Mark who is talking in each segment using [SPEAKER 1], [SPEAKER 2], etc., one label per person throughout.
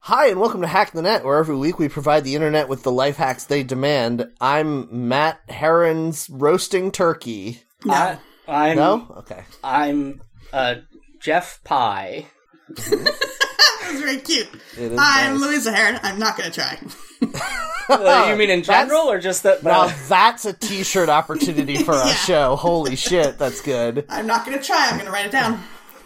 [SPEAKER 1] Hi, and welcome to Hack the Net, where every week we provide the internet with the life hacks they demand. I'm Matt Heron's roasting turkey.
[SPEAKER 2] I, I'm
[SPEAKER 1] No? Okay.
[SPEAKER 2] I'm uh, Jeff Pye.
[SPEAKER 3] That was very cute.
[SPEAKER 1] It is
[SPEAKER 3] I'm
[SPEAKER 1] nice.
[SPEAKER 3] Louisa Heron. I'm not going to try.
[SPEAKER 1] Oh,
[SPEAKER 2] Uh, you mean in general, or just that?
[SPEAKER 1] Now
[SPEAKER 2] uh,
[SPEAKER 1] that's a t-shirt opportunity for our
[SPEAKER 3] Yeah.
[SPEAKER 1] show. Holy shit, that's good.
[SPEAKER 3] I'm not going to try. I'm going to write it down.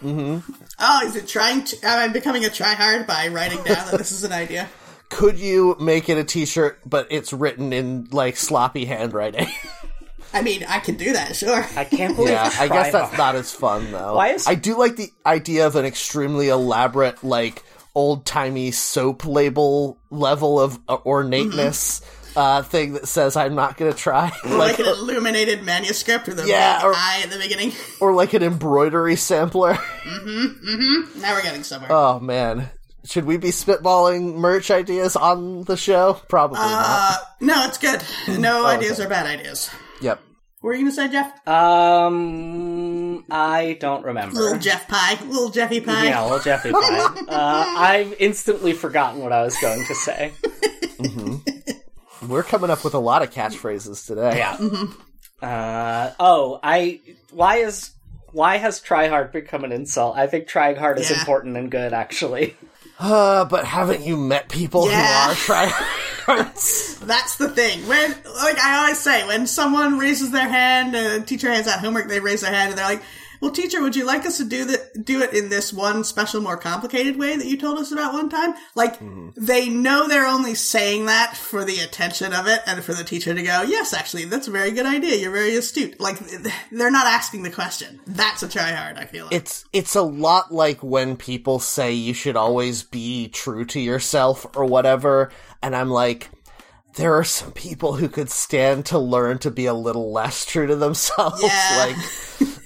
[SPEAKER 3] Mm-hmm. Oh, is it trying to? Am I becoming a tryhard by writing down that this is an idea?
[SPEAKER 1] Could you make it a t-shirt, but it's written in like sloppy handwriting?
[SPEAKER 3] I mean, I can do that, sure.
[SPEAKER 2] I can't believe.
[SPEAKER 1] yeah, I guess that's
[SPEAKER 2] Tryhard.
[SPEAKER 1] not as fun though.
[SPEAKER 2] Why is-
[SPEAKER 1] I do like the idea of an extremely elaborate, like old timey soap label level of uh, ornateness uh, thing that says "I'm not gonna try,"
[SPEAKER 3] Like,
[SPEAKER 1] like
[SPEAKER 3] an illuminated manuscript with a
[SPEAKER 1] Yeah,
[SPEAKER 3] big
[SPEAKER 1] or-
[SPEAKER 3] eye at the beginning.
[SPEAKER 1] or like an embroidery sampler.
[SPEAKER 3] Now we're getting somewhere.
[SPEAKER 1] oh man. Should we be spitballing merch ideas on the show? Probably
[SPEAKER 3] Uh.
[SPEAKER 1] not.
[SPEAKER 3] no, it's good.
[SPEAKER 1] oh,
[SPEAKER 3] No ideas are bad ideas.
[SPEAKER 1] Yep.
[SPEAKER 3] What are you going to say, Jeff?
[SPEAKER 1] Uh,
[SPEAKER 2] Um, I don't remember.
[SPEAKER 3] Little Jeff Pie. Little Jeffy Pie.
[SPEAKER 2] yeah, well, Jeffy Pye. Uh, I've instantly forgotten what I was going to say.
[SPEAKER 1] We're coming up with a lot of catchphrases today.
[SPEAKER 2] Yeah. Uh, oh, I. Why is why has try hard become an insult? I think trying hard is
[SPEAKER 3] Yeah.
[SPEAKER 2] important and good, actually.
[SPEAKER 1] Uh, but haven't you met people
[SPEAKER 3] Yeah.
[SPEAKER 1] who are tryhards?
[SPEAKER 3] That's the thing. When, like I always say, when someone raises their hand, a teacher hands out homework, they raise their hand and they're like, "Well, teacher, would you like us to do that? Do it in this one special, more complicated way that you told us about one time?" Like they know they're only saying that for the attention of it and for the teacher to go, "Yes, actually, that's a very good idea. You're very astute." Like th- they're not asking the question. That's a try hard. I feel like.
[SPEAKER 1] it's it's a lot like when people say you should always be true to yourself or whatever, and I'm like, there are some people who could stand to learn to be a little less true to themselves.
[SPEAKER 3] Yeah.
[SPEAKER 1] like,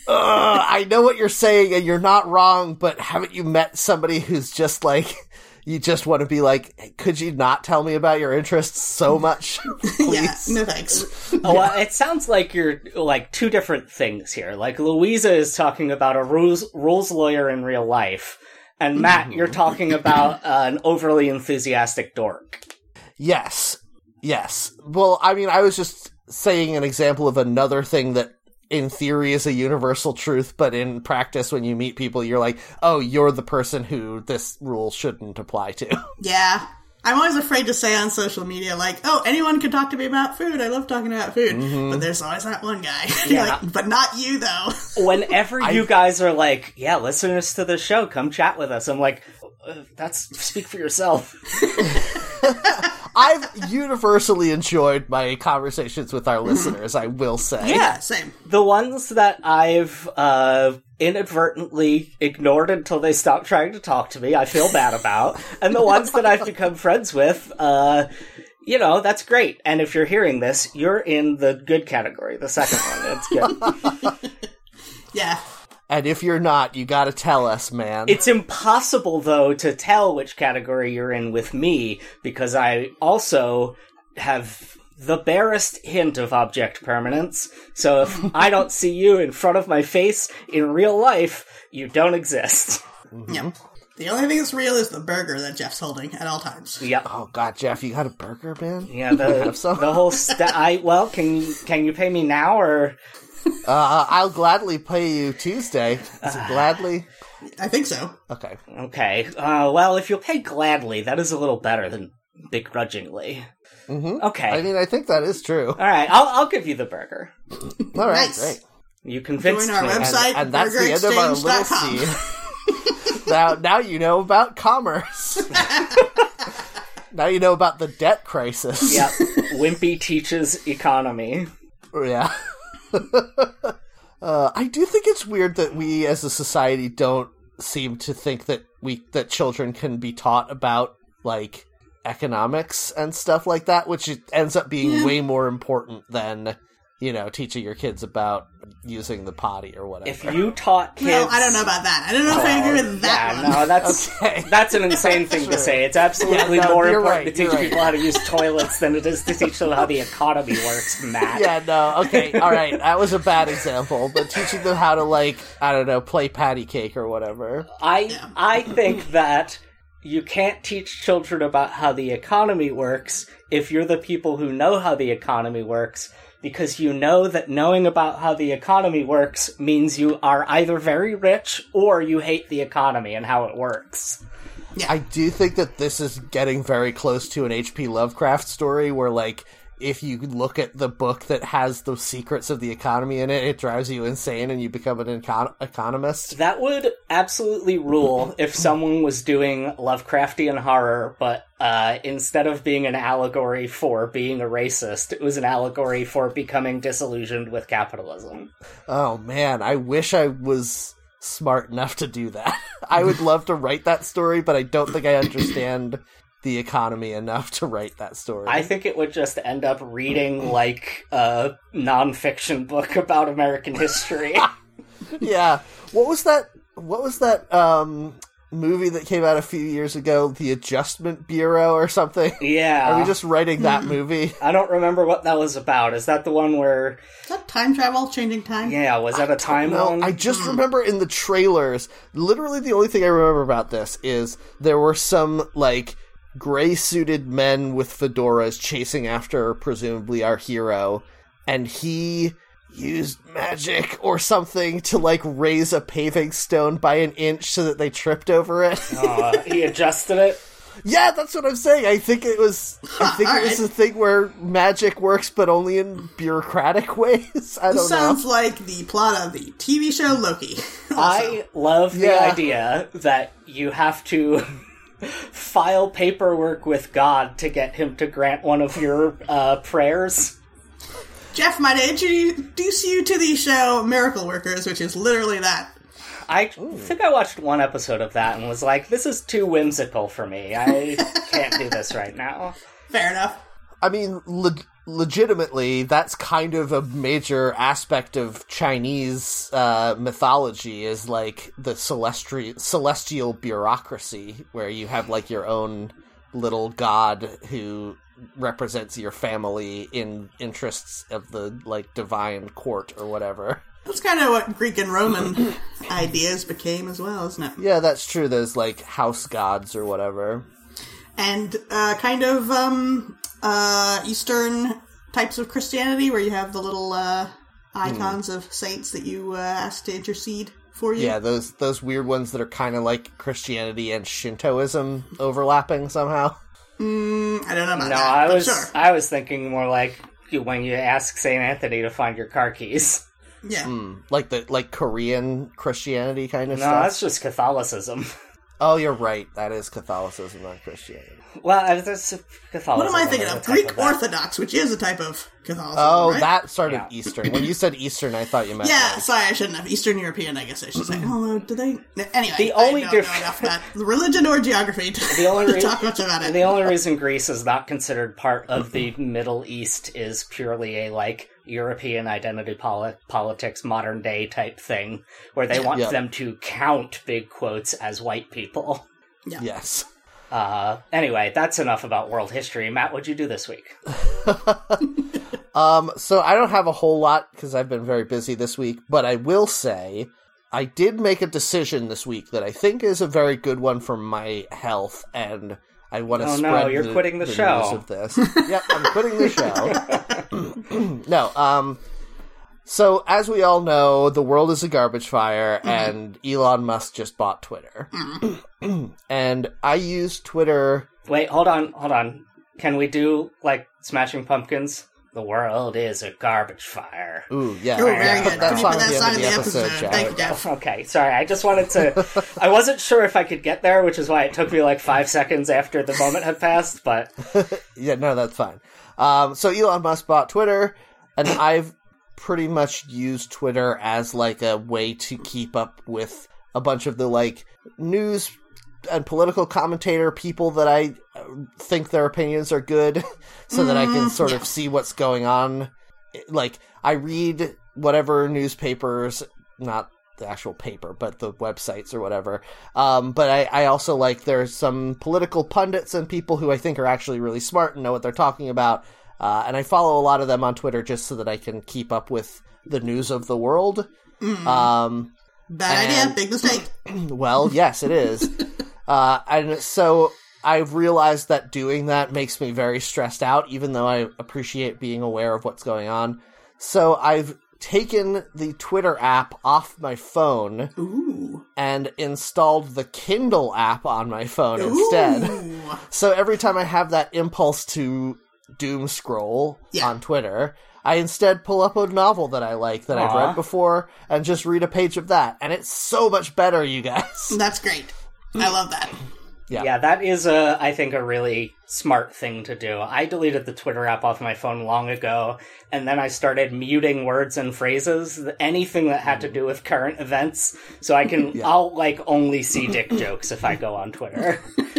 [SPEAKER 1] ugh, I know what you're saying, and you're not wrong, but haven't you met somebody who's just like. You just want to be like, could you not tell me about your interests so much?
[SPEAKER 3] yeah,
[SPEAKER 1] Please.
[SPEAKER 3] no thanks.
[SPEAKER 2] Oh, well, it sounds like you're like two different things here. Like Louisa is talking about a rules rules lawyer in real life, and Matt, you're talking about uh, an overly enthusiastic dork.
[SPEAKER 1] Yes. Yes. Well, I mean, I was just saying an example of another thing that in theory is a universal truth, but in practice when you meet people you're like, "Oh, you're the person who this rule shouldn't apply to."
[SPEAKER 3] Yeah. I'm always afraid to say on social media, like, oh, anyone can talk to me about food. I love talking about food. But there's always that one guy. You're like, but not you, though.
[SPEAKER 2] Whenever you guys are like, "Yeah, listeners to the show, come chat with us," I'm like, uh, "That's speak for yourself."
[SPEAKER 1] I've universally enjoyed my conversations with our listeners, I will say.
[SPEAKER 3] yeah, same.
[SPEAKER 2] The ones that I've uh, inadvertently ignored until they stop trying to talk to me, I feel bad about. And the ones that I've become friends with, uh, you know, that's great. And if you're hearing this, you're in the good category, the second one. It's good.
[SPEAKER 3] Yeah.
[SPEAKER 1] And if you're not, you got to tell us, man.
[SPEAKER 2] it's impossible, though, to tell which category you're in with me because I also have the barest hint of object permanence. So if I don't see you in front of my face in real life, you don't exist.
[SPEAKER 3] Yep. The only thing that's real is the burger that Jeff's holding at all times.
[SPEAKER 2] Yep.
[SPEAKER 1] oh god, Jeff, you got a burger, man?
[SPEAKER 2] Yeah, the,
[SPEAKER 1] some?
[SPEAKER 2] the whole sta I well, can you can you pay me now or
[SPEAKER 1] Uh, I'll gladly pay you Tuesday. Is
[SPEAKER 3] Uh.
[SPEAKER 1] it gladly?
[SPEAKER 3] I think so.
[SPEAKER 1] Okay.
[SPEAKER 2] okay? Uh, well, if you'll pay gladly, that is a little better than begrudgingly. Mm-hmm. Okay,
[SPEAKER 1] I mean, I think that is true.
[SPEAKER 2] all right, I'll I'll give you the burger.
[SPEAKER 1] All right,
[SPEAKER 3] Uh, Nice.
[SPEAKER 1] great.
[SPEAKER 2] You convinced
[SPEAKER 3] Join our
[SPEAKER 2] me.
[SPEAKER 3] website.
[SPEAKER 1] and, and that's the end of our little
[SPEAKER 3] burgerexchange.com.
[SPEAKER 1] scene. now, now you know about commerce. now you know about the debt crisis.
[SPEAKER 2] Yep. Wimpy teaches economy.
[SPEAKER 1] Yeah. uh, I do think it's weird that we, as a society, don't seem to think that we that children can be taught about like economics and stuff like that, which it ends up being way more important than you know teaching your kids about using the potty or whatever.
[SPEAKER 2] If you taught kids,
[SPEAKER 3] Well, I don't know about that. I don't know if I agree with that
[SPEAKER 2] Oh, yeah,
[SPEAKER 3] one.
[SPEAKER 2] no, that's
[SPEAKER 1] Okay.
[SPEAKER 2] that's an insane thing to say. It's absolutely
[SPEAKER 1] Yeah, no,
[SPEAKER 2] more
[SPEAKER 1] you're
[SPEAKER 2] important
[SPEAKER 1] right,
[SPEAKER 2] to
[SPEAKER 1] you're
[SPEAKER 2] teach
[SPEAKER 1] right.
[SPEAKER 2] people how to use toilets than it is to teach them how the economy works, Matt.
[SPEAKER 1] yeah, no, okay, all right. That was a bad example, but teaching them how to like, I don't know, play patty cake or whatever.
[SPEAKER 2] I I think that you can't teach children about how the economy works if you're the people who know how the economy works because you know that knowing about how the economy works means you are either very rich or you hate the economy and how it works.
[SPEAKER 1] I do think that this is getting very close to an H.P. Lovecraft story where, like, if you look at the book that has the secrets of the economy in it, it drives you insane and you become an econ- economist.
[SPEAKER 2] That would absolutely rule if someone was doing Lovecraftian horror, but uh, instead of being an allegory for being a racist, it was an allegory for becoming disillusioned with capitalism.
[SPEAKER 1] Oh man, I wish I was smart enough to do that. I would love to write that story, but I don't think I understand the economy enough to write that story.
[SPEAKER 2] I think it would just end up reading like a nonfiction book about American history.
[SPEAKER 1] yeah. What was that? What was that um, movie that came out a few years ago? The Adjustment Bureau or something?
[SPEAKER 2] yeah.
[SPEAKER 1] Are we just writing that movie?
[SPEAKER 2] I don't remember what that was about. Is that the one where
[SPEAKER 3] Is that time travel? Changing time?
[SPEAKER 2] yeah, was that a time
[SPEAKER 1] No,
[SPEAKER 2] one?
[SPEAKER 1] I just remember in the trailers. Literally, the only thing I remember about this is there were some like gray-suited men with fedoras chasing after presumably our hero, and he used magic or something to like raise a paving stone by an inch so that they tripped over it.
[SPEAKER 2] Uh, he adjusted it.
[SPEAKER 1] yeah, that's what I'm saying. I think it was. I think it was
[SPEAKER 3] alright.
[SPEAKER 1] the thing where magic works, but only in bureaucratic ways. I don't know.
[SPEAKER 3] Sounds like the plot of the TV show Loki.
[SPEAKER 2] I love the
[SPEAKER 1] Yeah.
[SPEAKER 2] idea that you have to file paperwork with God to get him to grant one of your uh, prayers.
[SPEAKER 3] Jeff might introduce you to the show Miracle Workers, which is literally that.
[SPEAKER 2] I think I watched one episode of that and was like, this is too whimsical for me. I can't do this right now.
[SPEAKER 3] Fair enough.
[SPEAKER 1] I mean, le- legitimately, that's kind of a major aspect of Chinese uh, mythology is like the celestial celestial bureaucracy, where you have like your own little god who represents your family in interests of the like divine court or whatever.
[SPEAKER 3] That's kind of what Greek and Roman ideas became as well, isn't it?
[SPEAKER 1] Yeah, that's true. There's like house gods or whatever.
[SPEAKER 3] And uh, kind of um, uh, Eastern types of Christianity, where you have the little uh, icons of saints that you uh, ask to intercede for you.
[SPEAKER 1] Yeah, those those weird ones that are kind of like Christianity and Shintoism overlapping somehow.
[SPEAKER 3] Mm, I don't know about
[SPEAKER 2] No,
[SPEAKER 3] that.
[SPEAKER 2] I
[SPEAKER 3] but
[SPEAKER 2] was
[SPEAKER 3] sure.
[SPEAKER 2] I was thinking more like you- when you ask Saint Anthony to find your car keys.
[SPEAKER 3] Yeah.
[SPEAKER 2] Hmm.
[SPEAKER 1] like the like Korean Christianity kind of
[SPEAKER 2] No,
[SPEAKER 1] stuff.
[SPEAKER 2] that's just Catholicism.
[SPEAKER 1] Oh, you're right. That is Catholicism, not Christianity.
[SPEAKER 2] Well, I- that's Catholicism.
[SPEAKER 3] What am I thinking of?
[SPEAKER 2] That's a type
[SPEAKER 3] Greek
[SPEAKER 2] of that.
[SPEAKER 3] Orthodox, which is a type of Catholicism.
[SPEAKER 1] Oh,
[SPEAKER 3] right?
[SPEAKER 1] that started
[SPEAKER 2] Yeah.
[SPEAKER 1] Eastern. When you said Eastern, I thought you meant
[SPEAKER 3] Yeah,
[SPEAKER 1] like-
[SPEAKER 3] sorry, I shouldn't have. Eastern European, I guess I should say. Although, do they? Anyway,
[SPEAKER 2] Mm-hmm. The
[SPEAKER 3] the
[SPEAKER 2] only
[SPEAKER 3] only I don't
[SPEAKER 2] diff-
[SPEAKER 3] know enough about religion or geography to,
[SPEAKER 2] The only
[SPEAKER 3] to
[SPEAKER 2] re-
[SPEAKER 3] talk much about it.
[SPEAKER 2] The only reason Greece is not considered part of the Middle East is purely a like European identity poli- politics, modern day type thing, where they want
[SPEAKER 1] Yeah.
[SPEAKER 2] them to count big quotes as white people.
[SPEAKER 1] yes.
[SPEAKER 2] Uh, anyway, that's enough about world history. Matt, what'd you do this week?
[SPEAKER 1] Um, so I don't have a whole lot because I've been very busy this week, but I will say I did make a decision this week that I think is a very good one for my health, and I want to
[SPEAKER 2] Oh, no,
[SPEAKER 1] spread.
[SPEAKER 2] you're quitting the
[SPEAKER 1] news
[SPEAKER 2] show.
[SPEAKER 1] of this. yep, I'm quitting the show. no, um, so as we all know, the world is a garbage fire,
[SPEAKER 2] Mm-hmm.
[SPEAKER 1] and Elon Musk just bought Twitter, and I use Twitter.
[SPEAKER 2] Wait, hold on, hold on. Can we do like Smashing Pumpkins? The world is a garbage fire.
[SPEAKER 1] Ooh, yeah,
[SPEAKER 3] Oh,
[SPEAKER 1] yeah,
[SPEAKER 3] very
[SPEAKER 1] put
[SPEAKER 3] good.
[SPEAKER 1] that
[SPEAKER 3] Can you
[SPEAKER 1] song
[SPEAKER 3] put
[SPEAKER 1] at
[SPEAKER 3] that
[SPEAKER 1] the
[SPEAKER 3] song
[SPEAKER 1] end
[SPEAKER 3] in
[SPEAKER 1] of
[SPEAKER 3] the episode? Thank you, Jeff.
[SPEAKER 2] Okay, sorry. I just wanted to. I wasn't sure if I could get there, which is why it took me like five seconds after the moment had passed. But
[SPEAKER 1] yeah, no, that's fine. Um, so Elon Musk bought Twitter, and I've pretty much used Twitter as like a way to keep up with a bunch of the like news and political commentator people that I uh, think their opinions are good, so that I can sort of see what's going on. Like I read whatever newspapers, not the actual paper, but the websites or whatever. Um, but I, I also like there's some political pundits and people who I think are actually really smart and know what they're talking about. Uh, and I follow a lot of them on Twitter just so that I can keep up with the news of the world. Um,
[SPEAKER 3] Mm-hmm. Bad
[SPEAKER 1] And-
[SPEAKER 3] idea, big mistake.
[SPEAKER 1] well, yes, it is. Uh, and so I realized that doing that makes me very stressed out, even though I appreciate being aware of what's going on. So I've taken the Twitter app off my phone
[SPEAKER 3] Ooh.
[SPEAKER 1] and installed the Kindle app on my phone instead.
[SPEAKER 3] Ooh.
[SPEAKER 1] So every time I have that impulse to doom scroll
[SPEAKER 3] Yeah.
[SPEAKER 1] on Twitter, I instead pull up a novel that I like that I've
[SPEAKER 2] Aw.
[SPEAKER 1] read before and just read a page of that. And it's so much better, you guys.
[SPEAKER 3] That's great. I love that.
[SPEAKER 1] Yeah.
[SPEAKER 2] Yeah. that is a I think a really smart thing to do. I deleted the Twitter app off my phone long ago, and then I started muting words and phrases, th- anything that had to do with current events, so I can
[SPEAKER 1] Yeah.
[SPEAKER 2] I'll like only see dick jokes if I go on Twitter.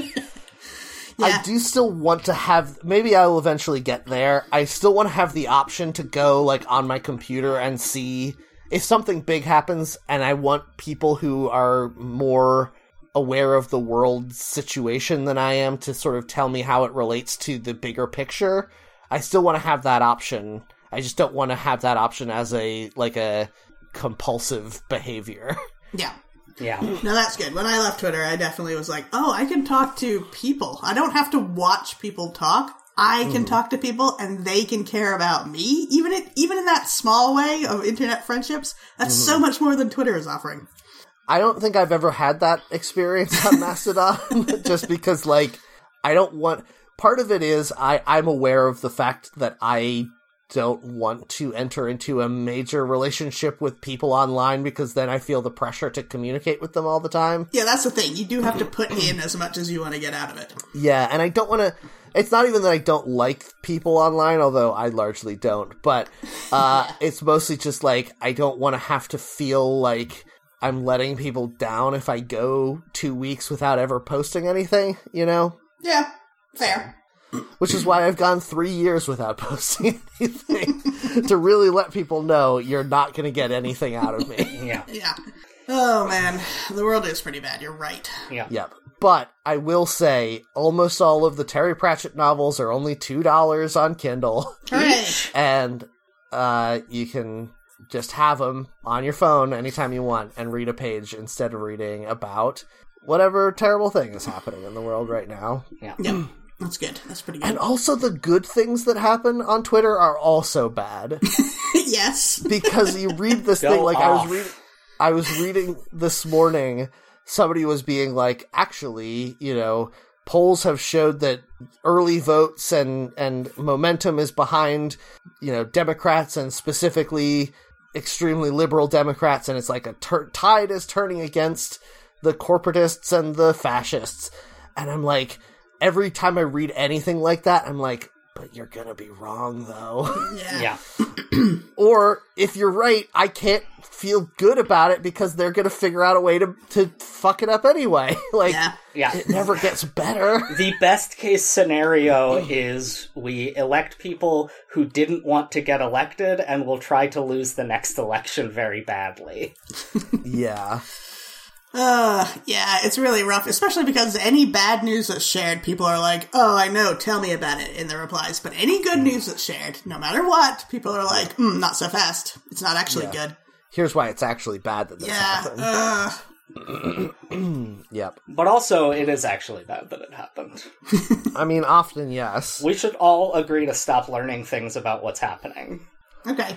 [SPEAKER 3] Yeah.
[SPEAKER 1] I do still want to have. Maybe I will eventually get there. I still want to have the option to go like on my computer and see if something big happens, and I want people who are more aware of the world situation than I am to sort of tell me how it relates to the bigger picture. I still want to have that option. I just don't want to have that option as a like a compulsive behavior.
[SPEAKER 3] Yeah.
[SPEAKER 2] yeah.
[SPEAKER 3] No, that's good. When I left Twitter, I definitely was like, oh, I can talk to people. I don't have to watch people talk. I can talk to people and they can care about me. Even in, even in that small way of internet friendships, that's so much more than Twitter is offering.
[SPEAKER 1] I don't think I've ever had that experience on Mastodon just because like I don't want part of it is I I'm aware of the fact that I don't want to enter into a major relationship with people online because then I feel the pressure to communicate with them all the time.
[SPEAKER 3] Yeah, that's the thing. You do have to put in as much as you want to get out of it.
[SPEAKER 1] Yeah, and I don't want to. It's not even that I don't like people online, although I largely don't. But uh, it's mostly just like I don't want to have to feel like I'm letting people down if I go two weeks without ever posting anything. You know,
[SPEAKER 3] Yeah, fair.
[SPEAKER 1] which is why I've gone three years without posting anything to really let people know you're not going to get anything out of me.
[SPEAKER 2] Yeah.
[SPEAKER 3] Yeah. Oh man, the world is pretty bad. You're right.
[SPEAKER 2] Yeah.
[SPEAKER 1] Yep. But I will say, almost all of the Terry Pratchett novels are only two dollars on Kindle.
[SPEAKER 3] Hooray!
[SPEAKER 1] and uh, you can just have them on your phone anytime you want and read a page instead of reading about whatever terrible thing is happening in the world right now.
[SPEAKER 3] Yep, that's good. That's pretty
[SPEAKER 1] And
[SPEAKER 3] good.
[SPEAKER 1] also, the good things that happen on Twitter are also bad
[SPEAKER 3] yes.
[SPEAKER 1] because you read this
[SPEAKER 2] Go
[SPEAKER 1] thing like I
[SPEAKER 2] off.
[SPEAKER 1] was reading. I was reading this morning. Somebody was being like, actually, you know, polls have showed that early votes and and momentum is behind, you know, Democrats and specifically extremely liberal Democrats, and it's like a tur tide is turning against the corporatists and the fascists. And I'm like, every time I read anything like that, I'm like, but you're gonna be wrong though.
[SPEAKER 3] Yeah.
[SPEAKER 2] Yeah.
[SPEAKER 1] or if you're right, I can't feel good about it because they're gonna figure out a way to to fuck it up anyway. like
[SPEAKER 3] Yeah.
[SPEAKER 2] Yeah.
[SPEAKER 1] it never gets better.
[SPEAKER 2] The best case scenario is we elect people who didn't want to get elected and will try to lose the next election very badly.
[SPEAKER 1] yeah,
[SPEAKER 3] Uh, yeah, it's really rough, especially because any bad news that's shared, people are like, "Oh, I know, tell me about it" in the replies. But any good news that's shared, no matter what, people are like, mm, "Not so fast. It's not actually good."
[SPEAKER 1] here's why it's actually bad that this
[SPEAKER 3] Yeah.
[SPEAKER 1] happened.
[SPEAKER 3] Uh,
[SPEAKER 1] yep.
[SPEAKER 2] But also, it is actually bad that it happened.
[SPEAKER 1] I mean, often yes.
[SPEAKER 2] We should all agree to stop learning things about what's happening.
[SPEAKER 3] okay.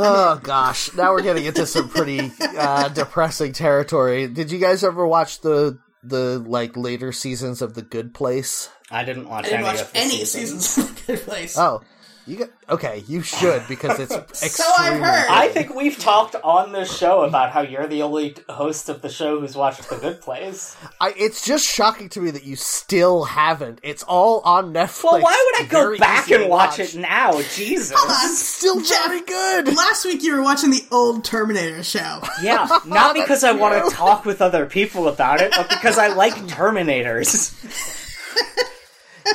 [SPEAKER 1] Oh gosh, now we're getting into some pretty uh, depressing territory. Did you guys ever watch the the like later seasons of The Good Place?
[SPEAKER 2] I didn't watch
[SPEAKER 3] I didn't
[SPEAKER 2] any
[SPEAKER 3] watch
[SPEAKER 2] of the
[SPEAKER 3] any
[SPEAKER 2] seasons.
[SPEAKER 3] seasons of Good Place.
[SPEAKER 1] Oh, you got okay. You should because it's
[SPEAKER 3] So I've
[SPEAKER 1] extremely
[SPEAKER 3] heard.
[SPEAKER 2] I think we've talked on this show about how you're the only host of the show who's watched The Good Place.
[SPEAKER 1] I, it's just shocking to me that you still haven't. It's all on Netflix.
[SPEAKER 2] Well, why would I
[SPEAKER 1] It's
[SPEAKER 2] go
[SPEAKER 1] very
[SPEAKER 2] back
[SPEAKER 1] easy to
[SPEAKER 2] and watch, it now? Jesus.
[SPEAKER 1] It's still very good.
[SPEAKER 3] Last week you were watching the old Terminator show.
[SPEAKER 2] Yeah, not because I want
[SPEAKER 1] true.
[SPEAKER 2] to talk with other people about it, but because I like Terminators.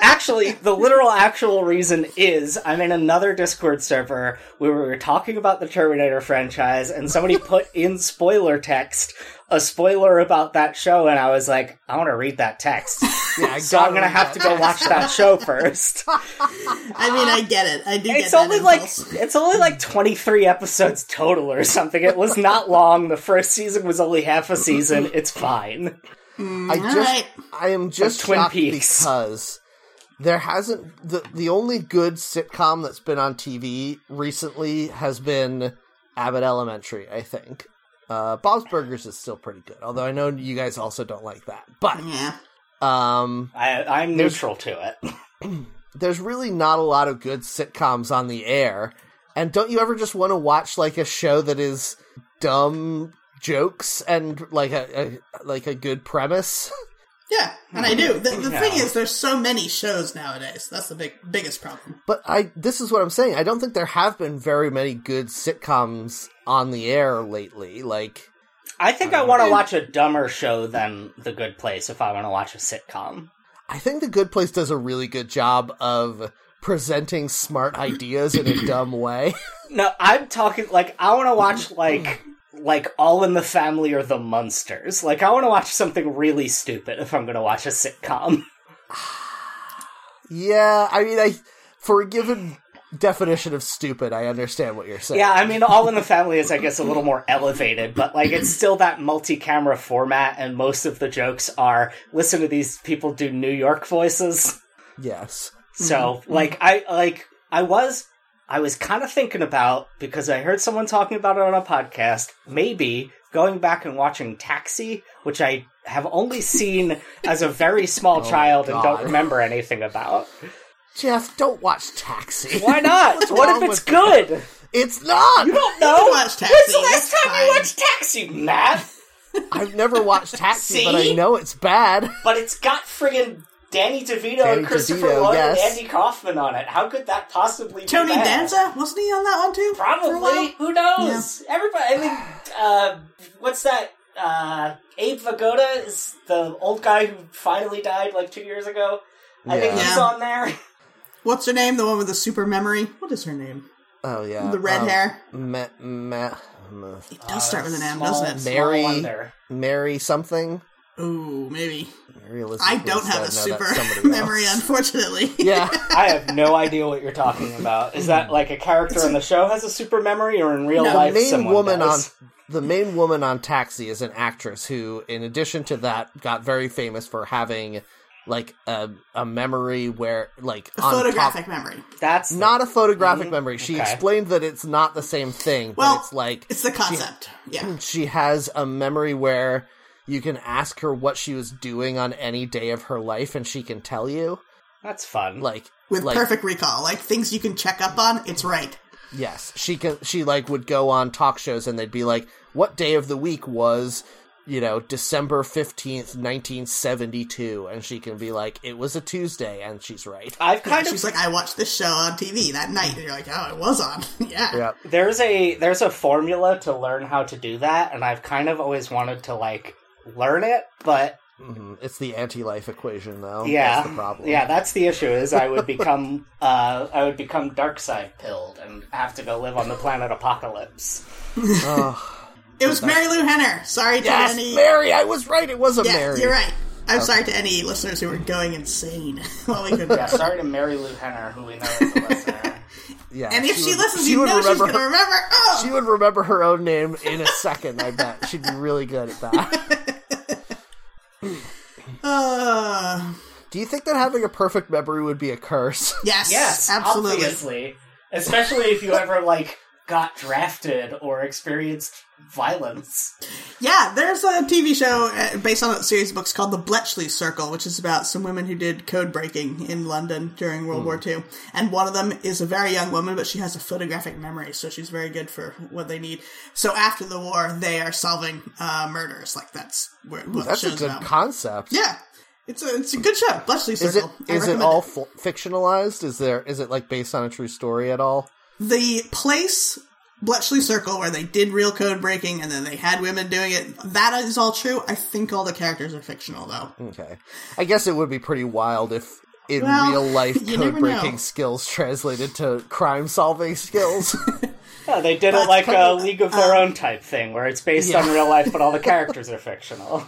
[SPEAKER 2] Actually, the literal actual reason is I'm in another Discord server where we were talking about the Terminator franchise and somebody put in spoiler text a spoiler about that show and I was like, I want to read that text.
[SPEAKER 1] Yeah,
[SPEAKER 2] So I'm going to have to go watch that show first.
[SPEAKER 3] I mean, I get it. I do. get
[SPEAKER 2] It's
[SPEAKER 3] that
[SPEAKER 2] only like
[SPEAKER 3] impulse.
[SPEAKER 2] it's only like 23 episodes total or something. It was not long. The first season was only half a season. It's fine.
[SPEAKER 1] I
[SPEAKER 3] Hmm. all
[SPEAKER 1] just
[SPEAKER 3] right.
[SPEAKER 1] I am just
[SPEAKER 2] Twin
[SPEAKER 1] shocked
[SPEAKER 2] Peaks.
[SPEAKER 1] because there hasn't the the only good sitcom that's been on TV recently has been Abbott Elementary, I think. Uh, Bob's Burgers is still pretty good, although I know you guys also don't like that. But
[SPEAKER 3] Yeah.
[SPEAKER 1] um,
[SPEAKER 2] I, I'm
[SPEAKER 1] There's-
[SPEAKER 2] neutral to it.
[SPEAKER 1] there's really not a lot of good sitcoms on the air. And don't you ever just want to watch like a show that is dumb jokes and like a, a like a good premise?
[SPEAKER 3] Yeah, and I do. The, the
[SPEAKER 2] Yeah.
[SPEAKER 3] thing is, there's so many shows nowadays. That's the big biggest problem.
[SPEAKER 1] But I this is what I'm saying. I don't think there have been very many good sitcoms on the air lately. Like
[SPEAKER 2] I think I, want to watch a dumber show than The Good Place if I want to watch a sitcom.
[SPEAKER 1] I think The Good Place does a really good job of presenting smart ideas in a dumb way.
[SPEAKER 2] No, I'm talking like I want to watch like like All in the Family or The Munsters. Like I want to watch something really stupid if I'm going to watch a sitcom.
[SPEAKER 1] yeah, I mean I for a given definition of stupid, I understand what you're saying.
[SPEAKER 2] Yeah, I mean All in the Family is I guess a little more elevated, but like it's still that multi-camera format and most of the jokes are listen to these people do New York voices.
[SPEAKER 1] yes.
[SPEAKER 2] So, like I like I was I was kind of thinking about because I heard someone talking about it on a podcast, maybe going back and watching Taxi, which I have only seen as a very small
[SPEAKER 1] Oh,
[SPEAKER 2] child and
[SPEAKER 1] God.
[SPEAKER 2] don't remember anything about.
[SPEAKER 1] Jeff, don't watch Taxi.
[SPEAKER 2] Why not?
[SPEAKER 1] wrong
[SPEAKER 2] what if it's
[SPEAKER 1] with that?
[SPEAKER 2] good?
[SPEAKER 1] It's not.
[SPEAKER 2] You don't
[SPEAKER 3] You
[SPEAKER 2] know.
[SPEAKER 3] can watch Taxi,
[SPEAKER 2] When's the last
[SPEAKER 3] that's
[SPEAKER 2] time you
[SPEAKER 3] fine.
[SPEAKER 2] watched Taxi, Matt?
[SPEAKER 1] I've never watched Taxi, but I
[SPEAKER 2] See?
[SPEAKER 1] know it's bad.
[SPEAKER 2] But it's got friggin' Danny DeVito
[SPEAKER 1] Danny
[SPEAKER 2] and Christopher
[SPEAKER 1] DeVito,
[SPEAKER 2] Lloyd
[SPEAKER 1] yes.
[SPEAKER 2] and Andy Kaufman on it. How could that possibly
[SPEAKER 3] Tony
[SPEAKER 2] be bad?
[SPEAKER 3] Danza wasn't he on that one too? for a
[SPEAKER 2] Probably.
[SPEAKER 3] while?
[SPEAKER 2] Who knows? Everybody. I mean, uh, what's that? Uh, Abe Vigoda is the old guy who finally died like two years ago. I think
[SPEAKER 1] Yeah.
[SPEAKER 2] he's
[SPEAKER 3] Yeah.
[SPEAKER 2] on there.
[SPEAKER 3] What's her name? The one with the super memory. What is her name?
[SPEAKER 1] Oh yeah,
[SPEAKER 3] The red
[SPEAKER 1] um,
[SPEAKER 3] hair.
[SPEAKER 1] Ma- ma- ma-
[SPEAKER 3] It does start with an M,
[SPEAKER 2] Uh, Small-
[SPEAKER 3] doesn't it?
[SPEAKER 1] Mary.
[SPEAKER 2] small wonder.
[SPEAKER 1] Mary something.
[SPEAKER 3] Ooh, maybe.
[SPEAKER 1] Mary Elizabeth
[SPEAKER 3] I don't have a
[SPEAKER 1] Winstead. No,
[SPEAKER 3] super
[SPEAKER 1] that's somebody else.
[SPEAKER 3] memory, unfortunately.
[SPEAKER 1] Yeah,
[SPEAKER 2] I have no idea what you're talking about. Is that like a character in the show has a super memory, or in real
[SPEAKER 3] No. The
[SPEAKER 1] the
[SPEAKER 2] life
[SPEAKER 1] main
[SPEAKER 2] someone
[SPEAKER 1] woman
[SPEAKER 2] does?
[SPEAKER 1] on the main woman on Taxi is an actress who, in addition to that, got very famous for having like a a memory where like
[SPEAKER 3] A
[SPEAKER 1] on top-
[SPEAKER 3] photographic memory.
[SPEAKER 2] That's the-
[SPEAKER 1] not a photographic
[SPEAKER 2] Mhm.
[SPEAKER 1] memory. She
[SPEAKER 2] Okay.
[SPEAKER 1] explained that it's not the same thing,
[SPEAKER 3] Well,
[SPEAKER 1] but it's like
[SPEAKER 3] It's the concept. yeah.
[SPEAKER 1] she has a memory where you can ask her what she was doing on any day of her life and she can tell you.
[SPEAKER 2] that's fun.
[SPEAKER 1] Like
[SPEAKER 3] With
[SPEAKER 1] like,
[SPEAKER 3] perfect recall. Like things you can check up on, it's right.
[SPEAKER 1] Yes, she can. She like would go on talk shows, and they'd be like, "What day of the week was, you know, December fifteenth, nineteen seventy-two?" And she can be like, "It was a Tuesday," and she's right.
[SPEAKER 2] I've kind of
[SPEAKER 3] She's like, I watched this show on TV that night, and you're like, oh, it was on. yeah.
[SPEAKER 1] Yep.
[SPEAKER 2] there's a there's a formula to learn how to do that, and I've kind of always wanted to like learn it, but
[SPEAKER 1] hmm It's the anti-life equation, though.
[SPEAKER 2] yeah,
[SPEAKER 1] That's the problem.
[SPEAKER 2] yeah, that's the issue. Is I would become uh, I would become dark side pilled and have to go live on the planet apocalypse.
[SPEAKER 1] Ugh.
[SPEAKER 3] It was Mary Lou Henner. Sorry to
[SPEAKER 1] yes,
[SPEAKER 3] any.
[SPEAKER 1] Mary. I was right. It was a
[SPEAKER 3] yeah,
[SPEAKER 1] Mary.
[SPEAKER 3] you're right. I'm sorry to any listeners who were going insane while we could.
[SPEAKER 2] Yeah, sorry to Mary Lou Henner, who we know is a listener.
[SPEAKER 1] Yeah.
[SPEAKER 3] And if she,
[SPEAKER 1] would-
[SPEAKER 3] listens,
[SPEAKER 1] she
[SPEAKER 3] you
[SPEAKER 1] would
[SPEAKER 3] know she's
[SPEAKER 1] remember
[SPEAKER 3] going to
[SPEAKER 1] her-
[SPEAKER 3] remember. Oh,
[SPEAKER 1] She would remember her own name in a second. I bet she'd be really good at that.
[SPEAKER 3] uh,
[SPEAKER 1] Do you think that having a perfect memory would be a curse?
[SPEAKER 3] yes,
[SPEAKER 2] Yes,
[SPEAKER 3] absolutely.
[SPEAKER 2] obviously, especially if you ever like got drafted or experienced violence.
[SPEAKER 3] Yeah, there's a TV show uh, based on a series of books called The Bletchley Circle, which is about some women who did code breaking in London during
[SPEAKER 1] Hmm.
[SPEAKER 3] World War II. And one of them is a very young woman, but she has a photographic memory, so she's very good for what they need. So after the war, they are solving uh, murders. Like that's where what
[SPEAKER 1] That's
[SPEAKER 3] the
[SPEAKER 1] a
[SPEAKER 3] show's
[SPEAKER 1] good
[SPEAKER 3] about.
[SPEAKER 1] concept.
[SPEAKER 3] yeah, it's a it's a good show. Bletchley
[SPEAKER 1] Is it
[SPEAKER 3] Circle. I
[SPEAKER 1] is it
[SPEAKER 3] recommend
[SPEAKER 1] all f- fictionalized? Is there is it like based on a true story at all?
[SPEAKER 3] the place Bletchley Circle where they did real code breaking and then they had women doing it. That is all true. I think all the characters are fictional though.
[SPEAKER 1] Okay, I guess it would be pretty wild if in
[SPEAKER 3] Well,
[SPEAKER 1] real life
[SPEAKER 3] you never
[SPEAKER 1] code breaking
[SPEAKER 3] know.
[SPEAKER 1] skills translated to crime solving skills.
[SPEAKER 2] Yeah, they did it like a
[SPEAKER 3] kind of-
[SPEAKER 2] League of Their Own type thing, where it's based
[SPEAKER 1] uh, Yeah.
[SPEAKER 2] on real life, but all the characters are fictional.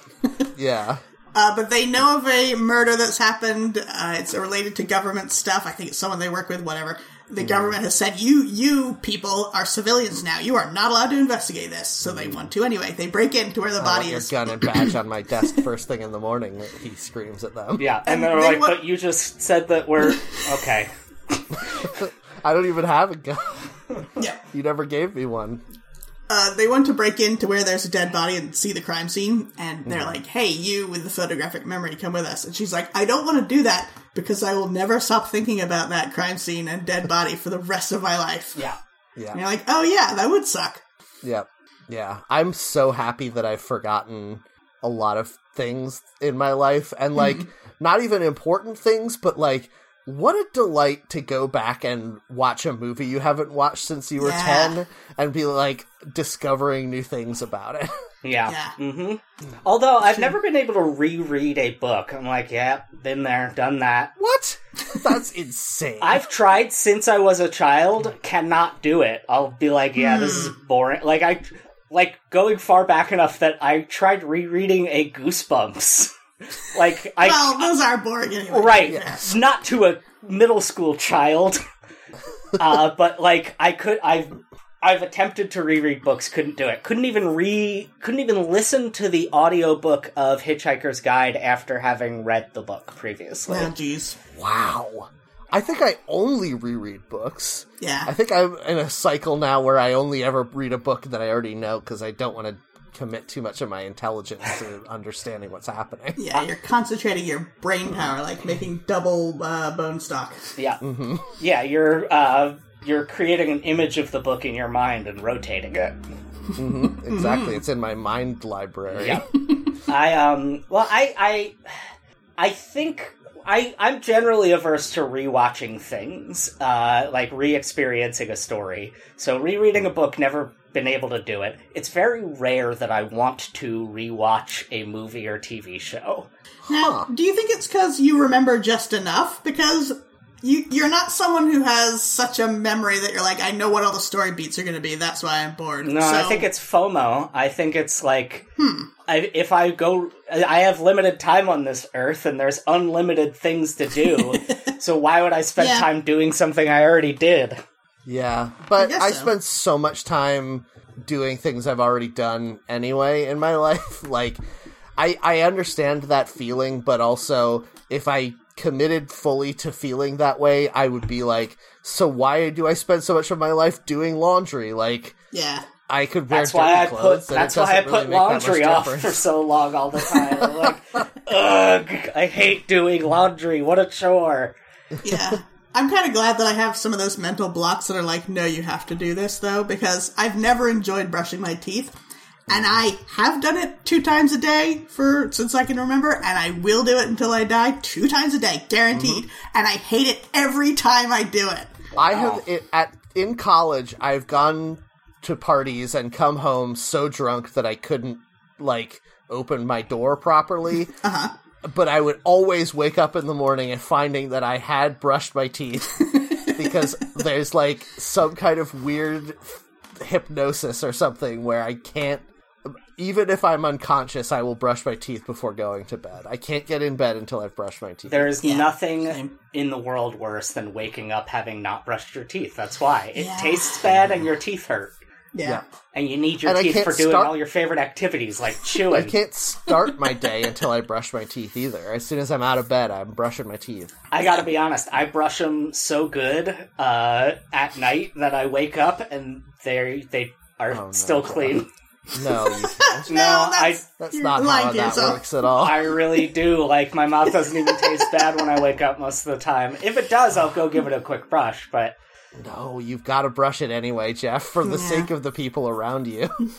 [SPEAKER 1] yeah,
[SPEAKER 3] Uh, but they know of a murder that's happened. Uh, it's related to government stuff. I think it's someone they work with, whatever. The
[SPEAKER 1] Hmm.
[SPEAKER 3] government has said, you, you people are civilians now. You are not allowed to investigate this. So they want to anyway. They break into where the
[SPEAKER 1] Hmm. I
[SPEAKER 3] body
[SPEAKER 1] want your
[SPEAKER 3] is.
[SPEAKER 1] gun and badge on my desk first thing in the morning. He screams at them.
[SPEAKER 2] Yeah, and, then
[SPEAKER 3] And
[SPEAKER 2] we're
[SPEAKER 3] then
[SPEAKER 2] like,
[SPEAKER 3] what-
[SPEAKER 2] but you just said that we're okay.
[SPEAKER 1] I don't even have a gun.
[SPEAKER 3] Yeah.
[SPEAKER 1] You never gave me one.
[SPEAKER 3] Uh, they want to break into where there's a dead body and see the crime scene, and they're
[SPEAKER 2] Mhm.
[SPEAKER 3] like, "Hey, you with the photographic memory, come with us." And she's like, "I don't want to do that because I will never stop thinking about that crime scene and dead body for the rest of my life."
[SPEAKER 2] Yeah.
[SPEAKER 3] And
[SPEAKER 1] Yeah.
[SPEAKER 3] you're like, "Oh yeah, that would suck."
[SPEAKER 1] Yep. Yeah. I'm so happy that I've forgotten a lot of things in my life and like not even important things, but like what a delight to go back and watch a movie you haven't watched since you were
[SPEAKER 3] Yeah.
[SPEAKER 1] 10 and be like discovering new things about it.
[SPEAKER 2] Yeah.
[SPEAKER 3] Yeah.
[SPEAKER 2] hmm Although I've never been able to reread a book. I'm like, yeah, been there, done that.
[SPEAKER 1] what? That's insane.
[SPEAKER 2] I've tried since I was a child, cannot do it. I'll be like, yeah, this is boring. Like I like going far back enough that I tried rereading a Goosebumps. like I
[SPEAKER 3] Well, those are boring anyway.
[SPEAKER 2] right
[SPEAKER 1] Yes.
[SPEAKER 2] not to a middle school child uh, but like i could i've i've attempted to reread books couldn't do it couldn't even re couldn't even listen to the audiobook of hitchhiker's guide after having read the book previously
[SPEAKER 3] Oh jeez.
[SPEAKER 1] wow. I think I only reread books. I
[SPEAKER 3] Yeah.
[SPEAKER 1] think I'm in a cycle now where I only ever read a book that I already know because I don't want to commit too much of my intelligence to understanding what's happening.
[SPEAKER 2] Uh,
[SPEAKER 3] Yeah, you're concentrating your brain power, like making double uh, bone stock.
[SPEAKER 2] yeah yeah you're uh you're creating an image of the book in your mind and rotating it
[SPEAKER 1] Exactly, it's in my mind library.
[SPEAKER 2] Yeah. I um well I I I think I I'm generally averse to rewatching things, uh like re-experiencing a story. So rereading a book never been able to do it. It's very rare that I want to rewatch a movie or TV show.
[SPEAKER 3] Now, do you think it's because you remember just enough? Because you you're not someone who has such a memory that you're like, I know what all the story beats are going to be. That's why I'm bored.
[SPEAKER 2] No, I
[SPEAKER 3] So- Hmm.
[SPEAKER 2] think it's FOMO. I think it's like I, if I go, I have limited time on this earth, and there's unlimited things to do. so why would I spend
[SPEAKER 3] Yeah.
[SPEAKER 2] time doing something I already did?
[SPEAKER 1] Yeah, but
[SPEAKER 3] guess
[SPEAKER 1] I,
[SPEAKER 3] so.
[SPEAKER 1] spend so much time doing things I've already done anyway in my life. Like, I I understand that feeling, but also if I committed fully to feeling that way, I would be like, so why do I spend so much of my life doing laundry? Like,
[SPEAKER 3] yeah.
[SPEAKER 1] I could wear
[SPEAKER 2] That's
[SPEAKER 1] dirty
[SPEAKER 2] why I put.
[SPEAKER 1] clothes. and it
[SPEAKER 2] That's why I
[SPEAKER 1] doesn't really
[SPEAKER 2] put
[SPEAKER 1] make that much
[SPEAKER 2] laundry off
[SPEAKER 1] difference.
[SPEAKER 2] for so long all the time. I'm like, ugh, I hate doing laundry. What a chore.
[SPEAKER 3] yeah. I'm kind of glad that I have some of those mental blocks that are like, no, you have to do this though, because I've never enjoyed brushing my teeth. And I have done it two times a day for since I can remember, and I will do it until I die, two times a day, guaranteed.
[SPEAKER 2] Mm-hmm.
[SPEAKER 3] And I hate it every time I do it.
[SPEAKER 1] I have it at in college. I've gone to parties and come home so drunk that I couldn't like open my door properly. uh-huh. But I would always wake up in the morning and finding that I had brushed my teeth because there's like some kind of weird hypnosis or something where I can't even if I'm unconscious, I will brush my teeth before going to bed. I can't get in bed until I've brushed my teeth.
[SPEAKER 2] There is
[SPEAKER 3] Yeah,
[SPEAKER 2] nothing
[SPEAKER 3] same.
[SPEAKER 2] in the world worse than waking up having not brushed your teeth. That's why it
[SPEAKER 3] Yeah.
[SPEAKER 2] tastes bad and your teeth hurt,
[SPEAKER 3] Yeah.
[SPEAKER 2] and you need your
[SPEAKER 1] And I
[SPEAKER 2] teeth
[SPEAKER 1] can't
[SPEAKER 2] for doing
[SPEAKER 1] start-
[SPEAKER 2] all your favorite activities like
[SPEAKER 1] I
[SPEAKER 2] chewing.
[SPEAKER 1] can't start my day until I brush my teeth either. As soon as I'm out of bed, I'm brushing my teeth.
[SPEAKER 2] I gotta be honest, I brush them so good uh, at night that I wake up and they they are
[SPEAKER 1] Oh, no,
[SPEAKER 2] still
[SPEAKER 1] God.
[SPEAKER 2] clean.
[SPEAKER 1] No, you can't.
[SPEAKER 2] No, I
[SPEAKER 3] that's-
[SPEAKER 1] that's
[SPEAKER 3] You're
[SPEAKER 1] not how
[SPEAKER 3] lying to
[SPEAKER 1] that
[SPEAKER 3] yourself.
[SPEAKER 1] works at all.
[SPEAKER 2] I really do. Like my mouth doesn't even taste bad when I wake up most of the time. If it does, I'll go give it a quick brush. But
[SPEAKER 1] No, you've got to brush it anyway, Jeff, for the
[SPEAKER 3] Yeah.
[SPEAKER 1] sake of the people around you.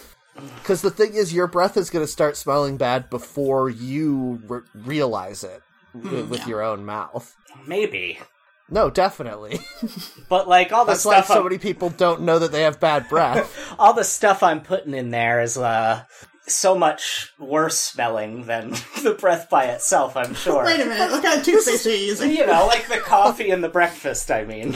[SPEAKER 1] Because the thing is, your breath is going to start smelling bad before you re- realize it w-
[SPEAKER 3] Hmm,
[SPEAKER 1] with your own mouth.
[SPEAKER 2] maybe.
[SPEAKER 1] No, definitely.
[SPEAKER 2] But like all the
[SPEAKER 1] That's why
[SPEAKER 2] stuff,
[SPEAKER 1] so
[SPEAKER 2] I'm-
[SPEAKER 1] many people don't know that they have bad breath.
[SPEAKER 2] all the stuff I'm putting in there is uh, so much worse smelling than the breath by itself. I'm sure.
[SPEAKER 3] Wait a minute, what kind of toothpaste are you using?
[SPEAKER 2] You know, like the coffee and the breakfast. I mean,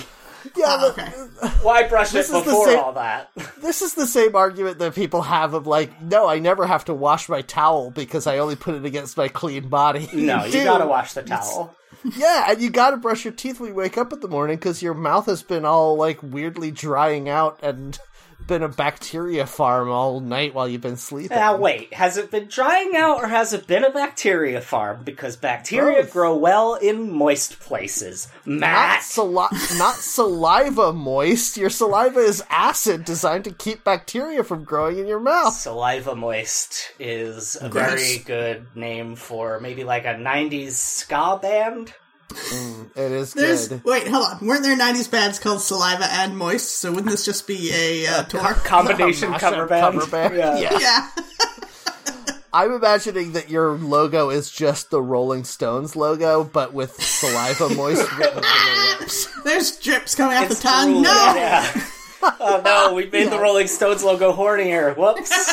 [SPEAKER 1] yeah,
[SPEAKER 3] Oh,
[SPEAKER 1] but
[SPEAKER 3] okay.
[SPEAKER 2] Why brush
[SPEAKER 1] This
[SPEAKER 2] it
[SPEAKER 1] is the
[SPEAKER 2] before
[SPEAKER 1] same-
[SPEAKER 2] all that?
[SPEAKER 1] this is the same argument that people have of like, no, I never have to wash my towel because I only put it against my clean body.
[SPEAKER 2] No, you
[SPEAKER 1] do.
[SPEAKER 2] gotta wash the towel.
[SPEAKER 1] Yeah, and you gotta brush your teeth when you wake up in the morning because your mouth has been all like weirdly drying out and been a bacteria farm all night while you've been sleeping.
[SPEAKER 2] Now wait, has it been drying out or has it been a bacteria farm? Because bacteria
[SPEAKER 1] Both.
[SPEAKER 2] grow well in moist places.
[SPEAKER 1] Not,
[SPEAKER 2] Matt,
[SPEAKER 1] sali- not saliva moist. Your saliva is acid designed to keep bacteria from growing in your mouth.
[SPEAKER 2] saliva moist is a
[SPEAKER 3] Gross.
[SPEAKER 2] very good name for maybe like a '90s ska band.
[SPEAKER 1] It is
[SPEAKER 3] There's
[SPEAKER 1] good.
[SPEAKER 3] wait, hold on. Weren't there '90s bands called Saliva and Moist? So wouldn't this just be a uh, tour?
[SPEAKER 2] Combination
[SPEAKER 1] Mashup
[SPEAKER 2] cover band.
[SPEAKER 1] cover band.
[SPEAKER 2] Yeah.
[SPEAKER 3] yeah,
[SPEAKER 1] I'm imagining that your logo is just the Rolling Stones logo, but with saliva moist written on the lips.
[SPEAKER 3] there's drips coming out the
[SPEAKER 2] It's
[SPEAKER 3] tongue.
[SPEAKER 2] drool,
[SPEAKER 3] No,
[SPEAKER 2] yeah. oh no, we made the Rolling Stones logo hornier. Whoops.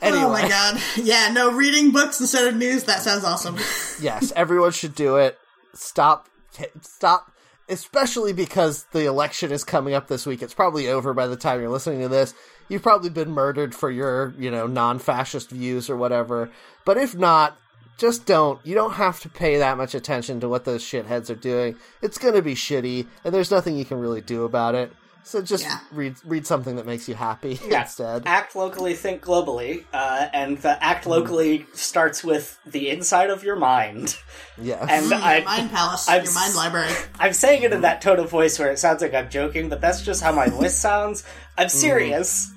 [SPEAKER 1] Anyway,
[SPEAKER 3] oh my god, yeah, no. Reading books instead of news. That sounds awesome.
[SPEAKER 1] yes, everyone should do it. Stop, t- stop, especially because the election is coming up this week. It's probably over by the time you're listening to this. You've probably been murdered for your, you know, non-fascist views or whatever. But if not, just don't. You don't have to pay that much attention to what those shitheads are doing. It's going to be shitty, and there's nothing you can really do about it. So just
[SPEAKER 3] Yeah.
[SPEAKER 1] read read something that makes you happy
[SPEAKER 2] Yeah.
[SPEAKER 1] instead.
[SPEAKER 2] Act locally, think globally, uh, and the act locally starts with the inside of your mind.
[SPEAKER 1] Yes.
[SPEAKER 2] And
[SPEAKER 3] Mm, your
[SPEAKER 2] I,
[SPEAKER 3] mind palace,
[SPEAKER 2] I've
[SPEAKER 3] your mind
[SPEAKER 2] s-
[SPEAKER 3] library.
[SPEAKER 2] I'm saying it in that tone of voice where it sounds like I'm joking, but that's just how my voice sounds. I'm serious.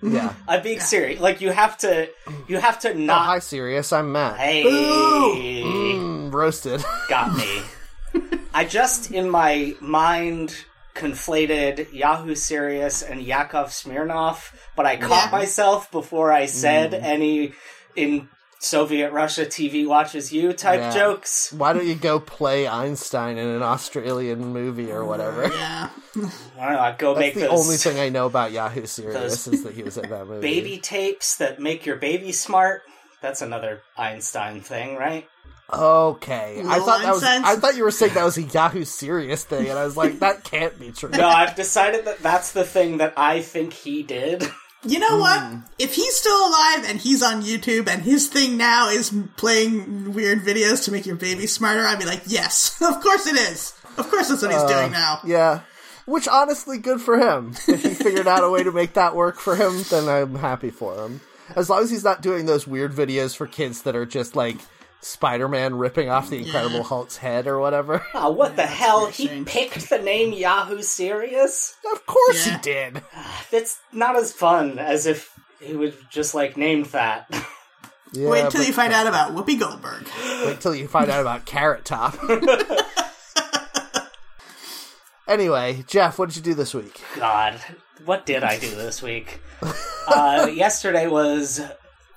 [SPEAKER 1] Mm. yeah.
[SPEAKER 2] I'm being serious. Like you have to, you have to
[SPEAKER 1] Oh,
[SPEAKER 2] not.
[SPEAKER 1] hi, Sirius. I'm Matt.
[SPEAKER 2] hey,
[SPEAKER 1] Mm, roasted.
[SPEAKER 2] got me. I just in my mind conflated Yahoo Sirius and Yakov Smirnov, but I caught myself before I said
[SPEAKER 1] Mm.
[SPEAKER 2] any in Soviet Russia TV watches you type
[SPEAKER 1] Yeah.
[SPEAKER 2] jokes.
[SPEAKER 1] Why don't you go play Einstein in an Australian movie or whatever?
[SPEAKER 3] Yeah,
[SPEAKER 2] I don't know. I'd go make
[SPEAKER 1] That's the
[SPEAKER 2] those
[SPEAKER 1] only thing I know about Yahoo Serious
[SPEAKER 2] those
[SPEAKER 1] is that he was in that movie.
[SPEAKER 2] baby tapes that make your baby smart. That's another Einstein thing, right?
[SPEAKER 1] Okay, I
[SPEAKER 3] Little
[SPEAKER 1] thought that was.
[SPEAKER 3] Einsteins?
[SPEAKER 1] I thought you were saying that was a Yahoo Serious thing, and I was like, that can't be true.
[SPEAKER 2] No, I've decided that that's the thing that I think he did.
[SPEAKER 3] you know
[SPEAKER 1] Hmm.
[SPEAKER 3] what? If he's still alive and he's on YouTube and his thing now is playing weird videos to make your baby smarter, I'd be like, yes, of course it is. Of course that's what he's doing now.
[SPEAKER 1] Uh, Yeah, which honestly, good for him. If he figured out a way to make that work for him, then I'm happy for him. As long as he's not doing those weird videos for kids that are just like Spider-Man ripping off the Incredible Hulk's head or whatever.
[SPEAKER 2] Oh, what the hell?
[SPEAKER 3] pretty
[SPEAKER 2] He
[SPEAKER 3] strange.
[SPEAKER 2] picked the name Yahoo Serious?
[SPEAKER 1] of course
[SPEAKER 3] Yeah.
[SPEAKER 1] he did.
[SPEAKER 2] It's not as fun as if he would just like name that.
[SPEAKER 1] Yeah,
[SPEAKER 3] Wait till
[SPEAKER 1] but
[SPEAKER 3] you find out about Whoopi Goldberg.
[SPEAKER 1] Wait till you find out about Carrot Top. anyway, Jeff, what did you do this week?
[SPEAKER 2] God, what did I do this week? Uh, yesterday was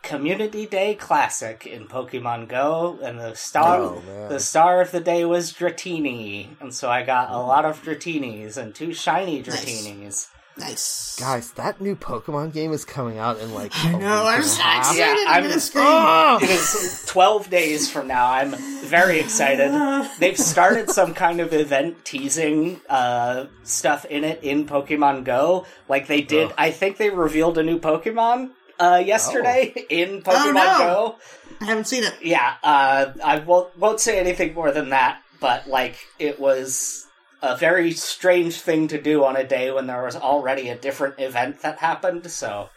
[SPEAKER 2] Community Day Classic in Pokemon Go, and the star
[SPEAKER 1] Oh, man.
[SPEAKER 2] the star of the day was Dratini, and so I got
[SPEAKER 1] Mm.
[SPEAKER 2] a lot of Dratinis and two shiny Dratinis.
[SPEAKER 3] Nice.
[SPEAKER 1] Guys, that new Pokemon game is coming out in like. a
[SPEAKER 3] No,
[SPEAKER 1] week
[SPEAKER 3] I'm
[SPEAKER 1] and a
[SPEAKER 3] so
[SPEAKER 1] half.
[SPEAKER 3] excited.
[SPEAKER 2] Yeah,
[SPEAKER 3] I'm,
[SPEAKER 2] I'm- Oh!
[SPEAKER 3] gonna scream.
[SPEAKER 1] Ah!
[SPEAKER 2] It is 12 days from now. I'm very excited. They've started some kind of event teasing uh, stuff in it in Pokemon Go. Like they did, I think they revealed a new Pokemon uh, yesterday in Pokemon
[SPEAKER 3] no.
[SPEAKER 2] Go.
[SPEAKER 3] I haven't seen it.
[SPEAKER 2] Yeah, uh, I won't, won't say anything more than that, but like it was a very strange thing to do on a day when there was already a different event that happened, so.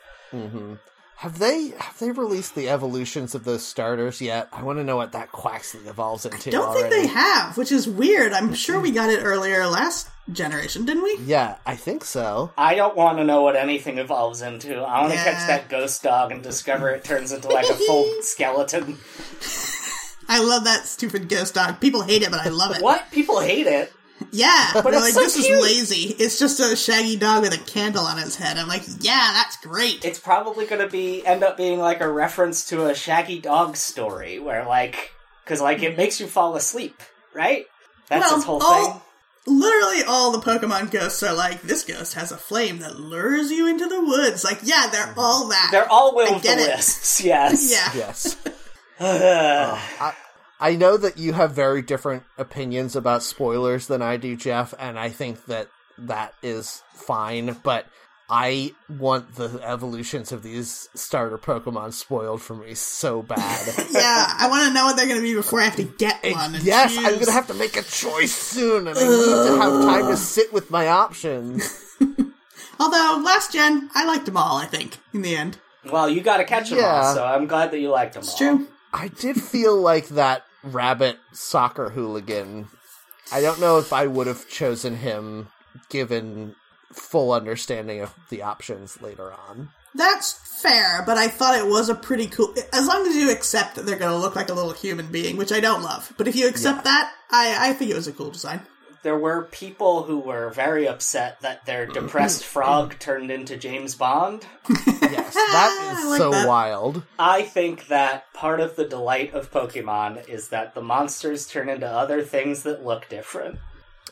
[SPEAKER 1] Have they have they released the evolutions of those starters yet? I want to know what that Quaxly evolves into.
[SPEAKER 3] Don't
[SPEAKER 1] already.
[SPEAKER 3] think they have, which is weird. I'm sure we got it earlier last generation, didn't we?
[SPEAKER 1] Yeah, I think so.
[SPEAKER 2] I don't want to know what anything evolves into. I want to
[SPEAKER 3] Yeah.
[SPEAKER 2] catch that ghost dog and discover it turns into like a full skeleton.
[SPEAKER 3] I love that stupid ghost dog. People hate it, but I love it.
[SPEAKER 2] What? People hate it.
[SPEAKER 3] Yeah, but they're
[SPEAKER 2] it's
[SPEAKER 3] like,
[SPEAKER 2] so
[SPEAKER 3] this
[SPEAKER 2] cute."
[SPEAKER 3] is lazy. It's just a shaggy dog with a candle on its head. I'm like, yeah, that's great.
[SPEAKER 2] It's probably going to be end up being like a reference to a Shaggy Dog story where like cuz like it makes you fall asleep, right? That's
[SPEAKER 3] Well,
[SPEAKER 2] its whole
[SPEAKER 3] all-
[SPEAKER 2] thing.
[SPEAKER 3] Literally, all the Pokemon ghosts are like, this ghost has a flame that lures you into the woods. Like, yeah, they're all that.
[SPEAKER 2] They're all Will
[SPEAKER 3] I
[SPEAKER 2] of the
[SPEAKER 3] get it.
[SPEAKER 2] Wisps, yes.
[SPEAKER 3] yeah.
[SPEAKER 1] Yes,
[SPEAKER 2] Ugh.
[SPEAKER 1] Uh, I, I know that you have very different opinions about spoilers than I do, Jeff, and I think that that is fine, but I want the evolutions of these starter Pokemon spoiled for me so bad.
[SPEAKER 3] yeah, I want to know what they're going to be before I have to get one. and
[SPEAKER 1] yes,
[SPEAKER 3] choose.
[SPEAKER 1] I'm going to have to make a choice soon, and I need to have time to sit with my options.
[SPEAKER 3] Although last gen, I liked them all. I think in the end,
[SPEAKER 2] Well, you got to catch them
[SPEAKER 1] Yeah.
[SPEAKER 2] all, so I'm glad that you liked them
[SPEAKER 3] it's
[SPEAKER 2] all.
[SPEAKER 3] true.
[SPEAKER 1] I did feel like that rabbit soccer hooligan. I don't know if I would have chosen him given full understanding of the options later on.
[SPEAKER 3] That's fair, but I thought it was a pretty cool. As long as you accept that they're going to look like a little human being, which I don't love, but if you accept that, I I think it was a cool design.
[SPEAKER 2] There were people who were very upset that their depressed frog turned into James Bond.
[SPEAKER 1] Yes, that
[SPEAKER 3] Ah, I
[SPEAKER 1] is
[SPEAKER 3] like
[SPEAKER 1] so
[SPEAKER 3] that.
[SPEAKER 1] wild.
[SPEAKER 2] I think that part of the delight of Pokemon is that the monsters turn into other things that look different.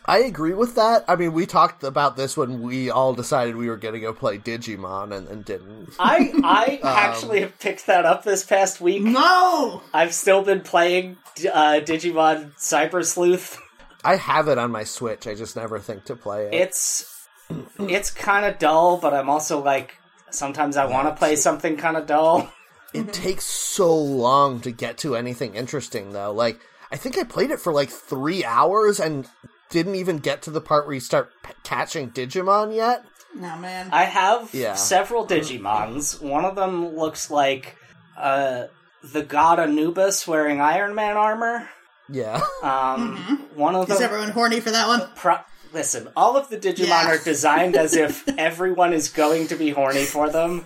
[SPEAKER 1] I agree with that. I mean, we talked about this when we all decided we were going to go play Digimon and, and didn't.
[SPEAKER 2] I I actually have picked that up this past week.
[SPEAKER 3] No,
[SPEAKER 2] I've still been playing uh, Digimon Cyber Sleuth.
[SPEAKER 1] I have it on my Switch. I just never think to play it.
[SPEAKER 2] It's it's kind of dull, but I'm also like sometimes I want to play something kind of dull.
[SPEAKER 1] It takes so long to get to anything interesting, though. Like, I think I played it for like three hours and didn't even get to the part where you start p- catching Digimon yet.
[SPEAKER 3] no man.
[SPEAKER 2] I have
[SPEAKER 1] Yeah.
[SPEAKER 2] several Digimons. One of them looks like uh, the god Anubis wearing Iron Man armor.
[SPEAKER 1] Yeah.
[SPEAKER 2] Um, One of
[SPEAKER 3] Is
[SPEAKER 2] them.
[SPEAKER 3] everyone horny for that one?
[SPEAKER 2] Pro- Listen, all of the Digimon
[SPEAKER 3] Yeah.
[SPEAKER 2] are designed as if everyone is going to be horny for them,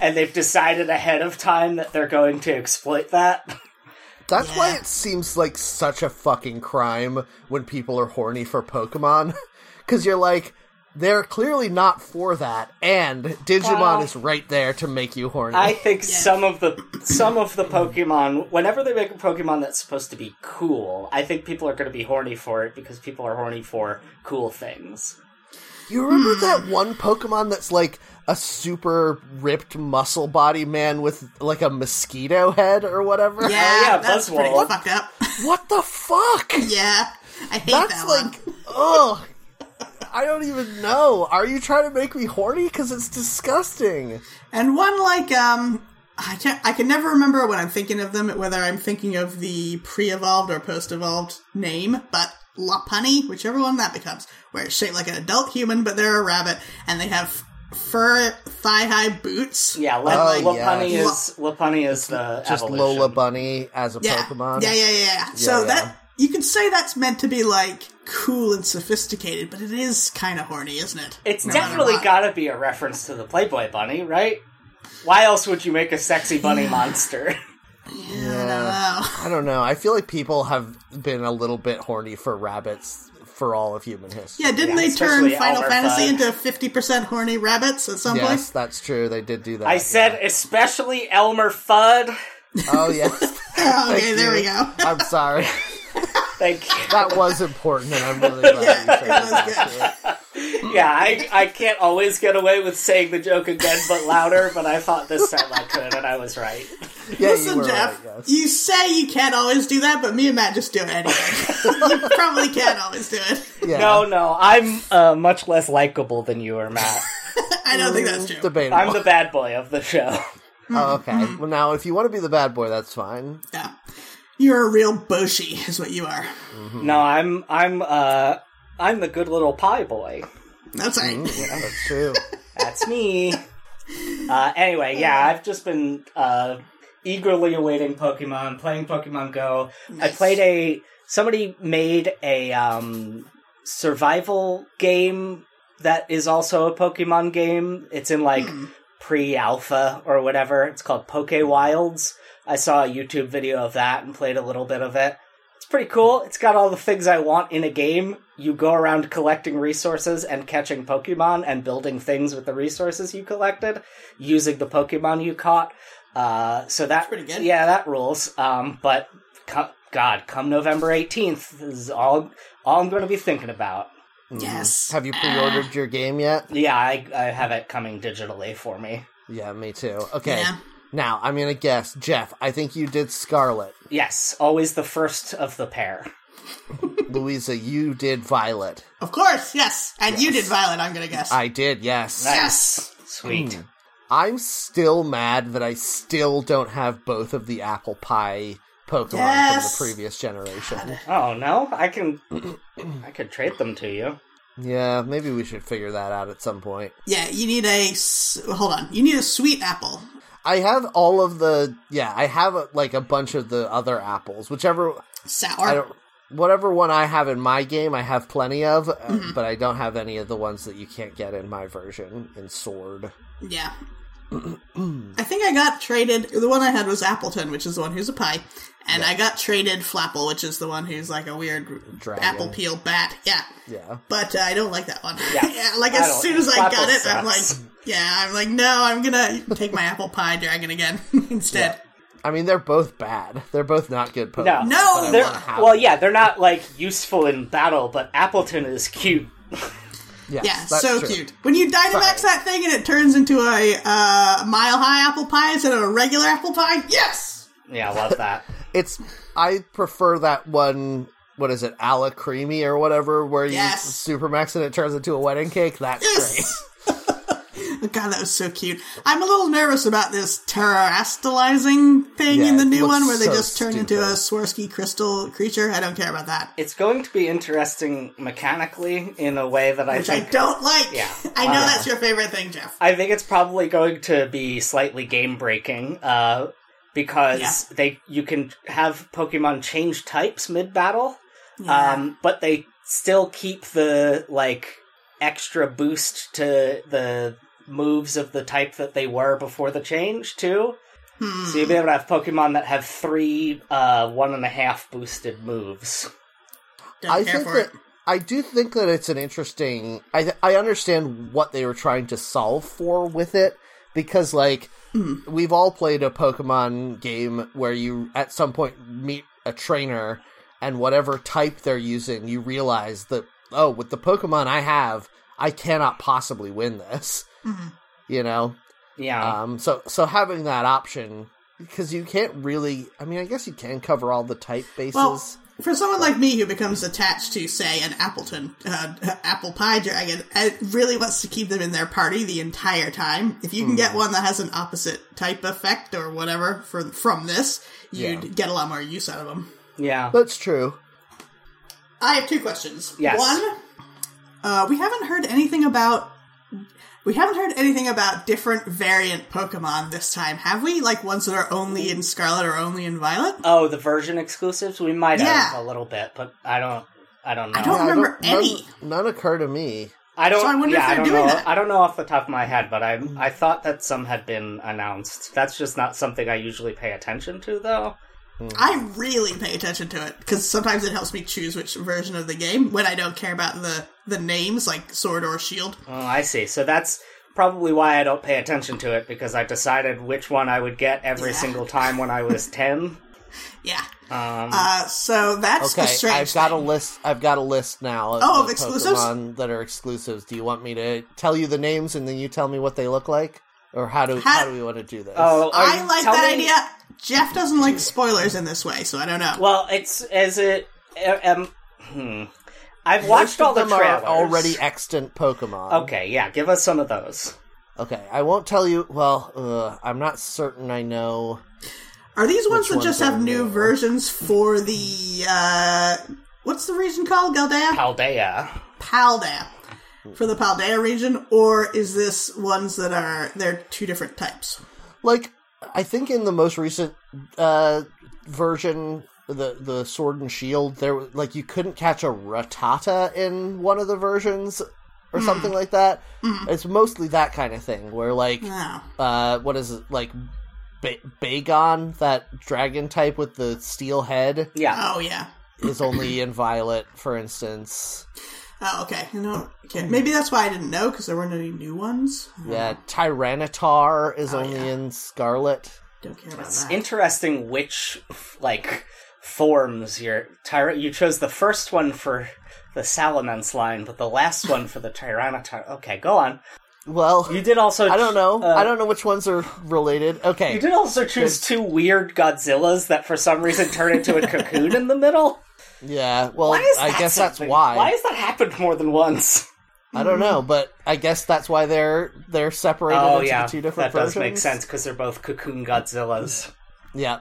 [SPEAKER 2] and they've decided ahead of time that they're going to exploit that.
[SPEAKER 1] That's why
[SPEAKER 3] Yeah.
[SPEAKER 1] it seems like such a fucking crime when people are horny for Pokemon. Because you're like, they're clearly not for that, and Digimon
[SPEAKER 2] Well-
[SPEAKER 1] is right there to make you horny.
[SPEAKER 2] I think
[SPEAKER 3] Yeah.
[SPEAKER 2] some of the some of the Pokemon, whenever they make a Pokemon that's supposed to be cool, I think people are going to be horny for it because people are horny for cool things.
[SPEAKER 1] You remember
[SPEAKER 3] Hmm.
[SPEAKER 1] that one Pokemon that's like a super ripped muscle body man with like a mosquito head or whatever?
[SPEAKER 3] Yeah,
[SPEAKER 2] yeah,
[SPEAKER 3] that's pretty
[SPEAKER 2] Buzzwole.
[SPEAKER 3] fucked up.
[SPEAKER 1] What the fuck?
[SPEAKER 3] yeah, I hate
[SPEAKER 1] That's
[SPEAKER 3] that one.
[SPEAKER 1] like, ugh. I don't even know. Are you trying to make me horny? Because it's disgusting.
[SPEAKER 3] And one like um I can't I can never remember when I'm thinking of them whether I'm thinking of the pre-evolved or post-evolved name, but Lopunny, whichever one that becomes, where it's shaped like an adult human, but they're a rabbit, and they have fur thigh-high boots.
[SPEAKER 2] Yeah, Le-
[SPEAKER 1] Oh,
[SPEAKER 2] Lopunny
[SPEAKER 1] yeah.
[SPEAKER 2] is Lopunny is the
[SPEAKER 1] Just
[SPEAKER 2] evolution.
[SPEAKER 1] Lola Bunny as a
[SPEAKER 3] yeah.
[SPEAKER 1] Pokemon.
[SPEAKER 3] Yeah, yeah, yeah, yeah. So
[SPEAKER 1] yeah.
[SPEAKER 3] that you can say that's meant to be like cool and sophisticated, but it is kind of horny, isn't it?
[SPEAKER 2] It's
[SPEAKER 3] No matter
[SPEAKER 2] definitely
[SPEAKER 3] what.
[SPEAKER 2] got to be a reference to the Playboy Bunny, right? Why else would you make a sexy bunny monster?
[SPEAKER 3] I don't know.
[SPEAKER 1] I don't know. I feel like people have been a little bit horny for rabbits for all of human history.
[SPEAKER 3] Yeah, didn't
[SPEAKER 2] Yeah,
[SPEAKER 3] they turn
[SPEAKER 2] especially
[SPEAKER 3] Final
[SPEAKER 2] Elmer
[SPEAKER 3] Fantasy
[SPEAKER 2] Fudd.
[SPEAKER 3] into 50% horny rabbits at some point?
[SPEAKER 1] Yes, that's true. They did do that.
[SPEAKER 2] I said, especially Elmer Fudd.
[SPEAKER 1] yeah. Oh, yes.
[SPEAKER 3] okay,
[SPEAKER 1] Thank
[SPEAKER 3] there we
[SPEAKER 1] you.
[SPEAKER 3] go.
[SPEAKER 1] I'm sorry.
[SPEAKER 2] Thank you.
[SPEAKER 1] That was important, and I'm really glad you said
[SPEAKER 3] It
[SPEAKER 1] that.
[SPEAKER 3] was good.
[SPEAKER 2] Yeah, I, I can't always get away with saying the joke again, but louder. But I thought this time I could, and I was right.
[SPEAKER 1] Yeah, you
[SPEAKER 3] Listen,
[SPEAKER 1] were
[SPEAKER 3] Jeff,
[SPEAKER 1] right, yes.
[SPEAKER 3] you say you can't always do that, but me and Matt just do it anyway. you probably can't always do it.
[SPEAKER 1] Yeah.
[SPEAKER 2] No, no, I'm uh, much less likable than you are, Matt.
[SPEAKER 3] I don't think that's true.
[SPEAKER 1] Debatable.
[SPEAKER 2] I'm the bad boy of the show.
[SPEAKER 1] Oh, okay.
[SPEAKER 3] Mm-hmm.
[SPEAKER 1] Well, now if you want to be the bad boy, that's fine.
[SPEAKER 3] Yeah. You're a real boshi, is what you are.
[SPEAKER 2] No, I'm I'm uh I'm the good little pie boy.
[SPEAKER 3] That's right.
[SPEAKER 1] Mm, Yeah, that's true. Mm-hmm.
[SPEAKER 2] That's me. Uh, anyway, yeah, I've just been uh, eagerly awaiting Pokemon, playing Pokemon Go. I played a. Somebody made a um, survival game that is also a Pokemon game. It's in like pre alpha or whatever. It's called Poke Wilds. I saw a YouTube video of that and played a little bit of it. It's pretty cool. It's got all the things I want in a game. You go around collecting resources and catching Pokemon and building things with the resources you collected using the Pokemon you caught. Uh, so that
[SPEAKER 3] pretty good.
[SPEAKER 2] Yeah, that rules. Um, but co- God, come November eighteenth is all all I'm going to be thinking about.
[SPEAKER 3] Yes.
[SPEAKER 1] Have you pre-ordered your game yet?
[SPEAKER 2] Yeah, I, I have it coming digitally for me.
[SPEAKER 1] Yeah, me too. Okay.
[SPEAKER 3] Yeah.
[SPEAKER 1] Now, I'm going to guess, Jeff, I think you did Scarlet.
[SPEAKER 2] Yes, always the first of the pair.
[SPEAKER 1] Louisa, you did Violet.
[SPEAKER 3] Of course, yes. And you did Violet, I'm going to guess.
[SPEAKER 1] I did, yes.
[SPEAKER 2] Yes. Sweet.
[SPEAKER 1] Hmm. I'm still mad that I still don't have both of the apple pie Pokemon
[SPEAKER 3] Yes.
[SPEAKER 1] from the previous generation.
[SPEAKER 2] Oh no, I can I could trade them to you.
[SPEAKER 1] Yeah, maybe we should figure that out at some point.
[SPEAKER 3] yeah, you need a. s- Hold on. You need a sweet apple.
[SPEAKER 1] I have all of the yeah, I have a, like a bunch of the other apples, whichever
[SPEAKER 3] Sour.
[SPEAKER 1] I don't whatever one I have in my game, I have plenty of, uh,
[SPEAKER 3] Mm-hmm.
[SPEAKER 1] but I don't have any of the ones that you can't get in my version in Sword.
[SPEAKER 3] Yeah. I think I got traded. The one I had was Appleton, which is the one who's a pie, and I got traded Flapple, which is the one who's like a weird
[SPEAKER 1] Dragon.
[SPEAKER 3] apple peel bat. Yeah,
[SPEAKER 1] Yeah.
[SPEAKER 3] but uh, I don't like that one.
[SPEAKER 2] Yeah.
[SPEAKER 3] Yeah, like
[SPEAKER 2] I
[SPEAKER 3] as
[SPEAKER 2] don't-
[SPEAKER 3] soon as I got
[SPEAKER 2] Flapple
[SPEAKER 3] it, I'm
[SPEAKER 2] sucks.
[SPEAKER 3] like, yeah, I'm like, no, I'm gonna take my apple pie dragon again instead.
[SPEAKER 1] I mean, they're both bad. They're both not good Pokemon.
[SPEAKER 2] No.
[SPEAKER 3] No!
[SPEAKER 1] but I
[SPEAKER 3] They're-
[SPEAKER 1] wanna have
[SPEAKER 2] Well,
[SPEAKER 1] them.
[SPEAKER 2] yeah, they're not like useful in battle, but Appleton is cute.
[SPEAKER 1] Yes,
[SPEAKER 3] Yeah,
[SPEAKER 1] that's
[SPEAKER 3] so
[SPEAKER 1] true.
[SPEAKER 3] cute. When you Dynamax that thing and it turns into a uh, mile high apple pie instead of a regular apple pie, yes.
[SPEAKER 2] Yeah, I love that.
[SPEAKER 1] It's I prefer that one. What is it, ala creamy or whatever, where you
[SPEAKER 3] Yes.
[SPEAKER 1] supermax and it turns into a wedding cake? That's great.
[SPEAKER 3] Yes. God, that was so cute. I'm a little nervous about this terrastalizing thing
[SPEAKER 1] Yeah,
[SPEAKER 3] in the
[SPEAKER 1] it
[SPEAKER 3] new
[SPEAKER 1] looks
[SPEAKER 3] one where they
[SPEAKER 1] so
[SPEAKER 3] just turn into a
[SPEAKER 1] stupid.
[SPEAKER 3] Swarovski crystal creature. I don't care about that.
[SPEAKER 2] It's going to be interesting mechanically in a way that I
[SPEAKER 3] Which I
[SPEAKER 2] think
[SPEAKER 3] don't like.
[SPEAKER 2] Yeah.
[SPEAKER 3] I know
[SPEAKER 2] Uh,
[SPEAKER 3] that's your favorite thing, Jeff.
[SPEAKER 2] I think it's probably going to be slightly game breaking, uh, because
[SPEAKER 3] Yeah.
[SPEAKER 2] they you can have Pokemon change types mid battle,
[SPEAKER 3] Yeah.
[SPEAKER 2] um, but they still keep the like extra boost to the moves of the type that they were before the change too.
[SPEAKER 3] Hmm.
[SPEAKER 2] So you'll be able to have Pokemon that have three uh, one and a half boosted moves.
[SPEAKER 3] Don't
[SPEAKER 1] I
[SPEAKER 3] care
[SPEAKER 1] think
[SPEAKER 3] for
[SPEAKER 1] that
[SPEAKER 3] it.
[SPEAKER 1] I do think that it's an interesting. I I understand what they were trying to solve for with it because like
[SPEAKER 3] Mm-hmm.
[SPEAKER 1] we've all played a Pokemon game where you at some point meet a trainer and whatever type they're using, you realize that oh, with the Pokemon I have, I cannot possibly win this.
[SPEAKER 3] Mm-hmm.
[SPEAKER 1] You know,
[SPEAKER 3] Uh.
[SPEAKER 2] Yeah,
[SPEAKER 1] um, so so having that option because you can't really. I mean, I guess you can cover all the type bases.
[SPEAKER 3] Well, for someone like me who becomes attached to, say, an Appleton uh, apple pie dragon, it really wants to keep them in their party the entire time. If you can
[SPEAKER 1] Hmm.
[SPEAKER 3] get one that has an opposite type effect or whatever for, from this, you'd
[SPEAKER 1] Yeah.
[SPEAKER 3] get a lot more use out of them.
[SPEAKER 2] yeah.
[SPEAKER 1] That's true.
[SPEAKER 3] I have two questions.
[SPEAKER 2] Yes.
[SPEAKER 3] One, uh, we haven't heard anything about. We haven't heard anything about different variant Pokemon this time, have we? Like ones that are only in Scarlet or only in Violet?
[SPEAKER 2] Oh, the version exclusives we might have a
[SPEAKER 3] Yeah.
[SPEAKER 2] little bit, but I don't. I don't know.
[SPEAKER 3] I don't remember
[SPEAKER 1] none-
[SPEAKER 3] any.
[SPEAKER 1] None, occur to me.
[SPEAKER 2] I don't.
[SPEAKER 3] So I wonder
[SPEAKER 2] yeah,
[SPEAKER 3] if they're
[SPEAKER 2] I don't
[SPEAKER 3] doing
[SPEAKER 2] know.
[SPEAKER 3] that. Hmm.
[SPEAKER 2] I don't know off the top of my head, but I I thought that some had been announced. That's just not something I usually pay attention to, though.
[SPEAKER 3] I really pay attention to it because sometimes it helps me choose which version of the game when I don't care about the the names like Sword or Shield.
[SPEAKER 2] Oh, I see. So that's probably why I don't pay attention to it because I decided which one I would get every
[SPEAKER 3] Yeah.
[SPEAKER 2] single time when I was ten.
[SPEAKER 3] Yeah.
[SPEAKER 2] Um,
[SPEAKER 3] Uh, so that's a
[SPEAKER 1] Okay,
[SPEAKER 3] strange.
[SPEAKER 1] I've got a
[SPEAKER 3] thing.
[SPEAKER 1] list. I've got a list now. Of
[SPEAKER 3] Oh,
[SPEAKER 1] the
[SPEAKER 3] of exclusives?
[SPEAKER 1] Pokemon that are exclusives. Do you want me to tell you the names and then you tell me what they look like, or how do
[SPEAKER 3] Ha-
[SPEAKER 1] how do we want to do this?
[SPEAKER 2] oh, are
[SPEAKER 3] I
[SPEAKER 2] you-
[SPEAKER 3] like
[SPEAKER 2] tell
[SPEAKER 3] that
[SPEAKER 2] me-
[SPEAKER 3] idea. Jeff doesn't like spoilers in this way, so I don't know.
[SPEAKER 2] Well, it's is it uh, um. Hmm. I've
[SPEAKER 1] Most
[SPEAKER 2] watched
[SPEAKER 1] of
[SPEAKER 2] all the
[SPEAKER 1] them are
[SPEAKER 2] trailers
[SPEAKER 1] already extant Pokemon.
[SPEAKER 2] Okay, yeah, give us some of those.
[SPEAKER 1] okay. I won't tell you. Well, uh, I'm not certain. I know.
[SPEAKER 3] Are these ones
[SPEAKER 1] Which
[SPEAKER 3] that
[SPEAKER 1] ones
[SPEAKER 3] just
[SPEAKER 1] are
[SPEAKER 3] have new
[SPEAKER 1] new?
[SPEAKER 3] versions for the uh what's the region called? Galdea?
[SPEAKER 2] Paldea.
[SPEAKER 3] Paldea. For the Paldea region, or is this ones that are they're two different types?
[SPEAKER 1] Like, I think in the most recent uh, version. The the sword and shield there was- like you couldn't catch a ratata in one of the versions or something like that. It's mostly that kind of thing where like
[SPEAKER 3] No.
[SPEAKER 1] uh what is it like ba- Bagon that dragon type with the steel head
[SPEAKER 2] Yeah.
[SPEAKER 3] Oh yeah.
[SPEAKER 1] is only in violet for instance.
[SPEAKER 3] Oh okay. You know, okay. Maybe that's why I didn't know because there weren't any new ones.
[SPEAKER 1] Yeah, Tyranitar Uh, is
[SPEAKER 3] Oh,
[SPEAKER 1] only
[SPEAKER 3] yeah.
[SPEAKER 1] in scarlet.
[SPEAKER 3] Don't care about
[SPEAKER 2] It's
[SPEAKER 3] that.
[SPEAKER 2] interesting which like forms your tyra. You chose the first one for the Salamence line, but the last one for the Tyranitar. Okay, go on.
[SPEAKER 1] Well,
[SPEAKER 2] You did also.
[SPEAKER 1] I don't know.
[SPEAKER 2] uh,
[SPEAKER 1] I don't know which ones are related. Okay.
[SPEAKER 2] You did also choose two weird Godzillas that for some reason turn into a cocoon in the middle.
[SPEAKER 1] yeah. Well,
[SPEAKER 2] Why is
[SPEAKER 1] I
[SPEAKER 2] that
[SPEAKER 1] guess that's
[SPEAKER 2] something?
[SPEAKER 1] why.
[SPEAKER 2] Why has that happened more than once?
[SPEAKER 1] I don't know, but I guess that's why they're they're separated
[SPEAKER 2] Oh
[SPEAKER 1] into
[SPEAKER 2] yeah,
[SPEAKER 1] two different
[SPEAKER 2] that does
[SPEAKER 1] versions.
[SPEAKER 2] make sense because they're both cocoon Godzillas.
[SPEAKER 1] Yeah.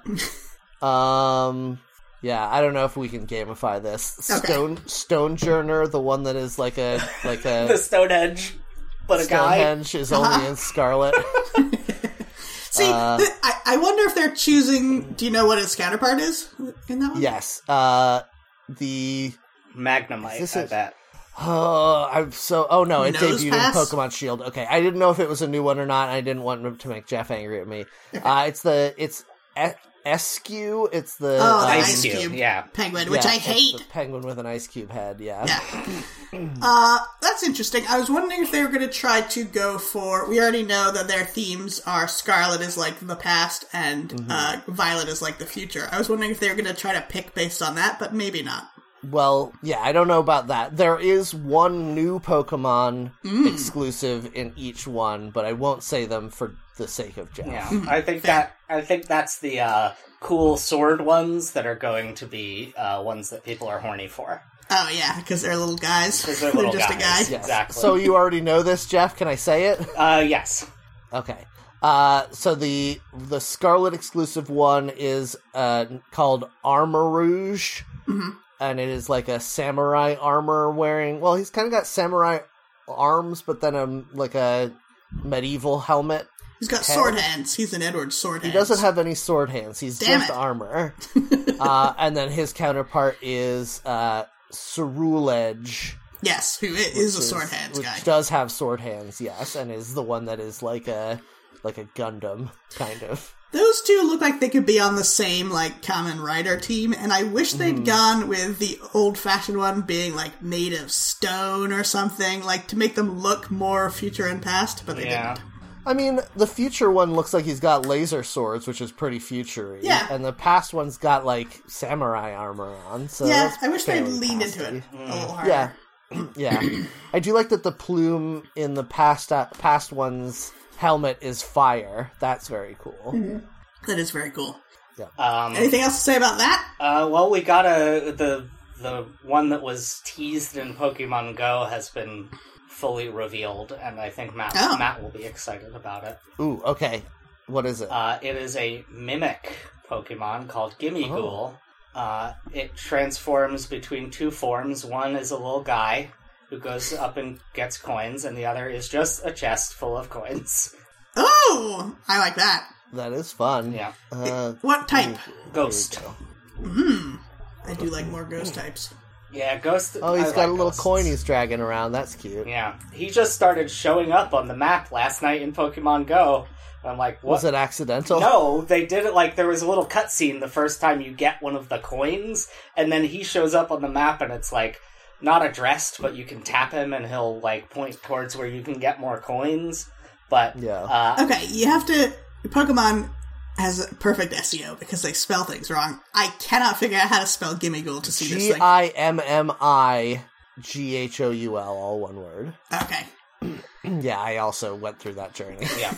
[SPEAKER 1] um. Yeah, I don't know if we can gamify this.
[SPEAKER 3] Okay.
[SPEAKER 1] Stone Stonejourner, the one that is like a like
[SPEAKER 2] The
[SPEAKER 1] a
[SPEAKER 2] Stonehenge, but a guy.
[SPEAKER 1] Stonehenge, is only in Scarlet.
[SPEAKER 3] See,
[SPEAKER 1] Uh,
[SPEAKER 3] th- I, I wonder if they're choosing. Do you know what its counterpart is in that one?
[SPEAKER 1] yes. Uh. The
[SPEAKER 2] Magnemite.
[SPEAKER 1] Is this
[SPEAKER 2] I
[SPEAKER 1] a-
[SPEAKER 2] bet.
[SPEAKER 1] Oh, I'm so. Oh no, it
[SPEAKER 3] Nose
[SPEAKER 1] debuted
[SPEAKER 3] pass?
[SPEAKER 1] in Pokemon Shield. Okay, I didn't know if it was a new one or not. I didn't want to make Jeff angry at me. Uh, it's the it's e- Eskew. It's the
[SPEAKER 3] Oh, the
[SPEAKER 1] um,
[SPEAKER 2] Ice
[SPEAKER 3] ice
[SPEAKER 2] Cube,
[SPEAKER 3] cube,
[SPEAKER 2] yeah.
[SPEAKER 3] penguin,
[SPEAKER 1] yeah,
[SPEAKER 3] which I
[SPEAKER 1] it's
[SPEAKER 3] hate.
[SPEAKER 1] the penguin with an ice cube head. Yeah.
[SPEAKER 3] Yeah. Uh, that's interesting. I was wondering if they were going to try to go for. We already know that their themes are Scarlet is like the past and
[SPEAKER 1] Mm-hmm.
[SPEAKER 3] uh, Violet is like the future. I was wondering if they were going to try to pick based on that, but maybe not.
[SPEAKER 1] Well, yeah, I don't know about that. There is one new Pokemon
[SPEAKER 3] Hmm.
[SPEAKER 1] exclusive in each one, but I won't say them for the sake of Jeff.
[SPEAKER 2] Yeah, I think that I think that's the uh, cool sword ones that are going to be uh, ones that people are horny for.
[SPEAKER 3] Oh yeah, because they're little guys.
[SPEAKER 2] 'Cause they're little
[SPEAKER 3] just
[SPEAKER 2] guys.
[SPEAKER 3] a guy.
[SPEAKER 1] Yes.
[SPEAKER 2] Exactly.
[SPEAKER 1] So you already know this, Jeff. Can I say it?
[SPEAKER 2] Uh, yes,
[SPEAKER 1] Okay. Uh, so the the Scarlet exclusive one is uh, called Armor Rouge,
[SPEAKER 3] Mm-hmm.
[SPEAKER 1] and it is like a samurai armor wearing. Well, he's kind of got samurai arms, but then a like a medieval helmet.
[SPEAKER 3] He's got sword hands. He's an Edward sword
[SPEAKER 1] He
[SPEAKER 3] hands.
[SPEAKER 1] doesn't have any sword hands. He's
[SPEAKER 3] Damn
[SPEAKER 1] just
[SPEAKER 3] it.
[SPEAKER 1] armor. uh, and then his counterpart is uh, Cerulege,
[SPEAKER 3] Yes, who i- is a sword hands
[SPEAKER 1] which
[SPEAKER 3] guy?
[SPEAKER 1] does have sword hands, yes, and is the one that is like a like a Gundam kind of.
[SPEAKER 3] Those two look like they could be on the same like common rider team, and I wish they had
[SPEAKER 1] Mm-hmm.
[SPEAKER 3] gone with the old fashioned one being like made of stone or something, like to make them look more future and past, but they
[SPEAKER 2] yeah.
[SPEAKER 3] didn't.
[SPEAKER 1] I mean, the future one looks like he's got laser swords, which is pretty future
[SPEAKER 3] Yeah.
[SPEAKER 1] And the past one's got like samurai armor on. So
[SPEAKER 3] Yeah,
[SPEAKER 1] that's
[SPEAKER 3] I wish they'd
[SPEAKER 1] fairly
[SPEAKER 3] leaned
[SPEAKER 1] pasty.
[SPEAKER 3] into it a little harder.
[SPEAKER 1] Yeah, yeah. I do like that the plume in the past uh, past one's helmet is fire. That's very cool.
[SPEAKER 3] Mm-hmm. That is very cool.
[SPEAKER 2] Um,
[SPEAKER 3] Anything else to say about that?
[SPEAKER 2] Uh, well, we got a the the one that was teased in Pokemon Go has been fully revealed, and I think Matt
[SPEAKER 3] Oh.
[SPEAKER 2] Matt will be excited about it.
[SPEAKER 1] Ooh, okay. What is it?
[SPEAKER 2] Uh, it is a mimic Pokemon called
[SPEAKER 1] Oh.
[SPEAKER 2] Gimmigool. Uh, it transforms between two forms. One is a little guy who goes up and gets coins, and the other is just a chest full of coins.
[SPEAKER 3] Oh, I like that.
[SPEAKER 1] that is fun.
[SPEAKER 2] Yeah,
[SPEAKER 1] Uh,
[SPEAKER 3] What type?
[SPEAKER 2] ghost.
[SPEAKER 1] Mm.
[SPEAKER 3] Hmm. I do like more ghost types.
[SPEAKER 2] Yeah, ghost.
[SPEAKER 1] oh, he's
[SPEAKER 2] I
[SPEAKER 1] got
[SPEAKER 2] like
[SPEAKER 1] a little
[SPEAKER 2] ghosts.
[SPEAKER 1] coin he's dragging around. That's cute.
[SPEAKER 2] Yeah, he just started showing up on the map last night in Pokemon Go. And I'm like, what?
[SPEAKER 1] Was it accidental?
[SPEAKER 2] No, they did it like there was a little cutscene the first time you get one of the coins, and then he shows up on the map, and it's like not addressed, but you can tap him, and he'll like point towards where you can get more coins. But
[SPEAKER 1] Yeah.
[SPEAKER 2] uh,
[SPEAKER 3] Okay, you have to. Pokemon has perfect SEO because they spell things wrong. I cannot figure out how to spell Gimmigool to see this
[SPEAKER 1] G
[SPEAKER 3] thing.
[SPEAKER 1] I M M I G H O U L, all one word.
[SPEAKER 3] Okay.
[SPEAKER 1] Yeah, I also went through that journey.
[SPEAKER 2] yeah.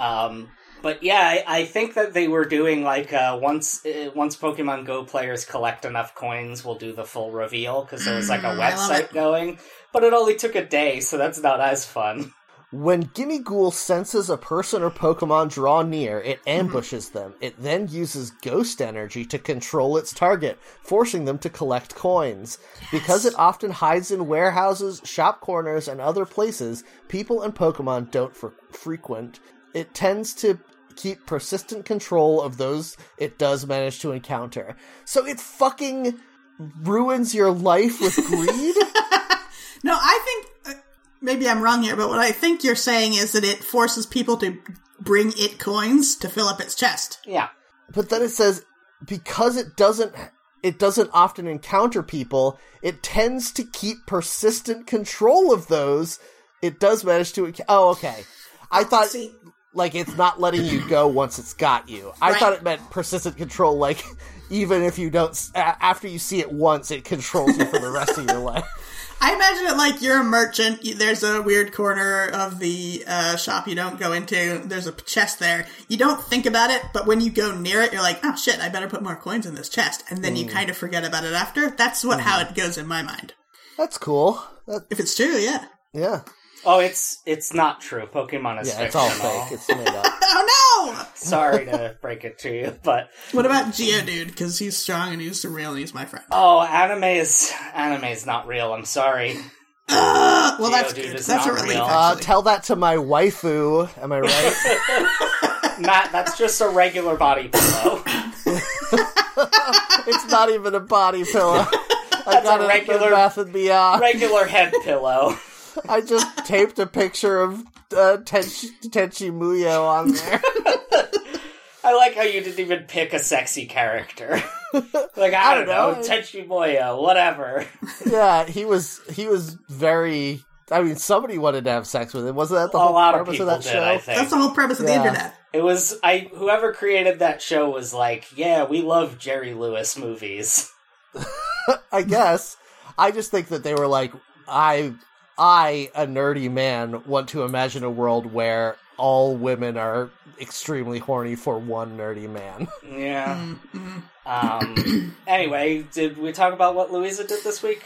[SPEAKER 2] um, but yeah, I, I think that they were doing like uh, once uh, once Pokemon Go players collect enough coins, we'll do the full reveal because there was like a
[SPEAKER 3] Mm, I love
[SPEAKER 2] website
[SPEAKER 3] it.
[SPEAKER 2] going. But it only took a day, so that's not as fun.
[SPEAKER 1] When Gimme Ghoul senses a person or Pokemon draw near, it ambushes them. It then uses ghost energy to control its target, forcing them to collect coins. Because it often hides in warehouses, shop corners, and other places people and Pokemon don't fre- frequent, it tends to keep persistent control of those it does manage to encounter. So it fucking ruins your life with greed?
[SPEAKER 3] No, I think uh, maybe I'm wrong here, but what I think you're saying is that it forces people to bring it coins to fill up its chest.
[SPEAKER 2] Yeah.
[SPEAKER 1] but then it says because it doesn't it doesn't often encounter people it tends to keep persistent control of those it does manage to enc- oh okay i thought
[SPEAKER 3] See,
[SPEAKER 1] like it's not letting you go once it's got you i
[SPEAKER 3] Right.
[SPEAKER 1] thought it meant persistent control like even if you don't. s- a- After you see it once, it controls you for the rest of your life.
[SPEAKER 3] I imagine it like you're a merchant. you- There's a weird corner of the uh, shop you don't go into. There's a chest there. You don't think about it, but when you go near it, you're like, oh shit, I better put more coins in this chest. And then you kind of forget about it after. That's what how it goes in my mind.
[SPEAKER 1] That's cool. That,
[SPEAKER 3] If it's true, yeah.
[SPEAKER 1] yeah,
[SPEAKER 2] Oh, it's it's not true. Pokemon is
[SPEAKER 1] yeah. It's all
[SPEAKER 2] fictional.
[SPEAKER 1] fake. It's made up.
[SPEAKER 3] Oh no!
[SPEAKER 2] Sorry to break it to you, but
[SPEAKER 3] What about Geodude? Because he's strong and he's real and he's my friend.
[SPEAKER 2] oh, anime is anime is not real. I'm sorry.
[SPEAKER 3] Ugh, well, that's
[SPEAKER 2] Geodude
[SPEAKER 3] good.
[SPEAKER 2] is
[SPEAKER 3] That's a
[SPEAKER 2] not
[SPEAKER 3] relief.
[SPEAKER 2] real.
[SPEAKER 1] Uh,
[SPEAKER 3] actually.
[SPEAKER 1] tell that to my waifu. Am I right?
[SPEAKER 2] Matt, that's just a regular body pillow.
[SPEAKER 1] it's not even a body pillow. I
[SPEAKER 2] That's
[SPEAKER 1] got
[SPEAKER 2] a
[SPEAKER 1] it at
[SPEAKER 2] regular-
[SPEAKER 1] the Bath and Beyond.
[SPEAKER 2] Regular head pillow.
[SPEAKER 1] I just taped a picture of uh, Tenchi, Tenchi Muyo on there.
[SPEAKER 2] I like how you didn't even pick a sexy character. like I, don't, know, Tenchi Muyo, whatever.
[SPEAKER 1] yeah, he was he was very. I mean, somebody wanted to have sex with him. Wasn't that the
[SPEAKER 2] a
[SPEAKER 1] whole
[SPEAKER 2] lot of
[SPEAKER 1] purpose
[SPEAKER 2] people
[SPEAKER 1] of that
[SPEAKER 2] did.
[SPEAKER 1] show?
[SPEAKER 2] I think
[SPEAKER 3] That's the whole premise of the
[SPEAKER 1] Yeah.
[SPEAKER 3] internet.
[SPEAKER 2] it was I. Whoever created that show was like, yeah, we love Jerry Lewis movies.
[SPEAKER 1] I guess. I just think that they were like, I, I, a nerdy man, want to imagine a world where all women are extremely horny for one nerdy man.
[SPEAKER 2] Yeah.
[SPEAKER 3] Mm, mm.
[SPEAKER 2] Um. anyway, did we talk about what Louisa did this week?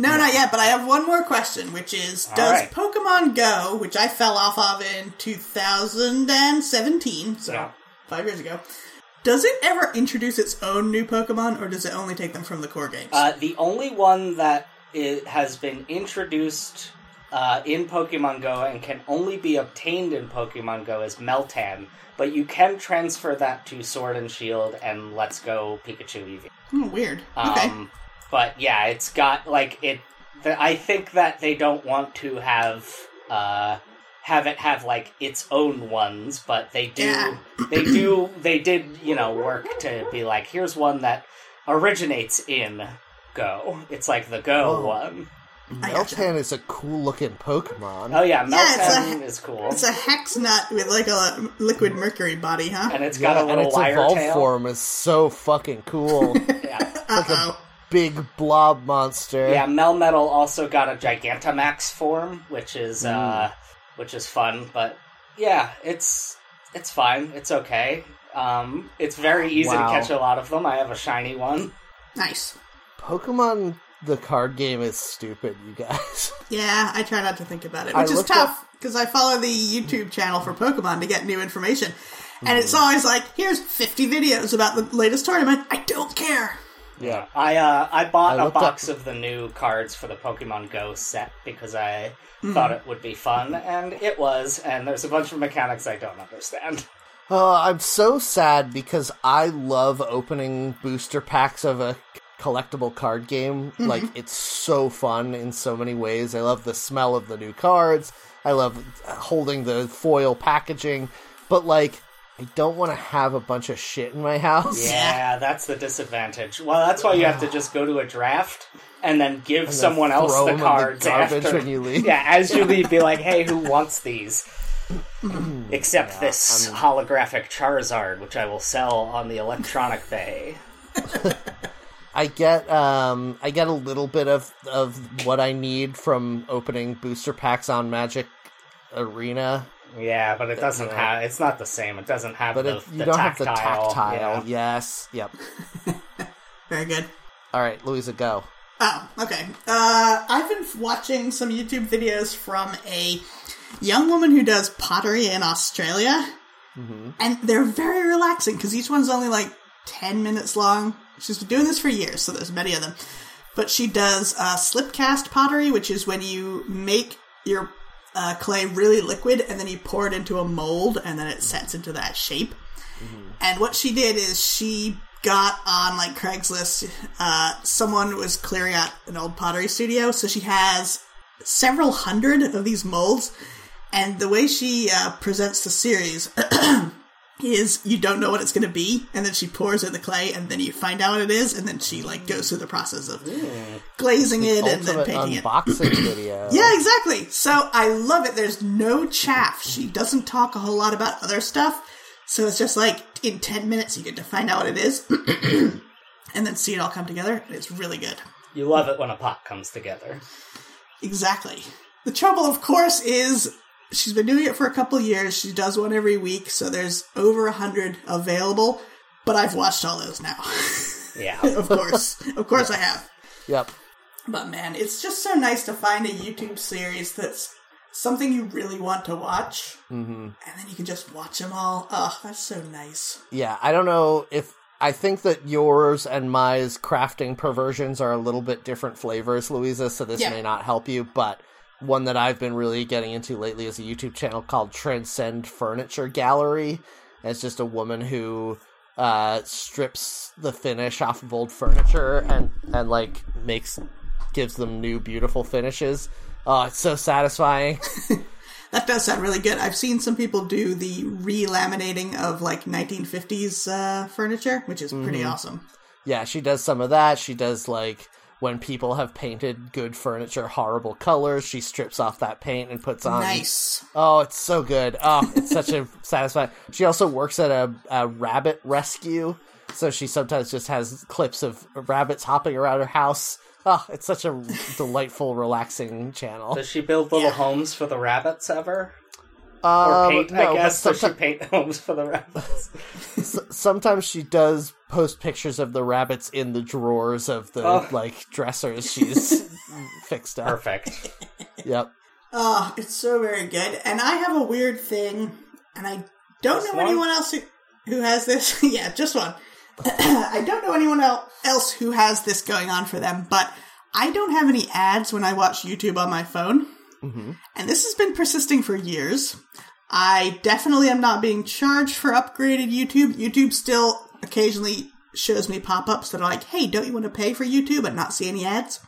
[SPEAKER 3] No, not yet, but I have one more question, which is
[SPEAKER 2] All
[SPEAKER 3] Does
[SPEAKER 2] right.
[SPEAKER 3] Pokemon Go, which I fell off of in 2017, so
[SPEAKER 2] Yeah.
[SPEAKER 3] five years ago, does it ever introduce its own new Pokemon, or does it only take them from the core games?
[SPEAKER 2] Uh, the only one that i has been introduced uh, in Pokemon Go and can only be obtained in Pokemon Go is Meltan, but you can transfer that to Sword and Shield and Let's Go Pikachu EV.
[SPEAKER 3] Hmm, weird.
[SPEAKER 2] Um,
[SPEAKER 3] okay.
[SPEAKER 2] But yeah, it's got like it. The, I think that they don't want to have uh, have it have like its own ones, but they do.
[SPEAKER 3] Yeah.
[SPEAKER 2] They do. They did. You know, work to be like here's one that originates in Go. It's like the Go
[SPEAKER 1] Oh.
[SPEAKER 2] one.
[SPEAKER 3] I gotcha.
[SPEAKER 1] Meltan is a cool looking Pokemon.
[SPEAKER 2] Oh yeah,
[SPEAKER 3] it's a-
[SPEAKER 2] Meltan is cool,
[SPEAKER 3] It's a hex nut with like a liquid mercury body, huh?
[SPEAKER 2] and it's
[SPEAKER 1] Yeah,
[SPEAKER 2] got a
[SPEAKER 1] and
[SPEAKER 2] little
[SPEAKER 1] its
[SPEAKER 2] wire
[SPEAKER 1] evolved
[SPEAKER 2] tail.
[SPEAKER 1] form is so fucking cool.
[SPEAKER 2] Yeah.
[SPEAKER 3] Uh oh.
[SPEAKER 1] Big blob monster.
[SPEAKER 2] Yeah, Melmetal also got a Gigantamax form, which
[SPEAKER 1] Hmm.
[SPEAKER 2] is uh, which is fun. But yeah, it's it's fine. It's okay. Um, it's very easy
[SPEAKER 1] Wow.
[SPEAKER 2] to catch a lot of them. I have a shiny one.
[SPEAKER 3] Nice.
[SPEAKER 1] Pokemon the card game is stupid, you guys.
[SPEAKER 3] Yeah, I try not to think about it,
[SPEAKER 1] I
[SPEAKER 3] which is
[SPEAKER 1] looked
[SPEAKER 3] tough because I follow the YouTube channel for Pokemon to get new information. And it's
[SPEAKER 1] Mm-hmm.
[SPEAKER 3] always like, here's 50 videos about the latest tournament. I don't care.
[SPEAKER 1] Yeah.
[SPEAKER 2] I uh, I bought
[SPEAKER 1] I
[SPEAKER 2] a
[SPEAKER 1] looked
[SPEAKER 2] box of the new cards for the Pokemon Go set because I
[SPEAKER 1] Hmm.
[SPEAKER 2] thought it would be fun, and it was. And there's a bunch of mechanics I don't understand.
[SPEAKER 1] Oh, I'm so sad because I love opening booster packs of a collectible card game.
[SPEAKER 2] Mm-hmm.
[SPEAKER 1] Like it's so fun in so many ways. I love the smell of the new cards. I love holding the foil packaging, but like I don't want to have a bunch of shit in my house.
[SPEAKER 2] Yeah, that's the disadvantage. Well, that's why you have to just go to a draft and then give
[SPEAKER 1] And then
[SPEAKER 2] someone else
[SPEAKER 1] throw
[SPEAKER 2] the
[SPEAKER 1] 'em in
[SPEAKER 2] cards
[SPEAKER 1] garbage
[SPEAKER 2] after.
[SPEAKER 1] when you leave.
[SPEAKER 2] Yeah, as you leave, be like, "Hey, who wants these?" Except this holographic Charizard, which I will sell on the electronic bay.
[SPEAKER 1] I get um I get a little bit of of what I need from opening booster packs on Magic Arena,
[SPEAKER 2] Yeah, but it doesn't
[SPEAKER 1] Yeah.
[SPEAKER 2] have. It's not the same. It doesn't have
[SPEAKER 1] but
[SPEAKER 2] the,
[SPEAKER 1] if you
[SPEAKER 2] the
[SPEAKER 1] don't
[SPEAKER 2] tactile.
[SPEAKER 1] have the tactile.
[SPEAKER 2] yeah.
[SPEAKER 1] Yes. Yep.
[SPEAKER 3] Very good.
[SPEAKER 1] All right, Louisa, go.
[SPEAKER 3] Oh, okay. Uh, I've been f- watching some YouTube videos from a young woman who does pottery in Australia. And they're very relaxing because each one's only like 10 minutes long. She's been doing this for years, so there's many of them. But she does uh, slip cast pottery, which is when you make your uh, clay really liquid and then you pour it into a mold and then it sets into that shape. And what she did is she got on like Craigslist. Uh, someone was clearing out an old pottery studio, so she has several hundred of these molds. And the way she uh, presents the series is you don't know what it's going to be, and then she pours in the clay, and then you find out what it is, and then she like goes through the process of glazing it and then
[SPEAKER 1] Ultimate
[SPEAKER 3] painting it.
[SPEAKER 1] unboxing video.
[SPEAKER 3] Yeah, exactly. So I love it. There's no chaff. She doesn't talk a whole lot about other stuff. So it's just like in 10 minutes you get to find out what it is. and then see it all come together. It's really good.
[SPEAKER 2] You love it when a pot comes together.
[SPEAKER 3] Exactly. The trouble, of course, is she's been doing it for a couple years. She does one every week, so there's over a hundred available. But I've watched all those now.
[SPEAKER 2] Yeah.
[SPEAKER 3] of course, of course, I have.
[SPEAKER 1] Yep.
[SPEAKER 3] But man, it's just so nice to find a YouTube series that's something you really want to watch,
[SPEAKER 1] hmm
[SPEAKER 3] and then you can just watch them all. Oh, that's so nice.
[SPEAKER 1] Yeah, I don't know if I think that yours and my's crafting perversions are a little bit different flavors, Louisa. So this
[SPEAKER 3] Yeah.
[SPEAKER 1] may not help you, but one that I've been really getting into lately is a YouTube channel called Transcend Furniture Gallery. And it's just a woman who uh, strips the finish off of old furniture and and like makes gives them new beautiful finishes. Oh, it's so satisfying.
[SPEAKER 3] That does sound really good. I've seen some people do the relaminating of like 1950s uh, furniture, which is pretty awesome.
[SPEAKER 1] yeah, she does some of that. She does like when people have painted good furniture horrible colors, she strips off that paint and puts on.
[SPEAKER 3] Nice.
[SPEAKER 1] Oh, it's so good. Oh, it's such a satisfying. She also works at a, a rabbit rescue, so she sometimes just has clips of rabbits hopping around her house. Oh, it's such a delightful, relaxing channel.
[SPEAKER 2] Does she build little
[SPEAKER 3] Yeah.
[SPEAKER 2] homes for the rabbits ever? Or
[SPEAKER 1] Um,
[SPEAKER 2] paint,
[SPEAKER 1] no,
[SPEAKER 2] I
[SPEAKER 1] but
[SPEAKER 2] guess. Does she
[SPEAKER 1] someti-
[SPEAKER 2] paint homes for the rabbits?
[SPEAKER 1] s- sometimes she does post pictures of the rabbits in the drawers of the
[SPEAKER 2] Oh.
[SPEAKER 1] like dressers she's fixed up.
[SPEAKER 2] Perfect.
[SPEAKER 1] Yep.
[SPEAKER 3] Oh, it's so very good. And I have a weird thing, and I don't
[SPEAKER 2] Just
[SPEAKER 3] know
[SPEAKER 2] one?
[SPEAKER 3] anyone else who, who has this. yeah, just one. I don't know anyone el- else who has this going on for them, but I don't have any ads when I watch YouTube on my phone.
[SPEAKER 2] Mm-hmm.
[SPEAKER 1] hmm
[SPEAKER 3] And this has been persisting for years. I definitely am not being charged for upgraded YouTube. YouTube still occasionally shows me pop ups that are like, hey, don't you want to pay for YouTube and not see any ads?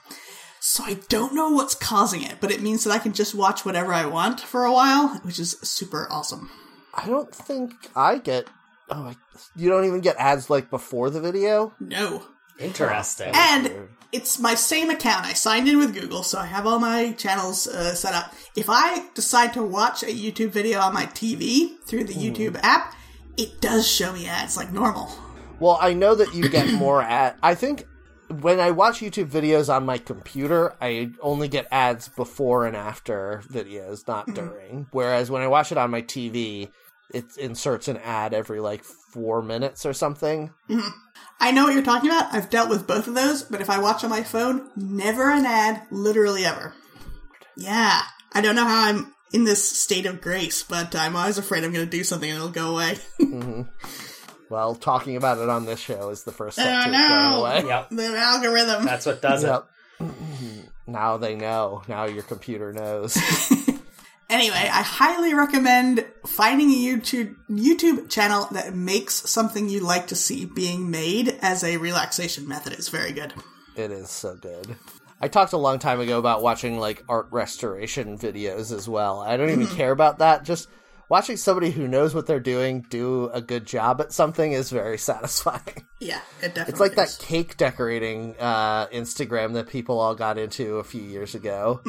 [SPEAKER 3] So I don't know what's causing it, but it means that I can just watch whatever I want for a while, which is super awesome.
[SPEAKER 1] I don't think I get. Oh, I, you don't even get ads like before the video.
[SPEAKER 3] No.
[SPEAKER 2] Interesting.
[SPEAKER 3] And it's my same account. I signed in with Google, so I have all my channels uh, set up. If I decide to watch a YouTube video on my TV through the YouTube app, it does show me ads like normal.
[SPEAKER 1] Well, I know that you get more ad. I think when I watch YouTube videos on my computer, I only get ads before and after videos, not during. Whereas when I watch it on my TV, it inserts an ad every like four minutes or something.
[SPEAKER 3] I know what you're talking about. I've dealt with both of those, but if I watch on my phone, never an ad, literally ever. Yeah. I don't know how I'm in this state of grace, but I'm always afraid I'm going to do something and it'll go away.
[SPEAKER 1] Well, talking about it on this show is the first step
[SPEAKER 3] Oh,
[SPEAKER 1] to it
[SPEAKER 3] no.
[SPEAKER 1] going away.
[SPEAKER 2] yep.
[SPEAKER 3] the algorithm.
[SPEAKER 2] That's what does it.
[SPEAKER 1] Yep. now they know. Now your computer knows.
[SPEAKER 3] Anyway, I highly recommend finding a YouTube YouTube channel that makes something you like to see being made as a relaxation method. It's very good.
[SPEAKER 1] It is so good. I talked a long time ago about watching like art restoration videos as well. I don't even care about that. Just watching somebody who knows what they're doing do a good job at something is very satisfying.
[SPEAKER 3] Yeah, it definitely.
[SPEAKER 1] It's like that
[SPEAKER 3] is.
[SPEAKER 1] cake decorating uh, Instagram that people all got into a few years ago.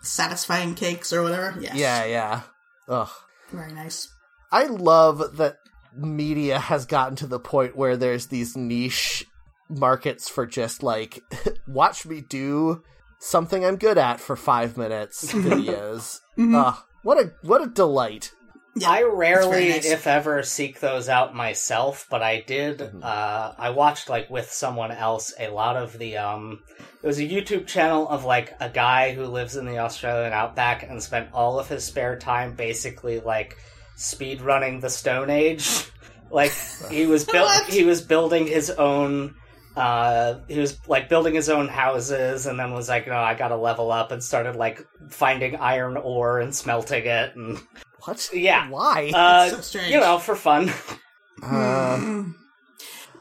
[SPEAKER 3] satisfying cakes or whatever. Yes.
[SPEAKER 1] Yeah, yeah. Ugh.
[SPEAKER 3] very nice.
[SPEAKER 1] I love that media has gotten to the point where there's these niche markets for just like watch me do something I'm good at for five minutes videos.
[SPEAKER 3] Mm-hmm.
[SPEAKER 1] Ugh, what a what a delight.
[SPEAKER 3] Yeah,
[SPEAKER 2] I rarely,
[SPEAKER 3] very nice.
[SPEAKER 2] if ever, seek those out myself, but I did.
[SPEAKER 3] Mm-hmm.
[SPEAKER 2] Uh, I watched like with someone else a lot of the. Um, it was a YouTube channel of like a guy who lives in the Australian outback and spent all of his spare time basically like speed running the Stone Age. Like he was built,
[SPEAKER 3] What?
[SPEAKER 2] he was building his own. Uh, he was like building his own houses, and then was like, "No, I gotta level up," and started like finding iron ore and smelting it, and
[SPEAKER 1] What?
[SPEAKER 2] Yeah.
[SPEAKER 1] Why?
[SPEAKER 2] uh,
[SPEAKER 3] so strange.
[SPEAKER 2] you know, for fun.
[SPEAKER 1] Uh,
[SPEAKER 3] Mm.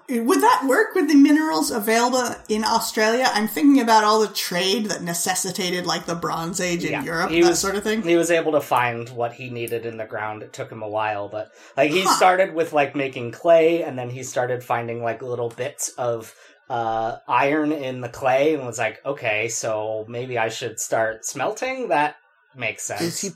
[SPEAKER 3] Would that work with the minerals available in Australia? I'm thinking about all the trade that necessitated like the Bronze Age in
[SPEAKER 2] Yeah,
[SPEAKER 3] Europe,
[SPEAKER 2] he
[SPEAKER 3] that
[SPEAKER 2] was-
[SPEAKER 3] sort of thing.
[SPEAKER 2] He was able to find what he needed in the ground. It took him a while, but like he
[SPEAKER 3] Huh.
[SPEAKER 2] started with like making clay, and then he started finding like little bits of uh, iron in the clay, and was like, okay, so maybe I should start smelting. That makes
[SPEAKER 1] is
[SPEAKER 2] sense.
[SPEAKER 1] he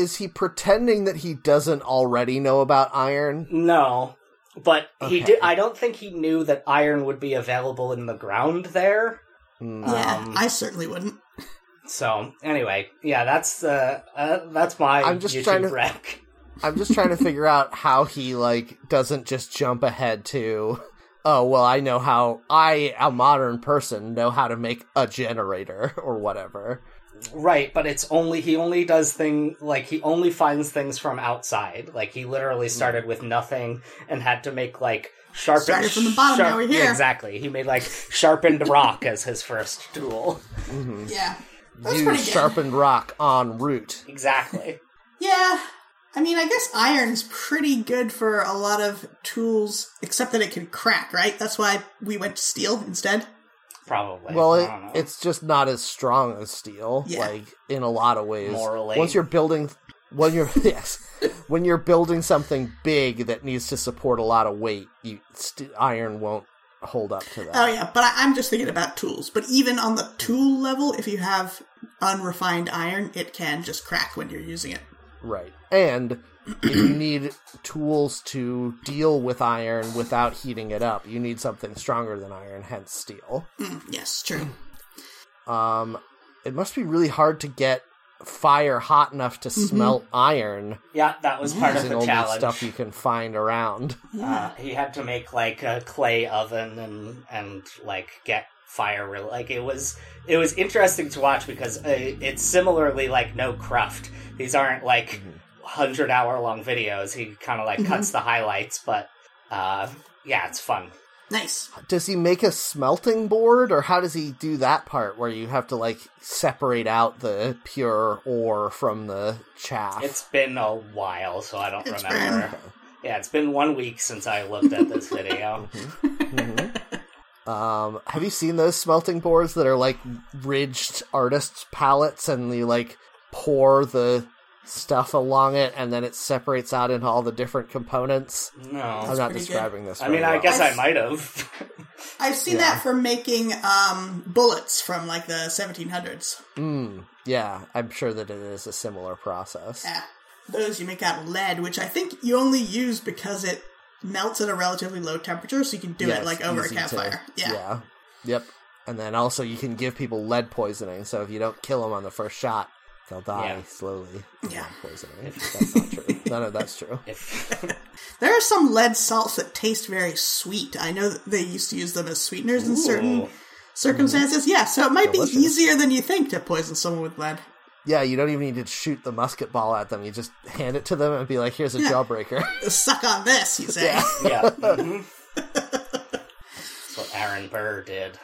[SPEAKER 1] is he pretending that he doesn't already know about iron?
[SPEAKER 2] No, But
[SPEAKER 1] Okay.
[SPEAKER 2] he did. I don't think he knew that iron would be available in the ground there.
[SPEAKER 1] Hmm.
[SPEAKER 3] yeah,
[SPEAKER 2] Um,
[SPEAKER 3] I certainly wouldn't.
[SPEAKER 2] So anyway, yeah, that's the uh, that's my
[SPEAKER 1] I'm just
[SPEAKER 2] YouTube
[SPEAKER 1] trying to-
[SPEAKER 2] rec.
[SPEAKER 1] I'm just trying to figure out how he like doesn't just jump ahead to oh well I know how I a modern person know how to make a generator or whatever.
[SPEAKER 2] Right, but it's only he only does thing like he only finds things from outside. Like he literally
[SPEAKER 3] Hmm.
[SPEAKER 2] started with nothing and had to make like sharpened
[SPEAKER 3] Started from the bottom, now we're
[SPEAKER 2] yeah,
[SPEAKER 3] here.
[SPEAKER 2] exactly. He made like sharpened rock as his first tool.
[SPEAKER 1] Mm-hmm.
[SPEAKER 3] Yeah, that's pretty
[SPEAKER 1] Use
[SPEAKER 3] good.
[SPEAKER 1] sharpened rock en route.
[SPEAKER 2] Exactly.
[SPEAKER 3] Yeah. I mean, I guess iron's pretty good for a lot of tools, except that it can crack, right? That's why we went to steel instead.
[SPEAKER 2] Probably.
[SPEAKER 1] Well,
[SPEAKER 2] I
[SPEAKER 1] it,
[SPEAKER 2] don't know.
[SPEAKER 1] it's just not as strong as steel,
[SPEAKER 3] Yeah.
[SPEAKER 1] like in a lot of ways.
[SPEAKER 2] Morally.
[SPEAKER 1] Once you're building, when you're yes, when you're building something big that needs to support a lot of weight, you st- iron won't hold up to that.
[SPEAKER 3] Oh, yeah, but I, I'm just thinking about tools. But even on the tool level, if you have unrefined iron, it can just crack when you're using it.
[SPEAKER 1] Right, and if you need tools to deal with iron without heating it up, you need something stronger than iron, hence steel.
[SPEAKER 3] Mm, yes, true.
[SPEAKER 1] Um, it must be really hard to get fire hot enough to smelt iron
[SPEAKER 2] yeah, that was part of
[SPEAKER 1] using
[SPEAKER 2] Mm-hmm. the
[SPEAKER 1] all the
[SPEAKER 2] challenge.
[SPEAKER 1] stuff you can find around.
[SPEAKER 3] Yeah.
[SPEAKER 2] uh, he had to make like a clay oven and and like get fire real like it was it was interesting to watch because uh, it's similarly like no cruft these aren't like 100 hour long videos he kind of like
[SPEAKER 3] Mm-hmm.
[SPEAKER 2] cuts the highlights but uh yeah it's fun
[SPEAKER 3] nice.
[SPEAKER 1] Does he make a smelting board, or how does he do that part where you have to like separate out the pure ore from the chaff?
[SPEAKER 2] it's been a while so i don't
[SPEAKER 3] It's
[SPEAKER 2] remember yeah it's been one week since i looked at this video
[SPEAKER 1] Mhm. um, have you seen those smelting boards that are like ridged artist palettes, and you like pour the stuff along it, and then it separates out into all the different components?
[SPEAKER 2] no
[SPEAKER 1] I'm not
[SPEAKER 3] pretty good.
[SPEAKER 1] describing this.
[SPEAKER 2] i
[SPEAKER 1] very
[SPEAKER 2] mean i
[SPEAKER 1] well.
[SPEAKER 2] guess i
[SPEAKER 3] I've-
[SPEAKER 2] might have
[SPEAKER 3] I've seen
[SPEAKER 1] Yeah.
[SPEAKER 3] that for making um, bullets from like the 1700s.
[SPEAKER 1] Mm, yeah, I'm sure that it is a similar process.
[SPEAKER 3] Yeah. Those you make out of lead, which I think you only use because it melts at a relatively low temperature, so you can do
[SPEAKER 1] Yeah,
[SPEAKER 3] it like
[SPEAKER 1] it's
[SPEAKER 3] over a
[SPEAKER 1] easy to-
[SPEAKER 3] campfire. yeah.
[SPEAKER 1] Yep. And then also you can give people lead poisoning, so if you don't kill them on the first shot, they'll die
[SPEAKER 2] Yeah.
[SPEAKER 1] slowly. from
[SPEAKER 3] Yeah.
[SPEAKER 1] lead poisoning. That's not true. None of that's true.
[SPEAKER 2] if
[SPEAKER 3] There are some lead salts that taste very sweet. I know that they used to use them as sweeteners in certain
[SPEAKER 2] Ooh.
[SPEAKER 3] circumstances. Yeah, so it might
[SPEAKER 1] Delicious.
[SPEAKER 3] be easier than you think to poison someone with lead.
[SPEAKER 1] Yeah, you don't even need to shoot the musket ball at them. You just hand it to them and be like, "Here's a jawbreaker."
[SPEAKER 3] Suck on this, you say.
[SPEAKER 2] yeah. mhm. That's what Aaron Burr did.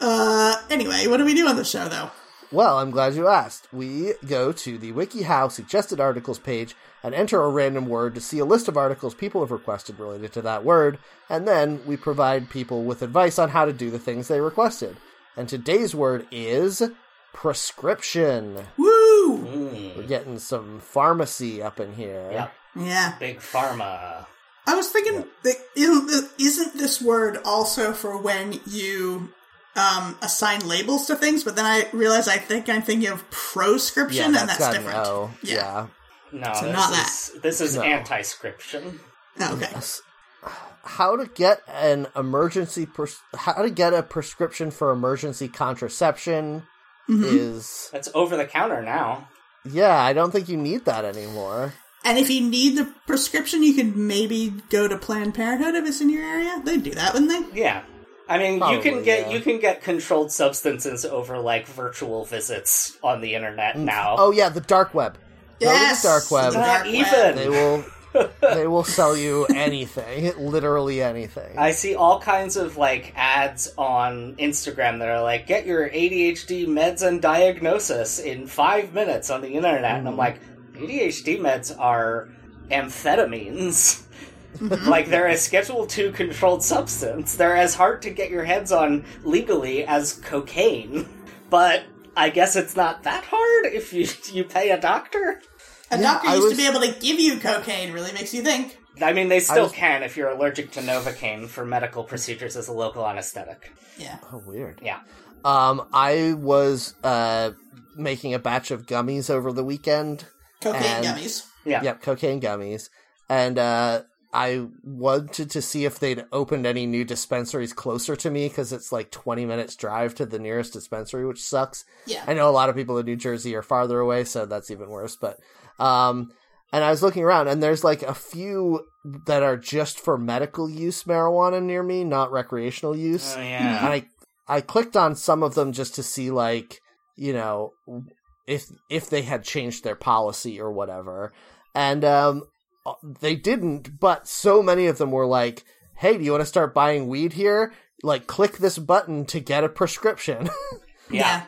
[SPEAKER 3] Uh, anyway, what do we do on the show, though?
[SPEAKER 1] well, I'm glad you asked. We go to the WikiHow suggested articles page and enter a random word to see a list of articles people have requested related to that word, and then we provide people with advice on how to do the things they requested. And today's word is prescription.
[SPEAKER 3] Woo!
[SPEAKER 1] We're
[SPEAKER 2] Mm.
[SPEAKER 1] getting some pharmacy up in here.
[SPEAKER 2] Yep.
[SPEAKER 3] Yeah.
[SPEAKER 2] Big Pharma.
[SPEAKER 3] I was thinking, that isn't, th- isn't this word also for when you um, assign labels to things? But then I realize I think I'm thinking of
[SPEAKER 1] Yeah,
[SPEAKER 3] proscription, and
[SPEAKER 1] that's
[SPEAKER 3] that's
[SPEAKER 1] got an
[SPEAKER 3] different.
[SPEAKER 1] O.
[SPEAKER 3] Yeah.
[SPEAKER 1] yeah.
[SPEAKER 2] No,
[SPEAKER 3] So
[SPEAKER 2] this
[SPEAKER 3] not
[SPEAKER 2] is this is
[SPEAKER 1] No.
[SPEAKER 2] anti-scription.
[SPEAKER 3] Oh, okay.
[SPEAKER 1] Yes. How to get an emergency pres- how to get a prescription for emergency contraception
[SPEAKER 3] Mhm.
[SPEAKER 1] is
[SPEAKER 2] That's over the counter now.
[SPEAKER 1] yeah, I don't think you need that anymore.
[SPEAKER 3] And if you need the prescription, you could maybe go to Planned Parenthood if it's in your area. They'd do that, wouldn't they?
[SPEAKER 2] Yeah. I mean, you can
[SPEAKER 1] Probably,
[SPEAKER 2] get
[SPEAKER 1] yeah.
[SPEAKER 2] you can get controlled substances over like virtual visits on the internet now.
[SPEAKER 1] Oh yeah, the dark web. Go to the dark web.
[SPEAKER 3] the
[SPEAKER 2] Not
[SPEAKER 3] web.
[SPEAKER 2] even.
[SPEAKER 1] They will they will sell you anything, literally anything.
[SPEAKER 2] I see all kinds of like ads on Instagram that are like, get your ADHD meds and diagnosis in five minutes on the internet. And I'm like, ADHD meds are amphetamines. like they're a schedule 2 controlled substance they're as hard to get your heads on legally as cocaine but i guess it's not that hard if you you pay a doctor
[SPEAKER 3] A
[SPEAKER 1] Yeah,
[SPEAKER 3] doctor
[SPEAKER 1] I
[SPEAKER 3] used
[SPEAKER 1] was-
[SPEAKER 3] to be able to give you cocaine. Really makes you think.
[SPEAKER 2] i mean they still
[SPEAKER 1] was-
[SPEAKER 2] can if you're allergic to novocaine for medical procedures as a local anesthetic
[SPEAKER 3] Yeah.
[SPEAKER 1] oh weird.
[SPEAKER 2] yeah
[SPEAKER 1] Um I was uh making a batch of gummies over the weekend.
[SPEAKER 3] Cocaine
[SPEAKER 1] And-
[SPEAKER 3] gummies.
[SPEAKER 2] yeah
[SPEAKER 1] Yep, cocaine gummies. and uh, I wanted to see if they'd opened any new dispensaries closer to me because it's like 20 minutes drive to the nearest dispensary, which sucks.
[SPEAKER 3] Yeah.
[SPEAKER 1] I know a lot of people in New Jersey are farther away, so that's even worse. But, um, and I was looking around, and there's like a few that are just for medical use marijuana near me, not recreational use.
[SPEAKER 2] Oh, yeah.
[SPEAKER 1] And I, I clicked on some of them just to see like, you know, if if they had changed their policy or whatever. And um, they didn't, but so many of them were like, "Hey, do you want to start buying weed here? Like, click this button to get a prescription." Mm-hmm.
[SPEAKER 2] yeah.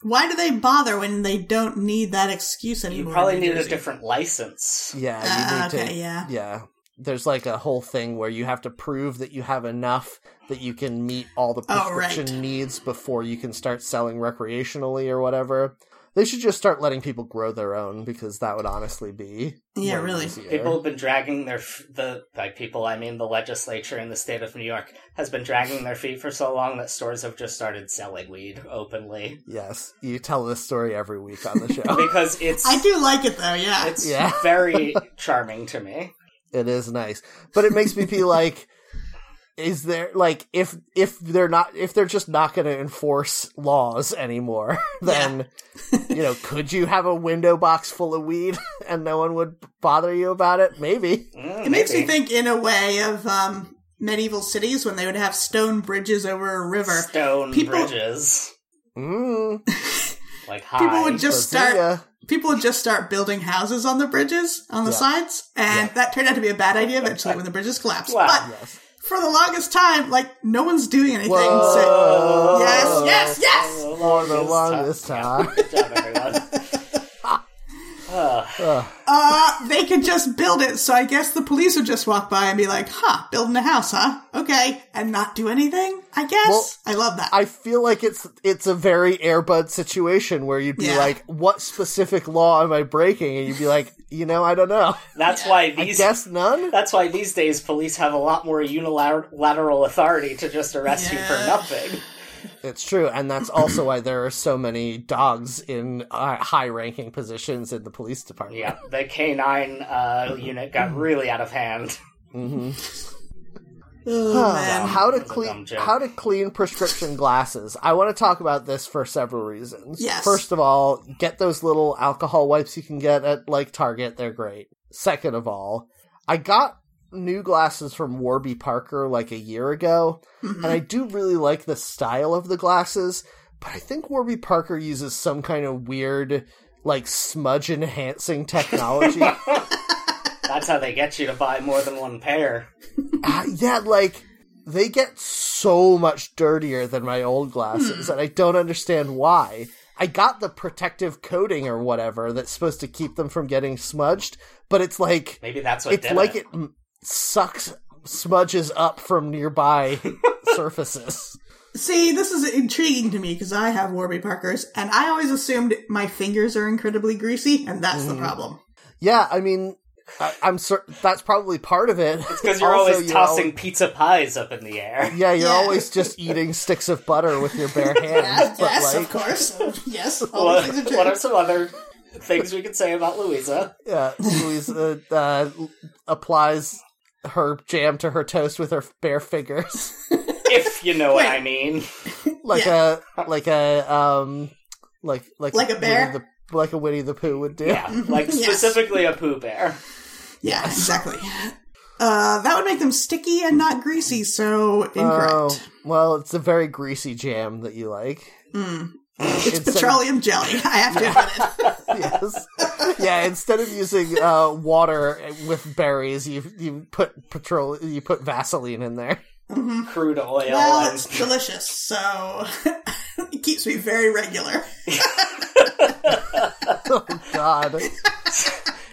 [SPEAKER 3] Why do they bother when they don't need that excuse
[SPEAKER 2] You
[SPEAKER 3] anymore?
[SPEAKER 2] probably
[SPEAKER 3] in
[SPEAKER 2] need a
[SPEAKER 3] Jersey?
[SPEAKER 2] different license.
[SPEAKER 1] yeah,
[SPEAKER 3] Ah,
[SPEAKER 1] you need
[SPEAKER 3] okay,
[SPEAKER 1] to.
[SPEAKER 3] yeah.
[SPEAKER 1] yeah, there's like a whole thing where you have to prove that you have enough that you can meet all the
[SPEAKER 3] Oh, right.
[SPEAKER 1] prescription needs before you can start selling recreationally or whatever. They should just start letting people grow their own because that would honestly be
[SPEAKER 3] Yeah,
[SPEAKER 1] way
[SPEAKER 3] really.
[SPEAKER 1] easier.
[SPEAKER 2] People have been dragging their f- the by people I mean the legislature in the state of New York has been dragging their feet for so long that stores have just started selling weed openly
[SPEAKER 1] Yes, you tell this story every week on the show.
[SPEAKER 2] because it's
[SPEAKER 3] Oh. I do like it though, yeah.
[SPEAKER 2] it's
[SPEAKER 1] Yeah.
[SPEAKER 2] very charming to me.
[SPEAKER 1] It is nice, but it makes me be like, is there like if if they're not if they're just not going to enforce laws anymore, then you know, could you have a window box full of weed and no one would bother you about it? Maybe.
[SPEAKER 2] Mm,
[SPEAKER 3] it makes me
[SPEAKER 2] maybe.
[SPEAKER 3] think in a way of um, medieval cities when they would have stone bridges over a river.
[SPEAKER 2] stone
[SPEAKER 3] People-
[SPEAKER 2] bridges
[SPEAKER 1] Mm,
[SPEAKER 2] like high.
[SPEAKER 3] People would just start
[SPEAKER 1] Sophia.
[SPEAKER 3] people would just start building houses on the bridges on the
[SPEAKER 1] Yeah.
[SPEAKER 3] sides and that turned out to be a bad idea eventually when the bridges collapsed
[SPEAKER 2] Wow.
[SPEAKER 3] but
[SPEAKER 1] Yes.
[SPEAKER 3] for the longest time like no one's doing anything
[SPEAKER 1] Whoa.
[SPEAKER 3] so yes yes yes
[SPEAKER 2] For
[SPEAKER 1] the longest time.
[SPEAKER 2] Good job, everyone. Ugh.
[SPEAKER 1] Ugh.
[SPEAKER 3] uh they could just build it so i guess the police would just walk by and be like huh building a house huh okay and not do anything i guess
[SPEAKER 1] Well,
[SPEAKER 3] i love that
[SPEAKER 1] I feel like it's it's a very Airbud situation where you'd be
[SPEAKER 3] Yeah.
[SPEAKER 1] like, "What specific law am I breaking?" And you'd be like, "You know, I don't know.
[SPEAKER 2] that's why
[SPEAKER 1] I
[SPEAKER 2] these
[SPEAKER 1] guess none."
[SPEAKER 2] That's why these days police have a lot more unilateral authority to just arrest you for
[SPEAKER 3] Yeah.
[SPEAKER 2] nothing.
[SPEAKER 1] It's true, and that's also why there are so many dogs in uh, high-ranking positions in the police department.
[SPEAKER 2] Yeah, the K nine uh, unit
[SPEAKER 3] Mm-hmm.
[SPEAKER 2] got really out of hand.
[SPEAKER 1] hmm
[SPEAKER 3] oh, man.
[SPEAKER 1] how to
[SPEAKER 2] That's a dumb
[SPEAKER 1] clean
[SPEAKER 2] joke.
[SPEAKER 1] how to clean prescription glasses. I want to talk about this for several reasons.
[SPEAKER 3] Yes.
[SPEAKER 1] First of all, get those little alcohol wipes you can get at like Target. They're great. Second of all, I got new glasses from Warby Parker like a year ago,
[SPEAKER 2] Mm-hmm.
[SPEAKER 1] and I do really like the style of the glasses, but I think Warby Parker uses some kind of weird like smudge enhancing technology.
[SPEAKER 2] That's how they get you to buy more than one pair.
[SPEAKER 1] Uh, yeah, like they get so much dirtier than my old glasses, and I don't understand why. I got the protective coating or whatever that's supposed to keep them from getting smudged, but it's like
[SPEAKER 2] Maybe that's what
[SPEAKER 1] it's
[SPEAKER 2] did
[SPEAKER 1] like
[SPEAKER 2] it.
[SPEAKER 1] it m- sucks smudges up from nearby surfaces.
[SPEAKER 3] See, this is intriguing to me because I have Warby Parkers, and I always assumed my fingers are incredibly greasy, and that's
[SPEAKER 1] Mm-hmm.
[SPEAKER 3] the problem.
[SPEAKER 1] Yeah, I mean, I, I'm cer- that's probably part of it. It's
[SPEAKER 2] Because you're always tossing pizza pies up in the air.
[SPEAKER 1] yeah, you're
[SPEAKER 3] Yeah.
[SPEAKER 1] always just eating sticks of butter with your bare hands.
[SPEAKER 3] Yes,
[SPEAKER 1] but
[SPEAKER 3] yes,
[SPEAKER 1] like,
[SPEAKER 3] of course. Yes, all
[SPEAKER 2] What,
[SPEAKER 3] these things are true.
[SPEAKER 2] what are some other things we could say about Louisa?
[SPEAKER 1] Yeah, Louisa uh, applies her jam to her toast with her bare fingers,
[SPEAKER 2] If you know what
[SPEAKER 3] Wait.
[SPEAKER 2] I mean.
[SPEAKER 1] like a like a um like like
[SPEAKER 3] Like a bear?
[SPEAKER 1] Winnie the, like a Winnie the Pooh would do.
[SPEAKER 2] Yeah, like
[SPEAKER 3] Yes.
[SPEAKER 2] specifically a poo bear.
[SPEAKER 3] yeah, exactly. Uh, that would make them sticky and not greasy,
[SPEAKER 1] Oh,
[SPEAKER 3] so incorrect.
[SPEAKER 1] well, it's a very greasy jam that you like.
[SPEAKER 3] Mm.
[SPEAKER 1] Uh,
[SPEAKER 3] it's
[SPEAKER 1] instead of-
[SPEAKER 3] petroleum jelly. I have to admit it.
[SPEAKER 1] yes. Yeah. Instead of using uh, water with berries, you you put petrol, you put Vaseline in there.
[SPEAKER 2] Crude oil.
[SPEAKER 3] Well,
[SPEAKER 2] and-
[SPEAKER 3] it's delicious, so it keeps me very regular.
[SPEAKER 1] Oh God.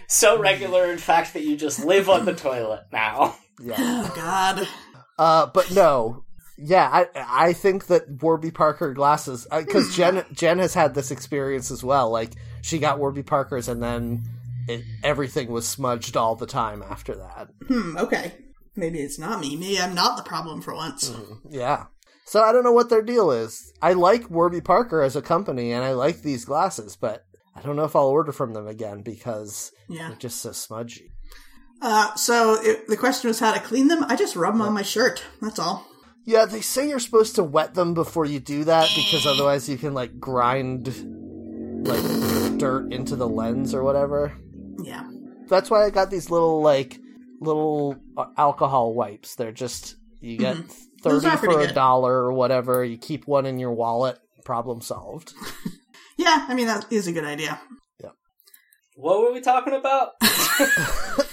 [SPEAKER 2] so regular, in fact, that you just live on the toilet now.
[SPEAKER 1] Yeah.
[SPEAKER 3] Oh God.
[SPEAKER 1] Uh, but no, yeah, I I think that Warby Parker glasses because Jen Jen has had this experience as well. Like she got Warby Parkers and then it, everything was smudged all the time after that.
[SPEAKER 3] Hmm. Okay. Maybe it's not me. Maybe I'm not the problem for once.
[SPEAKER 1] Yeah. So I don't know what their deal is. I like Warby Parker as a company and I like these glasses, but I don't know if I'll order from them again because
[SPEAKER 3] Yeah.
[SPEAKER 1] they're just so smudgy.
[SPEAKER 3] Uh, so it, the question was how to clean them. I just rub them on my shirt. That's all.
[SPEAKER 1] Yeah, they say you're supposed to wet them before you do that because
[SPEAKER 3] Eh.
[SPEAKER 1] otherwise you can like grind like dirt into the lens or whatever.
[SPEAKER 3] Yeah.
[SPEAKER 1] That's why I got these little like little uh, alcohol wipes. They're just you get
[SPEAKER 3] Mm-hmm. Those
[SPEAKER 1] thirty
[SPEAKER 3] are pretty
[SPEAKER 1] for a
[SPEAKER 3] good.
[SPEAKER 1] dollar or whatever. You keep one in your wallet. Problem solved.
[SPEAKER 3] Yeah, I mean, that is a good idea.
[SPEAKER 2] What were we talking about?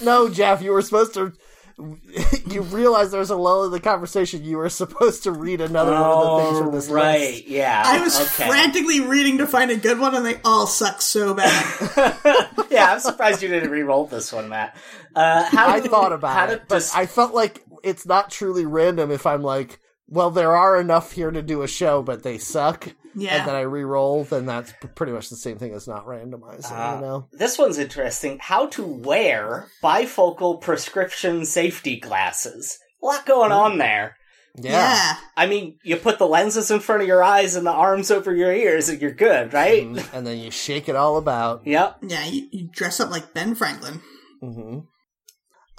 [SPEAKER 1] no, Jeff, you were supposed to. You realize there's a lull in the conversation. You were supposed to read another one of the things from
[SPEAKER 3] Oh,
[SPEAKER 1] this
[SPEAKER 2] Oh, right,
[SPEAKER 1] list.
[SPEAKER 2] yeah.
[SPEAKER 3] I was
[SPEAKER 2] Uh, okay.
[SPEAKER 3] frantically reading to find a good one, and they all suck so bad.
[SPEAKER 2] yeah, I'm surprised you didn't re-roll this one, Matt. Uh, how
[SPEAKER 1] I
[SPEAKER 2] to-
[SPEAKER 1] thought about
[SPEAKER 2] how
[SPEAKER 1] it,
[SPEAKER 2] to
[SPEAKER 1] but
[SPEAKER 2] dis-
[SPEAKER 1] I felt like it's not truly random if I'm like, well, there are enough here to do a show, but they suck. And then
[SPEAKER 3] yeah.
[SPEAKER 1] I re-roll, then that's p- pretty much the same thing as not randomizing,
[SPEAKER 2] Ah.
[SPEAKER 1] you know?
[SPEAKER 2] This one's interesting. How to wear bifocal prescription safety glasses. A lot going
[SPEAKER 1] Hmm.
[SPEAKER 2] on there.
[SPEAKER 1] Yeah.
[SPEAKER 3] yeah.
[SPEAKER 2] I mean, you put the lenses in front of your eyes and the arms over your ears, and you're good, right?
[SPEAKER 1] Mm, And then you shake it all about.
[SPEAKER 2] Yep.
[SPEAKER 3] Yeah, you, you dress up like Ben Franklin.
[SPEAKER 1] hmm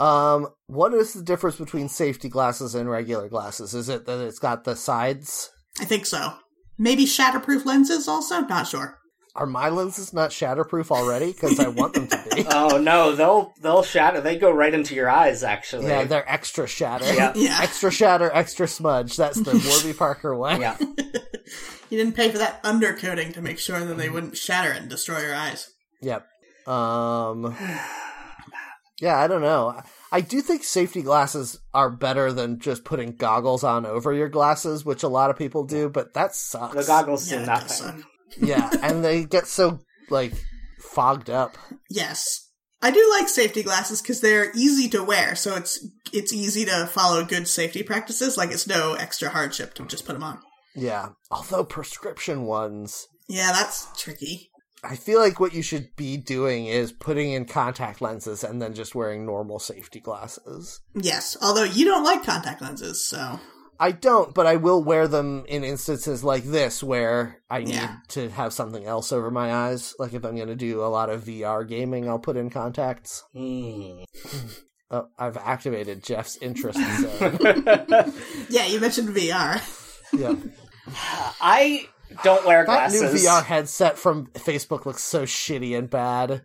[SPEAKER 1] Um, what is the difference between safety glasses and regular glasses? Is it that it's got the sides?
[SPEAKER 3] I think so. Maybe shatterproof lenses also? Not sure.
[SPEAKER 1] Are my lenses not shatterproof already? Because I want them to be.
[SPEAKER 2] Oh no, they'll they'll shatter. They go right into your eyes, actually.
[SPEAKER 1] yeah, they're extra shatter.
[SPEAKER 2] Yeah.
[SPEAKER 3] Yeah.
[SPEAKER 1] Extra shatter, extra smudge. That's the Warby Parker one.
[SPEAKER 2] Yeah.
[SPEAKER 3] You didn't pay for that undercoating to make sure
[SPEAKER 2] Mm-hmm.
[SPEAKER 3] that they wouldn't shatter and destroy your eyes.
[SPEAKER 1] Yep. Um. Yeah, I don't know. I do think safety glasses are better than just putting goggles on over your glasses, which a lot of people do, but that sucks.
[SPEAKER 2] The goggles
[SPEAKER 3] Yeah,
[SPEAKER 2] do
[SPEAKER 3] it
[SPEAKER 2] nothing.
[SPEAKER 3] does suck.
[SPEAKER 1] yeah, and they get so like fogged up.
[SPEAKER 3] Yes. I do like safety glasses because they're easy to wear, so it's it's easy to follow good safety practices. Like it's no extra hardship to just put them on.
[SPEAKER 1] Yeah. Although prescription ones,
[SPEAKER 3] Yeah, that's tricky.
[SPEAKER 1] I feel like what you should be doing is putting in contact lenses and then just wearing normal safety glasses.
[SPEAKER 3] Yes, although you don't like contact lenses, so
[SPEAKER 1] I don't, but I will wear them in instances like this where I need
[SPEAKER 3] Yeah.
[SPEAKER 1] to have something else over my eyes. Like if I'm going to do a lot of VR gaming, I'll put in contacts.
[SPEAKER 2] Hmm.
[SPEAKER 1] Oh, I've activated Jeff's interest. So,
[SPEAKER 2] Hmm.
[SPEAKER 3] yeah, you mentioned VR.
[SPEAKER 1] yeah.
[SPEAKER 2] I don't wear
[SPEAKER 1] That
[SPEAKER 2] glasses.
[SPEAKER 1] new VR headset from Facebook looks so shitty and bad.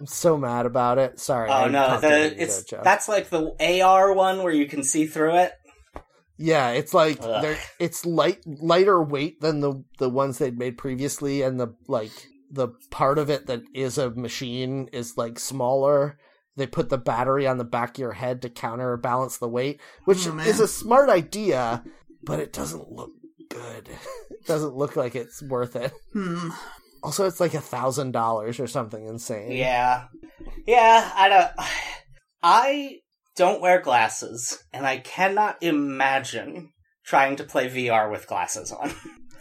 [SPEAKER 1] I'm so mad about it. Sorry.
[SPEAKER 2] Oh
[SPEAKER 1] I
[SPEAKER 2] no,
[SPEAKER 1] popped in
[SPEAKER 2] the
[SPEAKER 1] and
[SPEAKER 2] it's
[SPEAKER 1] did, Jeff.
[SPEAKER 2] that's like the AR one where you can see through it.
[SPEAKER 1] Yeah, it's like
[SPEAKER 2] Ugh.
[SPEAKER 1] they're it's light lighter weight than the the ones they'd made previously, and the like the part of it that is a machine is like smaller. They put the battery on the back of your head to counterbalance the weight, which
[SPEAKER 3] Oh, man.
[SPEAKER 1] is a smart idea, but it doesn't look good. it doesn't look like it's worth it.
[SPEAKER 3] Hmm.
[SPEAKER 1] Also, it's like a thousand dollars or something insane.
[SPEAKER 2] Yeah, yeah. I don't. I don't wear glasses, and I cannot imagine trying to play VR with glasses on.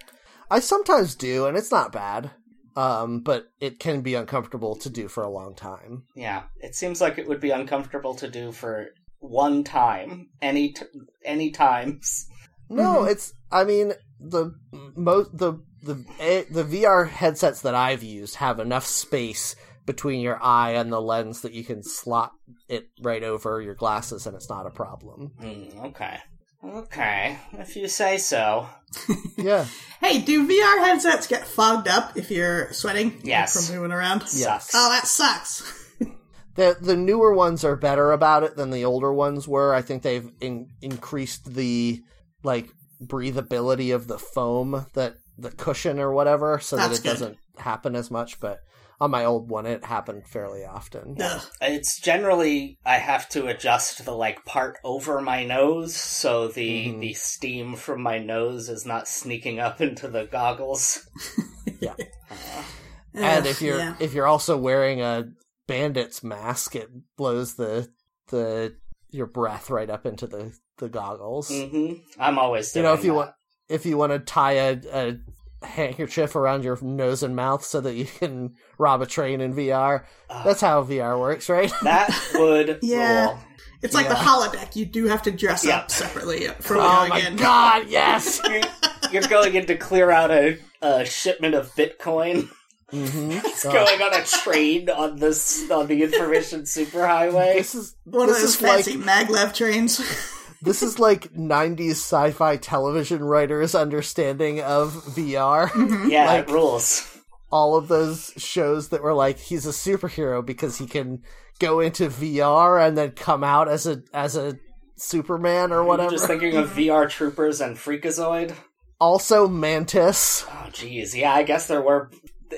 [SPEAKER 1] I sometimes do, and it's not bad, um, but it can be uncomfortable to do for a long time.
[SPEAKER 2] yeah, it seems like it would be uncomfortable to do for one time, any t- any times.
[SPEAKER 1] No,
[SPEAKER 3] Mhm.
[SPEAKER 1] it's. I mean, the most the the eh, the VR headsets that I've used have enough space between your eye and the lens that you can slot it right over your glasses, and it's not a problem.
[SPEAKER 2] Hmm, okay, okay. If you say so.
[SPEAKER 1] Yeah,
[SPEAKER 3] Hey, do VR headsets get fogged up if you're sweating?
[SPEAKER 2] Yes.
[SPEAKER 3] From moving around?
[SPEAKER 1] Yes.
[SPEAKER 2] Sucks.
[SPEAKER 3] Oh, that sucks.
[SPEAKER 1] the the newer ones are better about it than the older ones were. I think they've in, increased the like breathability of the foam that the cushion or whatever, so that
[SPEAKER 3] That's
[SPEAKER 1] it
[SPEAKER 3] good.
[SPEAKER 1] doesn't happen as much. But on my old one, it happened fairly often.
[SPEAKER 3] Ugh.
[SPEAKER 2] It's generally I have to adjust the like part over my nose so the
[SPEAKER 1] Mhm.
[SPEAKER 2] the steam from my nose is not sneaking up into the goggles.
[SPEAKER 1] and
[SPEAKER 3] Ugh,
[SPEAKER 1] if you're
[SPEAKER 3] yeah.
[SPEAKER 1] if you're also wearing a bandit's mask, it blows the the your breath right up into the the goggles.
[SPEAKER 3] Mm,
[SPEAKER 2] hmm I'm always
[SPEAKER 1] You
[SPEAKER 2] doing
[SPEAKER 1] know, if you
[SPEAKER 2] that.
[SPEAKER 1] want if you want to tie a, a handkerchief around your nose and mouth so that you can rob a train in VR,
[SPEAKER 2] Ugh,
[SPEAKER 1] that's how VR works, right?
[SPEAKER 2] that would
[SPEAKER 3] Yeah.
[SPEAKER 2] rule.
[SPEAKER 3] It's like the
[SPEAKER 1] yeah.
[SPEAKER 3] holodeck. You do have to dress
[SPEAKER 2] Yeah.
[SPEAKER 3] up separately from
[SPEAKER 1] oh
[SPEAKER 3] going
[SPEAKER 1] my
[SPEAKER 3] in.
[SPEAKER 1] god, yes.
[SPEAKER 2] You're, you're going in to clear out a, a shipment of Bitcoin.
[SPEAKER 1] hmm
[SPEAKER 2] It's going on a train on this on the information superhighway.
[SPEAKER 1] this is
[SPEAKER 3] One
[SPEAKER 1] this
[SPEAKER 3] of those
[SPEAKER 1] is like
[SPEAKER 3] fancy maglev trains.
[SPEAKER 1] this is like '90s sci-fi television writers' understanding of VR.
[SPEAKER 2] Yeah,
[SPEAKER 1] Like-
[SPEAKER 2] it rules.
[SPEAKER 1] All of those shows that were like he's a superhero because he can go into VR and then come out as a as a Superman or
[SPEAKER 2] I'm
[SPEAKER 1] whatever.
[SPEAKER 2] just thinking of VR troopers and Freakazoid.
[SPEAKER 1] also, Mantis.
[SPEAKER 2] Oh, geez. Yeah, I guess there were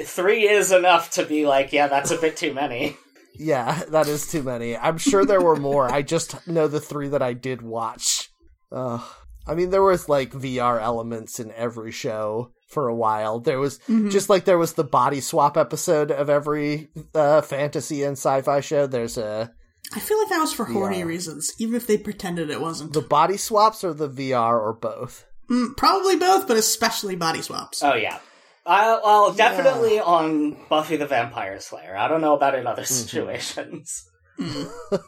[SPEAKER 2] three is enough to be like, yeah, that's a bit too many.
[SPEAKER 1] Yeah, that is too many. I'm sure there were more. I just know the three that I did watch. Uh, I mean, there was like VR elements in every show for a while. There was just like there was the body swap episode of every uh, fantasy and sci-fi show. There's uh, a
[SPEAKER 3] I feel like that was for horny
[SPEAKER 1] Yeah.
[SPEAKER 3] reasons, even if they pretended it wasn't.
[SPEAKER 1] the body swaps or the VR or both.
[SPEAKER 3] Mm, probably both, but especially body swaps.
[SPEAKER 1] Uh,
[SPEAKER 2] Oh, yeah. I, well, definitely on Buffy the Vampire Slayer. I don't know about in other
[SPEAKER 3] Mm-hmm.
[SPEAKER 2] situations.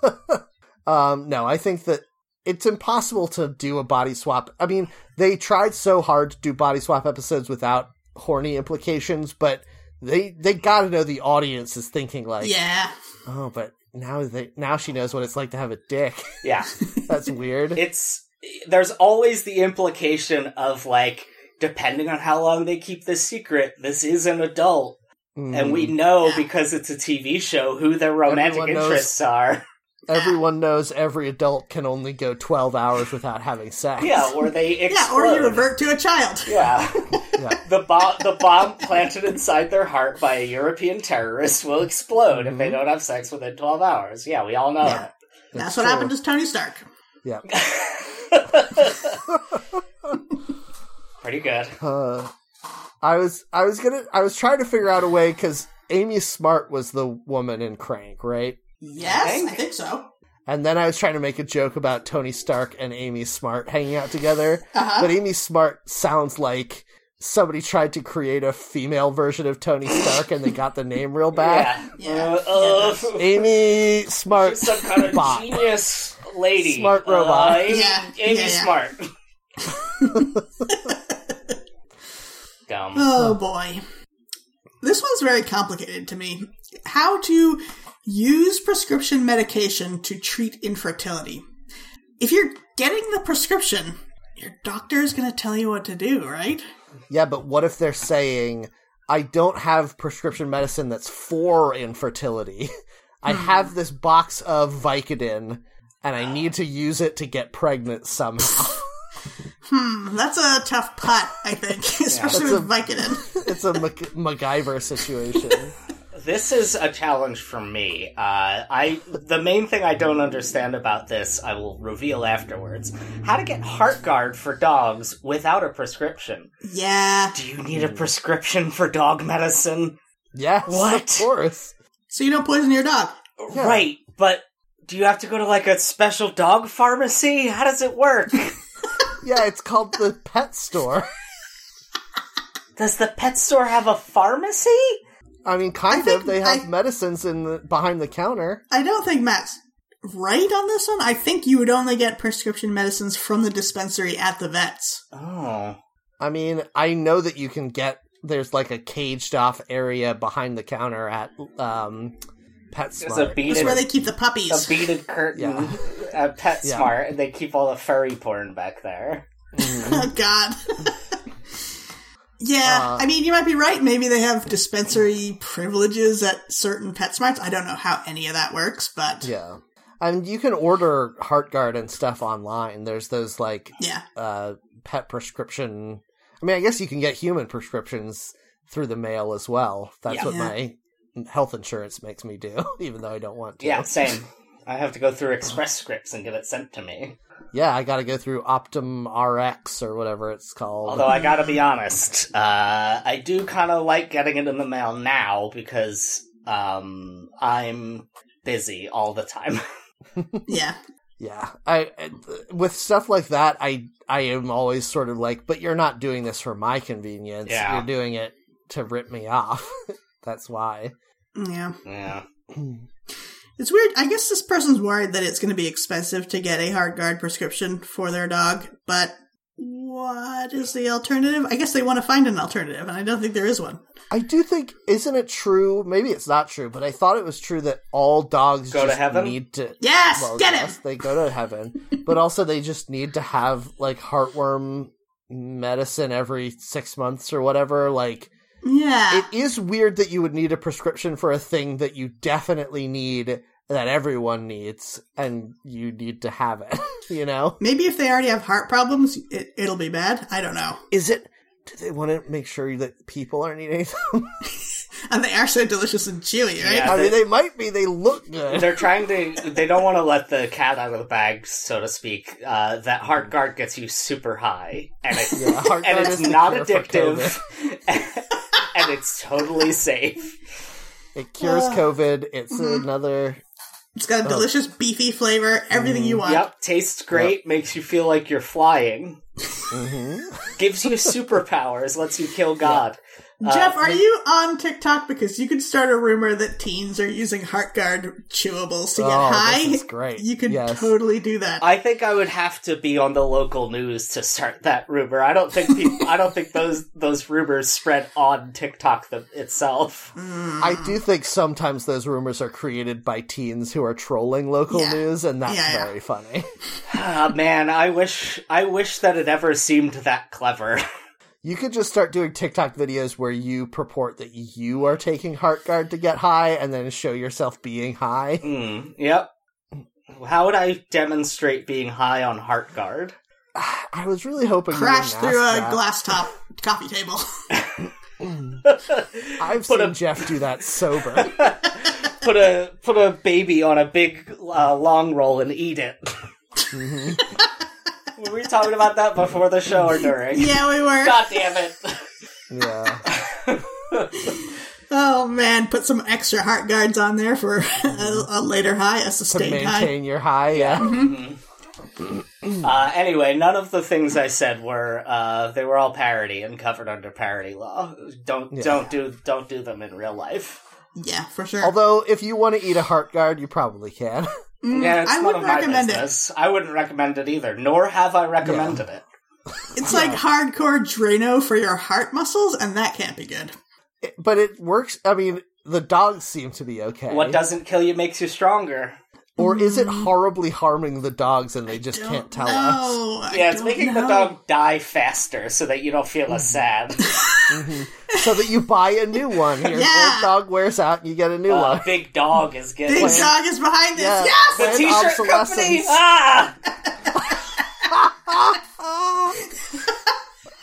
[SPEAKER 1] Um, no, I think that it's impossible to do a body swap. I mean, they tried so hard to do body swap episodes without horny implications, but they they got to know the audience is thinking like,
[SPEAKER 3] yeah.
[SPEAKER 1] oh, but now they now she knows what it's like to have a dick.
[SPEAKER 2] Yeah,
[SPEAKER 1] That's weird.
[SPEAKER 2] it's there's always the implication of like, depending on how long they keep this secret, this is an adult and
[SPEAKER 1] Hmm.
[SPEAKER 2] we know
[SPEAKER 3] Mm-hmm. Yeah.
[SPEAKER 2] because it's a TV show who their romantic
[SPEAKER 1] Everyone knows.
[SPEAKER 2] interests are.
[SPEAKER 1] everyone knows every adult can only go twelve hours without having sex.
[SPEAKER 2] Yeah, or they
[SPEAKER 3] Yeah,
[SPEAKER 2] explode.
[SPEAKER 3] or you revert to a child.
[SPEAKER 2] Yeah.
[SPEAKER 1] Yeah.
[SPEAKER 2] the bomb the bomb planted inside their heart by a European terrorist will explode if
[SPEAKER 1] Mm-hmm.
[SPEAKER 2] they don't have sex within 12 hours. Yeah, we all know
[SPEAKER 3] Yeah.
[SPEAKER 2] it.
[SPEAKER 3] That's, what happened to Tony Stark.
[SPEAKER 1] yeah.
[SPEAKER 2] Pretty good.
[SPEAKER 1] Uh, I was I was gonna I was trying to figure out a way because Amy Smart was the woman in Crank, right?
[SPEAKER 3] Yes,
[SPEAKER 2] think.
[SPEAKER 3] I think so.
[SPEAKER 1] And then I was trying to make a joke about Tony Stark and Amy Smart hanging out together, but Amy Smart sounds like somebody tried to create a female version of Tony Stark and they got the name real bad.
[SPEAKER 2] Yeah.
[SPEAKER 3] Yeah.
[SPEAKER 2] Uh,
[SPEAKER 3] Yeah,
[SPEAKER 2] uh,
[SPEAKER 3] that's-
[SPEAKER 1] Amy Smart,
[SPEAKER 2] some kind of
[SPEAKER 1] bot.
[SPEAKER 2] genius lady.
[SPEAKER 1] Smart
[SPEAKER 2] Uh,
[SPEAKER 1] robot.
[SPEAKER 2] Amy,
[SPEAKER 3] Yeah,
[SPEAKER 2] Amy
[SPEAKER 3] yeah, yeah.
[SPEAKER 2] Smart. Dumb.
[SPEAKER 3] Oh boy. This one's very complicated to me. How to use prescription medication to treat infertility. If you're getting the prescription, your doctor is going to tell you what to do, right?
[SPEAKER 1] Yeah, but what if they're saying, I don't have prescription medicine that's for infertility. I have this box of Vicodin and I need to use it to get pregnant somehow.
[SPEAKER 3] That's a tough putt, I think, especially with Vicodin.
[SPEAKER 1] it's a Mac- MacGyver situation.
[SPEAKER 2] This is a challenge for me. Uh, I the main thing I don't understand about this, I will reveal afterwards. How to get heart guard for dogs without a prescription?
[SPEAKER 3] Yeah.
[SPEAKER 2] Do you need a prescription for dog medicine?
[SPEAKER 1] Yes,
[SPEAKER 2] What?
[SPEAKER 1] of course.
[SPEAKER 3] So you don't poison your dog.
[SPEAKER 2] Right, but do you have to go to like a special dog pharmacy? How does it work?
[SPEAKER 1] Yeah, it's called the pet store.
[SPEAKER 2] does the pet store have a pharmacy?
[SPEAKER 1] I mean, kind
[SPEAKER 3] I think
[SPEAKER 1] of. They have
[SPEAKER 3] I-
[SPEAKER 1] medicines in the, behind the counter.
[SPEAKER 3] I don't think Matt's right on this one. I think you would only get prescription medicines from the dispensary at the vets.
[SPEAKER 2] Oh.
[SPEAKER 1] I mean, I know that you can get there's like a caged off area behind the counter at um,
[SPEAKER 2] There's a
[SPEAKER 1] PetSmart.
[SPEAKER 2] beaded
[SPEAKER 3] That's where they keep the
[SPEAKER 2] a
[SPEAKER 3] puppies.
[SPEAKER 2] beaded curtain
[SPEAKER 1] Yeah.
[SPEAKER 2] at PetSmart
[SPEAKER 1] Yeah.
[SPEAKER 2] and they keep all the furry porn back there.
[SPEAKER 3] Oh God. yeah,
[SPEAKER 1] Uh,
[SPEAKER 3] I mean, you might be right. Maybe they have dispensary privileges at certain PetSmarts. I don't know how any of that works, but yeah,
[SPEAKER 1] Yeah. And you can order HeartGuard and stuff online. There's those like uh, pet prescription. I mean, I guess you can get human prescriptions through the mail as well. That's
[SPEAKER 2] Yeah.
[SPEAKER 1] what
[SPEAKER 3] Yeah.
[SPEAKER 1] my health insurance makes me do, even though I don't want to.
[SPEAKER 2] Yeah, same. I have to go through Express Scripts and get it sent to me.
[SPEAKER 1] Yeah, I got to go through Optum RX or whatever it's called.
[SPEAKER 2] Although I gotta be honest, uh, I do kind of like getting it in the mail now because um, I'm busy all the time.
[SPEAKER 3] yeah.
[SPEAKER 1] yeah, I I- with stuff like that, I I am always sort of like, but you're not doing this for my convenience.
[SPEAKER 2] Yeah.
[SPEAKER 1] You're doing it to rip me off. That's why.
[SPEAKER 3] Yeah.
[SPEAKER 2] yeah,
[SPEAKER 3] It's weird. I guess this person's worried that it's going to be expensive to get a hard guard prescription for their dog, but What is the alternative? I guess they want to find an alternative, and I don't think there is one.
[SPEAKER 1] I do think, isn't it true? Maybe it's not true, but I thought it was true that all dogs
[SPEAKER 2] Go to
[SPEAKER 1] just
[SPEAKER 2] heaven?
[SPEAKER 1] need to.
[SPEAKER 3] Yes,
[SPEAKER 1] well,
[SPEAKER 3] get
[SPEAKER 1] yes,
[SPEAKER 3] it.
[SPEAKER 1] they go to heaven, but also they just need to have like heartworm medicine every six months or whatever. Like
[SPEAKER 3] Yeah,
[SPEAKER 1] it is weird that you would need a prescription for a thing that you definitely need that everyone needs, and you need to have it. You know,
[SPEAKER 3] maybe if they already have heart problems, it, it'll be bad. I don't know.
[SPEAKER 1] is it? Do they want to make sure that people aren't eating them?
[SPEAKER 3] And they are so delicious and chewy, right?
[SPEAKER 2] Yeah.
[SPEAKER 1] I mean, they might be. They look good.
[SPEAKER 2] They're trying to. They don't want to let the cat out of the bag, so to speak. Uh, that heart guard gets you super high, and it's
[SPEAKER 1] Yeah, heart
[SPEAKER 2] and
[SPEAKER 1] guard
[SPEAKER 2] it's
[SPEAKER 1] is the
[SPEAKER 2] not
[SPEAKER 1] cure for
[SPEAKER 2] addictive,
[SPEAKER 1] COVID.
[SPEAKER 2] and it's totally safe.
[SPEAKER 1] It cures COVID. It's another.
[SPEAKER 3] It's got
[SPEAKER 1] Oh.
[SPEAKER 3] a delicious beefy flavor, everything
[SPEAKER 1] Mm,
[SPEAKER 3] you want.
[SPEAKER 2] Yep, tastes great, makes you feel like you're flying, gives you superpowers, lets you kill God.
[SPEAKER 1] uh,
[SPEAKER 3] Jeff, are you on TikTok? Because you could start a rumor that teens are using HeartGuard chewables to get
[SPEAKER 1] Oh, this
[SPEAKER 3] high.
[SPEAKER 1] is great.
[SPEAKER 3] You could
[SPEAKER 1] Yes.
[SPEAKER 3] totally do that.
[SPEAKER 2] I think I would have to be on the local news to start that rumor. I don't think people, I don't think those those rumors spread on TikTok them, itself.
[SPEAKER 1] I do think sometimes those rumors are created by teens who are trolling local
[SPEAKER 3] Yeah.
[SPEAKER 1] news, and that's
[SPEAKER 3] Yeah, yeah.
[SPEAKER 1] very funny.
[SPEAKER 2] Ah, man, I wish I wish that it ever seemed that clever.
[SPEAKER 1] You could just start doing TikTok videos where you purport that you are taking heart guard to get high, and then show yourself being high.
[SPEAKER 2] Hmm, yep. How would I demonstrate being high on heart guard?
[SPEAKER 1] I was really hoping you
[SPEAKER 3] Crash
[SPEAKER 1] wouldn't
[SPEAKER 3] through
[SPEAKER 1] ask
[SPEAKER 3] a
[SPEAKER 1] that.
[SPEAKER 3] glass top coffee table.
[SPEAKER 1] I've
[SPEAKER 2] Put
[SPEAKER 1] seen
[SPEAKER 2] a-
[SPEAKER 1] Jeff do that sober.
[SPEAKER 2] Put a put a baby on a big uh, long roll and eat it.
[SPEAKER 3] Mm-hmm.
[SPEAKER 2] Were we talking about that before the show or during?
[SPEAKER 3] yeah, we were.
[SPEAKER 2] God damn it!
[SPEAKER 1] yeah.
[SPEAKER 3] Oh man, put some extra heart guards on there for a, a later high, a
[SPEAKER 1] Mm-hmm. To
[SPEAKER 3] sustained high.
[SPEAKER 1] maintain your high, yeah.
[SPEAKER 3] Mm-hmm.
[SPEAKER 2] Uh, anyway, none of the things I said were uh, they were all parody and covered under parody law. Don't don't do don't do them in real life.
[SPEAKER 3] Yeah, for sure.
[SPEAKER 1] Although, if you want to eat a heart guard, you probably can.
[SPEAKER 2] Yeah, it's
[SPEAKER 3] Mm, I
[SPEAKER 2] none
[SPEAKER 3] wouldn't
[SPEAKER 2] of my
[SPEAKER 3] recommend it.
[SPEAKER 2] business. I wouldn't recommend it either. Nor have I recommended it.
[SPEAKER 3] it's like hardcore Drano for your heart muscles, and that can't be good.
[SPEAKER 1] but it works. I mean, the dogs seem to be okay.
[SPEAKER 2] What doesn't kill you makes you stronger.
[SPEAKER 1] Or is it horribly harming the dogs and they just
[SPEAKER 3] Mm-hmm. Don't
[SPEAKER 1] can't tell us?
[SPEAKER 3] know. I
[SPEAKER 2] Yeah, it's
[SPEAKER 3] don't
[SPEAKER 2] making the
[SPEAKER 3] know.
[SPEAKER 2] dog die faster so that you don't feel as sad.
[SPEAKER 1] So that you buy a new one. Your
[SPEAKER 3] Yeah.
[SPEAKER 1] old dog wears out and you get a new
[SPEAKER 2] Uh,
[SPEAKER 1] one.
[SPEAKER 2] big dog is getting
[SPEAKER 3] Big dog is behind this.
[SPEAKER 1] Yeah.
[SPEAKER 3] Yes.
[SPEAKER 2] the
[SPEAKER 1] Planned
[SPEAKER 2] t-shirt company.
[SPEAKER 1] obsolescence.
[SPEAKER 2] Ah,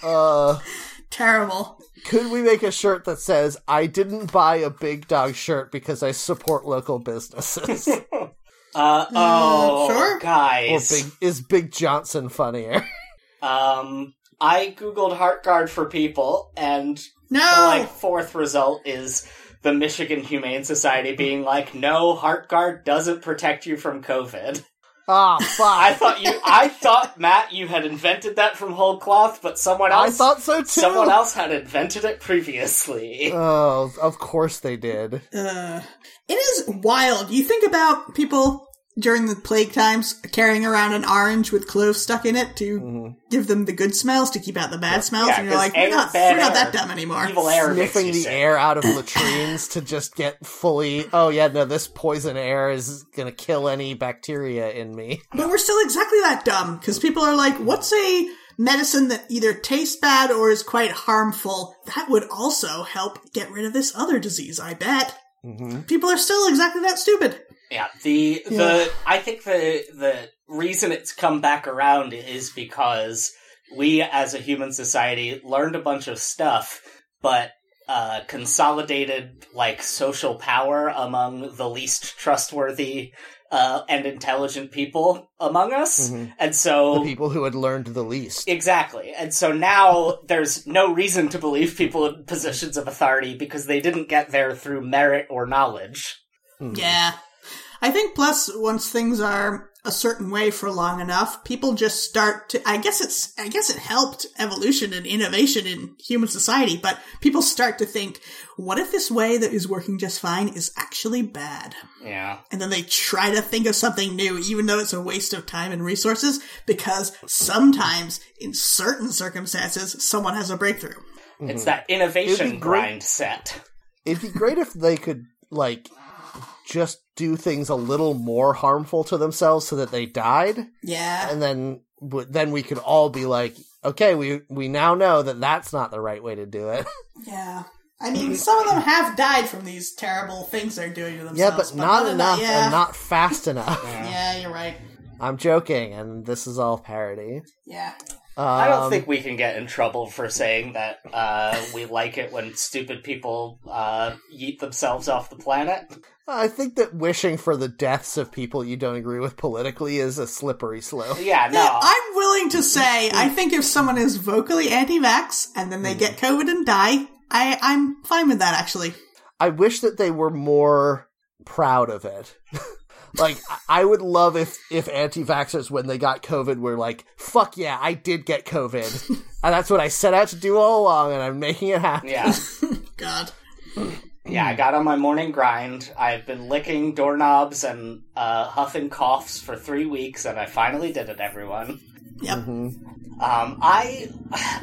[SPEAKER 1] Uh,
[SPEAKER 3] Terrible.
[SPEAKER 1] could we make a shirt that says, I didn't buy a big dog shirt because I support local businesses? or
[SPEAKER 2] uh, oh,
[SPEAKER 3] Mm, sure.
[SPEAKER 2] guys.
[SPEAKER 1] big, is Big Johnson funnier?
[SPEAKER 2] Um, I googled heart guard for people, and
[SPEAKER 3] No.
[SPEAKER 2] the like fourth result is the Michigan Humane Society being like, "No, heart guard doesn't protect you from COVID."
[SPEAKER 1] Ah, fuck.
[SPEAKER 2] I
[SPEAKER 1] I,
[SPEAKER 2] thought you, I thought Matt, you had invented that from whole cloth, but someone else,
[SPEAKER 1] thought so too.
[SPEAKER 2] someone else had invented it previously.
[SPEAKER 1] Oh, of course they did.
[SPEAKER 3] Uh, it is wild. You think about people during the plague times carrying around an orange with cloves stuck in it to give them the good smells to keep out the bad smells,
[SPEAKER 2] Mm-hmm. Yeah,
[SPEAKER 3] and you're
[SPEAKER 2] 'cause
[SPEAKER 3] like, we're
[SPEAKER 2] air-
[SPEAKER 3] not,
[SPEAKER 2] bad
[SPEAKER 3] we're not
[SPEAKER 2] air.
[SPEAKER 3] that dumb anymore.
[SPEAKER 2] Evil air makes
[SPEAKER 1] sniffing
[SPEAKER 2] you
[SPEAKER 1] the
[SPEAKER 2] sick.
[SPEAKER 1] air out of latrines to just get fully oh yeah no this poison air is gonna kill any bacteria in me
[SPEAKER 3] But we're still exactly that dumb because people are like, what's a medicine that either tastes bad or is quite harmful? That would also help get rid of this other disease, I bet.
[SPEAKER 2] Mm-hmm.
[SPEAKER 3] People are still exactly that stupid.
[SPEAKER 2] Yeah, the the I think the the reason it's come back around is because we as a human society learned a bunch of stuff, but uh, consolidated like social power among the least trustworthy uh, and intelligent people among us, and
[SPEAKER 1] the
[SPEAKER 2] so
[SPEAKER 1] people who had learned the least
[SPEAKER 2] Exactly. And so now there's no reason to believe people in positions of authority because they didn't get there through merit or knowledge.
[SPEAKER 3] Yeah. I think plus once things are a certain way for long enough, people just start to, I guess it's, I guess it helped evolution and innovation in human society, but people start to think, what if this way that is working just fine is actually bad?
[SPEAKER 2] Yeah.
[SPEAKER 3] And then they try to think of something new, even though it's a waste of time and resources, because sometimes in certain circumstances, someone has a breakthrough.
[SPEAKER 2] It's that innovation
[SPEAKER 1] It'd be Mm-hmm. great-
[SPEAKER 2] grind set.
[SPEAKER 1] It'd be great if they could like just do things a little more harmful to themselves so that they died,
[SPEAKER 3] Yeah.
[SPEAKER 1] and then w- then we could all be like, okay, we we now know that that's not the right way to do it.
[SPEAKER 3] Yeah. I
[SPEAKER 1] Mm-hmm.
[SPEAKER 3] mean, some of them have died from these terrible things they're doing to themselves.
[SPEAKER 1] yeah, but not
[SPEAKER 3] other than-
[SPEAKER 1] enough
[SPEAKER 3] yeah.
[SPEAKER 1] and not fast enough.
[SPEAKER 3] Yeah, you're right.
[SPEAKER 1] I'm joking, and this is all parody.
[SPEAKER 3] Yeah.
[SPEAKER 1] Um,
[SPEAKER 2] I don't think we can get in trouble for saying that uh, we like it when stupid people uh, yeet themselves off the planet.
[SPEAKER 1] I think that wishing for the deaths of people you don't agree with politically is a slippery slope.
[SPEAKER 2] Yeah,
[SPEAKER 3] Yeah,
[SPEAKER 2] no.
[SPEAKER 3] I'm willing to say
[SPEAKER 1] Mm-hmm.
[SPEAKER 3] I think if someone is vocally anti-vax and then they
[SPEAKER 1] Mm-hmm.
[SPEAKER 3] get COVID and die, I I'm fine with that actually.
[SPEAKER 1] I wish that they were more proud of it. like I- I would love if if anti-vaxxers when they got COVID were like, "Fuck yeah, I did get COVID." and that's what I set out to do all along and I'm making it happen.
[SPEAKER 2] Yeah,
[SPEAKER 3] God.
[SPEAKER 2] yeah. I got on my morning grind. I've been licking doorknobs and uh, huffing coughs for three weeks, and I finally did it. Everyone.
[SPEAKER 3] Yep.
[SPEAKER 1] Mhm.
[SPEAKER 2] Um, I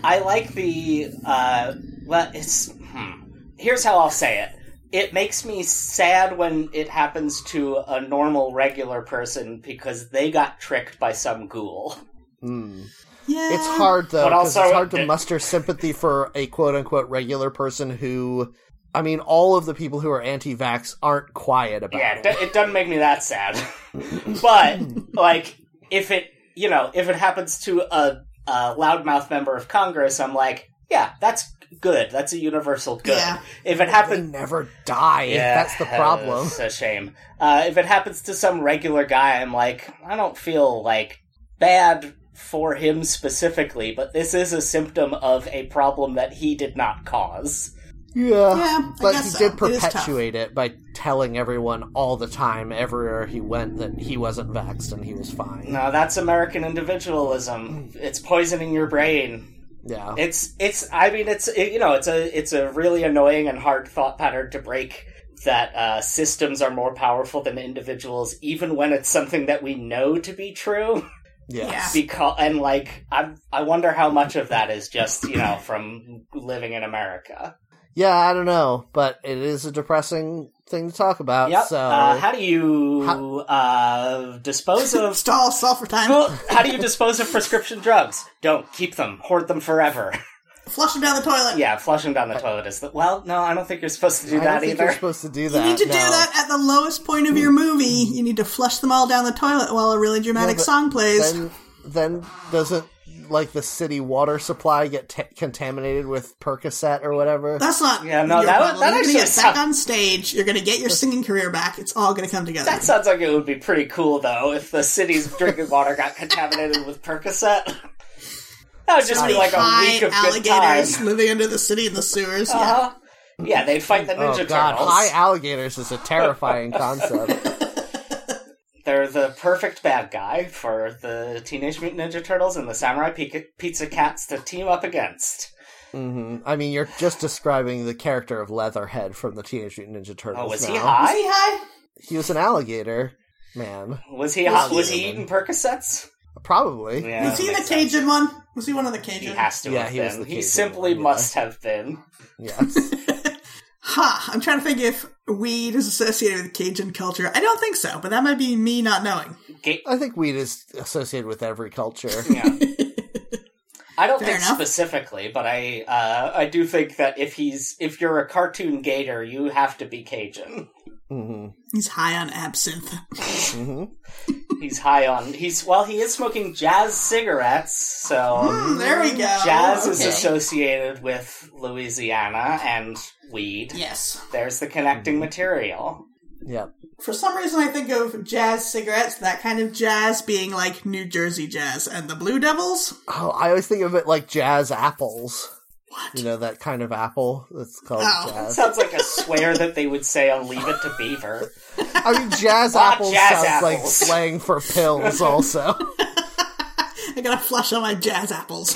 [SPEAKER 2] I like the uh, well, it's hmm. here's how I'll say it. It makes me sad when it happens to a normal, regular person because they got tricked by some ghoul.
[SPEAKER 1] Mm.
[SPEAKER 3] Yeah.
[SPEAKER 1] It's hard though
[SPEAKER 2] But
[SPEAKER 1] 'cause
[SPEAKER 2] also-
[SPEAKER 1] it's hard to muster sympathy for a quote-unquote regular person who I mean, all of the people who are anti-vax aren't quiet about
[SPEAKER 2] Yeah, it,
[SPEAKER 1] it.
[SPEAKER 2] do- it doesn't make me that sad, but like if it you know if it happens to a, a loudmouth member of Congress, I'm like, yeah, that's good. That's a universal good.
[SPEAKER 3] Yeah.
[SPEAKER 2] If it happens.
[SPEAKER 1] they never die. that's the problem.
[SPEAKER 2] It's a shame. Uh, if it happens to some regular guy, I'm like, I don't feel like bad for him specifically, but this is a symptom of a problem that he did not cause.
[SPEAKER 1] Yeah.
[SPEAKER 3] Yeah, I
[SPEAKER 1] uh, but
[SPEAKER 3] guess
[SPEAKER 1] he did
[SPEAKER 3] so. It is tough.
[SPEAKER 1] perpetuate it, by telling everyone all the time, everywhere he went, that he wasn't vexed and he was fine.
[SPEAKER 2] No, that's American individualism. It's poisoning your brain.
[SPEAKER 1] Yeah.
[SPEAKER 2] It's it's. I mean, it's it, you know, it's a it's a really annoying and hard thought pattern to break. That uh, systems are more powerful than individuals, even when it's something that we know to be true.
[SPEAKER 1] yes.
[SPEAKER 2] because and like I I wonder how much of that is just you know from living in America.
[SPEAKER 1] Yeah. I don't know, but it is a depressing thing to talk about.
[SPEAKER 2] Yep.
[SPEAKER 1] So
[SPEAKER 2] uh, how do you
[SPEAKER 1] How-
[SPEAKER 2] uh, dispose of?
[SPEAKER 3] Stall sulfur time.
[SPEAKER 2] Well, how do you dispose of prescription drugs? Don't keep them, hoard them forever.
[SPEAKER 3] Flush them down the toilet.
[SPEAKER 2] yeah, flush them down the toilet is the, well. No, I don't think you're supposed to
[SPEAKER 1] I
[SPEAKER 2] do
[SPEAKER 1] don't
[SPEAKER 2] that
[SPEAKER 1] think
[SPEAKER 2] either.
[SPEAKER 1] you're supposed to do
[SPEAKER 3] You
[SPEAKER 1] that.
[SPEAKER 3] need to
[SPEAKER 1] no.
[SPEAKER 3] do that at the lowest point of your movie. You need to flush them all down the toilet while a really dramatic
[SPEAKER 1] Yeah, but
[SPEAKER 3] song plays.
[SPEAKER 1] Then, then doesn't like the city water supply get t- contaminated with Percocet or whatever?
[SPEAKER 3] That's not.
[SPEAKER 2] Yeah, no,
[SPEAKER 3] your
[SPEAKER 2] that-
[SPEAKER 3] problem.
[SPEAKER 2] that
[SPEAKER 3] You're
[SPEAKER 2] actually
[SPEAKER 3] gonna get back
[SPEAKER 2] sounds-
[SPEAKER 3] on stage. You're gonna get your singing career back. It's all gonna come together.
[SPEAKER 2] that sounds like it would be pretty cool though if the city's drinking water got contaminated with Percocet. That would just be like a
[SPEAKER 3] Hi,
[SPEAKER 2] week of good
[SPEAKER 3] alligators
[SPEAKER 2] time.
[SPEAKER 3] living under the city in the sewers. Yeah.
[SPEAKER 2] Uh-huh. Yeah, they'd fight the
[SPEAKER 1] oh
[SPEAKER 2] Ninja
[SPEAKER 1] god,
[SPEAKER 2] Turtles.
[SPEAKER 1] high alligators is a terrifying concept.
[SPEAKER 2] They're the perfect bad guy for the Teenage Mutant Ninja Turtles and the Samurai Pika- Pizza Cats to team up against.
[SPEAKER 1] hmm I mean, you're just describing the character of Leatherhead from the Teenage Mutant Ninja Turtles.
[SPEAKER 2] Oh, was he
[SPEAKER 1] now.
[SPEAKER 3] Is
[SPEAKER 2] high?
[SPEAKER 3] he high?
[SPEAKER 1] He was an alligator man,
[SPEAKER 2] Was he high?
[SPEAKER 1] he
[SPEAKER 2] Was he
[SPEAKER 1] even?
[SPEAKER 2] eating Percocets?
[SPEAKER 1] probably.
[SPEAKER 2] Yeah,
[SPEAKER 3] was he
[SPEAKER 2] that
[SPEAKER 3] the
[SPEAKER 2] makes sense.
[SPEAKER 3] Cajun one? Was he one of the
[SPEAKER 2] He
[SPEAKER 3] Cajun?
[SPEAKER 2] has to
[SPEAKER 1] Yeah,
[SPEAKER 2] have
[SPEAKER 1] he was
[SPEAKER 2] been.
[SPEAKER 1] the
[SPEAKER 2] He
[SPEAKER 1] Cajun
[SPEAKER 2] simply
[SPEAKER 1] one, yeah.
[SPEAKER 2] must have been.
[SPEAKER 1] Yes.
[SPEAKER 3] Ha! I'm trying to think if weed is associated with Cajun culture. I don't think so, but that might be me not knowing.
[SPEAKER 2] Ga-
[SPEAKER 3] Oh.
[SPEAKER 1] I think weed is associated with every culture.
[SPEAKER 2] yeah. I don't
[SPEAKER 3] Fair
[SPEAKER 2] think
[SPEAKER 3] enough.
[SPEAKER 2] specifically, but I uh, I do think that if he's if you're a cartoon gator, you have to be Cajun.
[SPEAKER 1] hmm
[SPEAKER 3] He's high on absinthe.
[SPEAKER 1] hmm
[SPEAKER 2] He's high on he's well he is smoking jazz cigarettes, so
[SPEAKER 3] Hmm, there we go.
[SPEAKER 2] Jazz is
[SPEAKER 3] Oh, Okay.
[SPEAKER 2] associated with Louisiana and weed.
[SPEAKER 3] Yes.
[SPEAKER 2] There's the connecting material.
[SPEAKER 1] Yep.
[SPEAKER 3] For some reason, I think of jazz cigarettes, that kind of jazz being like New Jersey jazz and the Blue Devils.
[SPEAKER 1] Oh, I always think of it like jazz apples.
[SPEAKER 3] What?
[SPEAKER 1] You know that kind of apple that's called
[SPEAKER 3] Oh,
[SPEAKER 1] jazz.
[SPEAKER 2] Sounds like a swear that they would say on Leave It to Beaver.
[SPEAKER 1] I mean, jazz
[SPEAKER 2] Ah,
[SPEAKER 1] apples
[SPEAKER 2] jazz
[SPEAKER 1] sounds like
[SPEAKER 2] apples.
[SPEAKER 1] slang for pills. Also,
[SPEAKER 3] I gotta flush all my jazz apples.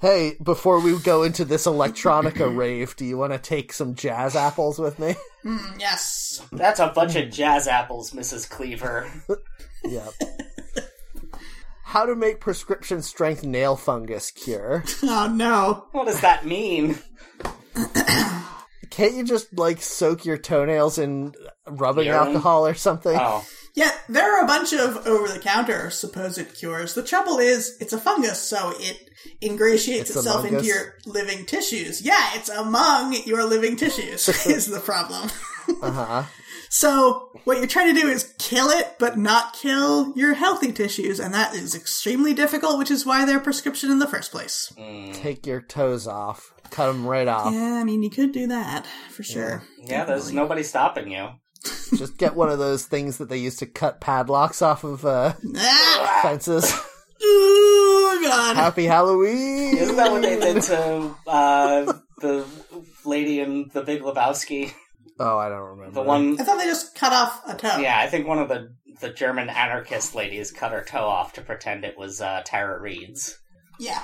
[SPEAKER 1] hey, before we go into this electronica rave, do you want to take some jazz apples with me?
[SPEAKER 3] Mm, yes.
[SPEAKER 2] That's a bunch of jazz apples, Mrs. Cleaver.
[SPEAKER 1] Yep. How to make prescription strength nail fungus cure?
[SPEAKER 3] Oh no.
[SPEAKER 2] What does that mean?
[SPEAKER 1] Can't you just like soak your toenails in rubbing
[SPEAKER 2] Urine?
[SPEAKER 1] alcohol or something?
[SPEAKER 2] Oh,
[SPEAKER 3] Yeah, there are a bunch of over-the-counter supposed cures. The trouble is, it's a fungus, so it ingratiates
[SPEAKER 1] It's a
[SPEAKER 3] itself into
[SPEAKER 1] fungus?
[SPEAKER 3] your living tissues. Yeah, it's among your living tissues is the problem.
[SPEAKER 1] Uh huh.
[SPEAKER 3] So what you're trying to do is kill it, but not kill your healthy tissues, and that is extremely difficult, which is why they're prescription in the first place.
[SPEAKER 1] Take your toes off. Cut them right off.
[SPEAKER 3] Yeah, I mean you could do that for sure.
[SPEAKER 2] Mm. yeah, there's nobody stopping you.
[SPEAKER 1] Just get one of those things that they used to cut padlocks off of uh,
[SPEAKER 3] Ah,
[SPEAKER 1] fences.
[SPEAKER 2] Oh,
[SPEAKER 3] ooh, God.
[SPEAKER 1] Happy Halloween!
[SPEAKER 2] Isn't that what they did to uh, the lady in The Big Lebowski?
[SPEAKER 1] Oh, I don't remember.
[SPEAKER 2] The one.
[SPEAKER 3] I thought they just cut off a toe.
[SPEAKER 2] Yeah, I think one of the, the German anarchist ladies cut her toe off to pretend it was uh, Tara Reid's.
[SPEAKER 3] Yeah.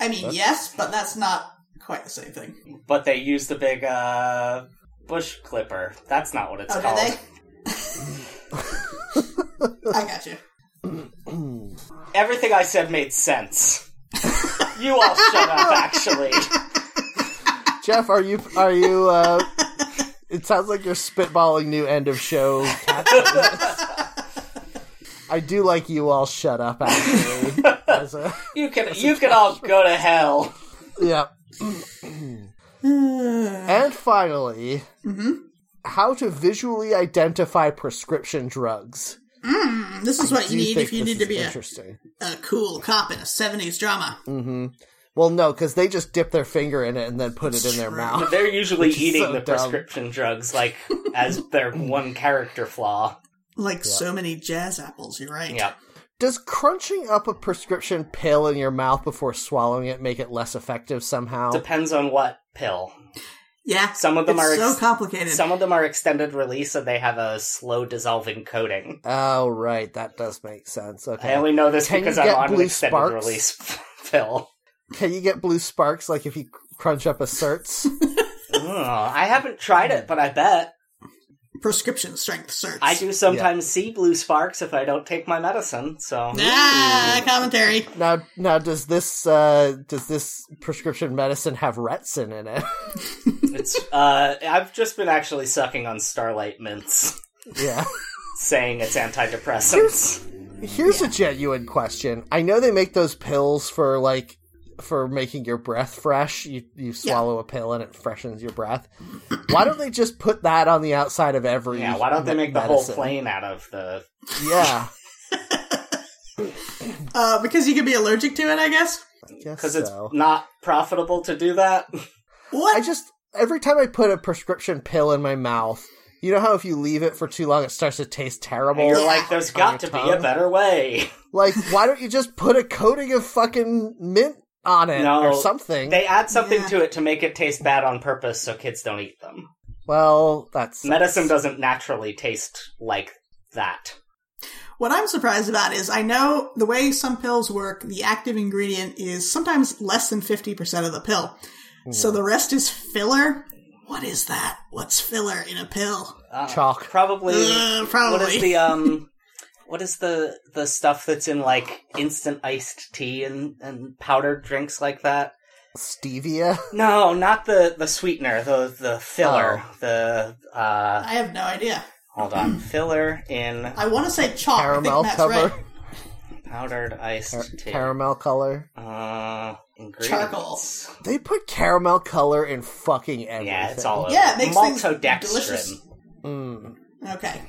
[SPEAKER 3] I mean, yes, but that's not quite the same thing.
[SPEAKER 2] But they used the big uh, bush clipper. That's not what it's
[SPEAKER 3] oh,
[SPEAKER 2] called.
[SPEAKER 3] did they? I got you.
[SPEAKER 2] Everything I said made sense. you all shut up, actually.
[SPEAKER 1] Jeff, are you are you? uh It sounds like you're spitballing new end of show. I do like you all. Shut up, actually. As a-
[SPEAKER 2] You can you can all go to hell.
[SPEAKER 1] yeah. and finally,
[SPEAKER 3] Mm-hmm.
[SPEAKER 1] how to visually identify prescription drugs.
[SPEAKER 3] This is what you
[SPEAKER 1] do
[SPEAKER 3] need
[SPEAKER 1] think
[SPEAKER 3] if you
[SPEAKER 1] this
[SPEAKER 3] need to
[SPEAKER 1] is
[SPEAKER 3] be a,
[SPEAKER 1] interesting. Mm-hmm.
[SPEAKER 3] a cool cop in a 70s drama.
[SPEAKER 1] Well, no, because they just dip their finger in it and then put it in their mouth.
[SPEAKER 2] They're usually
[SPEAKER 1] is
[SPEAKER 2] eating
[SPEAKER 1] so
[SPEAKER 2] the
[SPEAKER 1] dumb.
[SPEAKER 2] prescription drugs like as their one character flaw.
[SPEAKER 3] Like so many jazz apples, you're right.
[SPEAKER 2] Yeah.
[SPEAKER 1] Does crunching up a prescription pill in your mouth before swallowing it make it less effective somehow?
[SPEAKER 2] Depends on what pill.
[SPEAKER 3] Yeah.
[SPEAKER 2] Some of them
[SPEAKER 3] it's
[SPEAKER 2] are
[SPEAKER 3] so
[SPEAKER 2] ex-
[SPEAKER 3] complicated.
[SPEAKER 2] Some of them are extended release and they have a slow dissolving coating.
[SPEAKER 1] oh, right, that does make sense.
[SPEAKER 2] I
[SPEAKER 1] Okay.
[SPEAKER 2] only know this
[SPEAKER 1] Can you
[SPEAKER 2] because I'm
[SPEAKER 1] get
[SPEAKER 2] on an
[SPEAKER 1] blue
[SPEAKER 2] extended
[SPEAKER 1] sparks?
[SPEAKER 2] release pill.
[SPEAKER 1] Can you get blue sparks like if you crunch up a certs?
[SPEAKER 2] Ugh, I haven't tried it, but I bet.
[SPEAKER 3] Prescription strength search.
[SPEAKER 2] I do sometimes see blue sparks if I don't take my medicine, so
[SPEAKER 3] Ah, commentary.
[SPEAKER 1] now, now does this uh, does this prescription medicine have retsin in it?
[SPEAKER 2] it's uh I've just been actually sucking on starlight mints.
[SPEAKER 1] yeah.
[SPEAKER 2] saying it's antidepressants.
[SPEAKER 1] Here's a genuine question. I know they make those pills for like for making your breath fresh. You you swallow a pill and it freshens your breath. Why don't they just put that on the outside of every?
[SPEAKER 2] Yeah, why don't they make the
[SPEAKER 1] medicine?
[SPEAKER 2] whole plane out of the?
[SPEAKER 1] Yeah,
[SPEAKER 3] Uh, because you could be allergic to it, I guess.
[SPEAKER 2] Because
[SPEAKER 1] because
[SPEAKER 2] it's
[SPEAKER 1] so.
[SPEAKER 2] not profitable to do that.
[SPEAKER 3] What?
[SPEAKER 1] I just every time I put a prescription pill in my mouth, you know how if you leave it for too long, it starts to taste terrible.
[SPEAKER 2] And you're like, there's got to
[SPEAKER 1] your
[SPEAKER 2] be a
[SPEAKER 1] tongue.
[SPEAKER 2] better way.
[SPEAKER 1] Like, why don't you just put a coating of fucking mint on it
[SPEAKER 2] No,
[SPEAKER 1] or something?
[SPEAKER 2] They add something
[SPEAKER 3] Yeah.
[SPEAKER 2] to it to make it taste bad on purpose, so kids don't eat them.
[SPEAKER 1] well, that's
[SPEAKER 2] Medicine doesn't naturally taste like that.
[SPEAKER 3] What I'm surprised about is I know the way some pills work, the active ingredient is sometimes less than 50% of the pill. So the rest is filler. What is that? What's filler in a pill?
[SPEAKER 2] Uh,
[SPEAKER 1] Chalk.
[SPEAKER 2] probably.
[SPEAKER 3] Ugh, probably.
[SPEAKER 2] What is the um? What is the the stuff that's in like instant iced tea and and powdered drinks like that?
[SPEAKER 1] stevia.
[SPEAKER 2] No, not the the sweetener, the the filler,
[SPEAKER 1] Oh.
[SPEAKER 2] the uh.
[SPEAKER 3] I have no idea.
[SPEAKER 2] Hold on, filler in
[SPEAKER 3] I want to say chalk.
[SPEAKER 1] Caramel
[SPEAKER 3] I think that's
[SPEAKER 1] cover.
[SPEAKER 3] right.
[SPEAKER 2] powdered
[SPEAKER 1] Car-
[SPEAKER 2] iced tea.
[SPEAKER 1] caramel color.
[SPEAKER 2] uh, ingredients.
[SPEAKER 3] Charcoal.
[SPEAKER 1] They put caramel color in fucking everything.
[SPEAKER 2] Yeah, it's all over.
[SPEAKER 3] Yeah, it makes things
[SPEAKER 2] Maltodextrin.
[SPEAKER 3] delicious.
[SPEAKER 1] Mm.
[SPEAKER 3] Okay.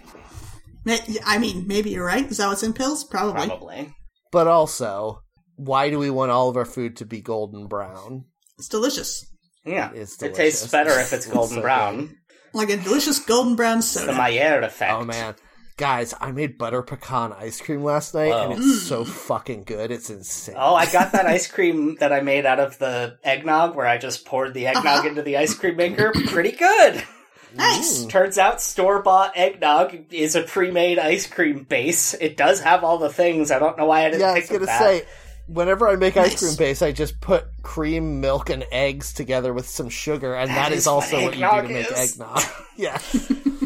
[SPEAKER 3] Ma- I mean, maybe you're right. Is that what's in pills? Probably.
[SPEAKER 2] Probably.
[SPEAKER 1] But also, why do we want all of our food to be golden brown?
[SPEAKER 3] It's delicious.
[SPEAKER 2] Yeah,
[SPEAKER 1] It's
[SPEAKER 2] it
[SPEAKER 1] delicious.
[SPEAKER 2] tastes better if it's golden
[SPEAKER 1] so
[SPEAKER 2] brown.
[SPEAKER 3] Like a delicious golden brown soda.
[SPEAKER 2] The Maillard effect.
[SPEAKER 1] Oh man, guys, I made butter pecan ice cream last night, and
[SPEAKER 2] Whoa.
[SPEAKER 1] it's so fucking good. It's insane.
[SPEAKER 2] Oh, I got that ice cream that I made out of the eggnog, where I just poured the eggnog
[SPEAKER 3] Uh-huh.
[SPEAKER 2] into the ice cream maker. Pretty good.
[SPEAKER 3] Nice.
[SPEAKER 2] Turns out store bought eggnog is a pre made ice cream base. It does have all the things. I don't know why I didn't
[SPEAKER 1] yeah, I
[SPEAKER 2] think
[SPEAKER 1] was gonna
[SPEAKER 2] of that.
[SPEAKER 1] say. Whenever I make ice
[SPEAKER 3] Nice.
[SPEAKER 1] cream base, I just put cream, milk, and eggs together with some sugar, and
[SPEAKER 2] That
[SPEAKER 1] that is,
[SPEAKER 2] is what
[SPEAKER 1] also what you do to
[SPEAKER 2] eggnog
[SPEAKER 1] make
[SPEAKER 2] is.
[SPEAKER 1] eggnog. yeah,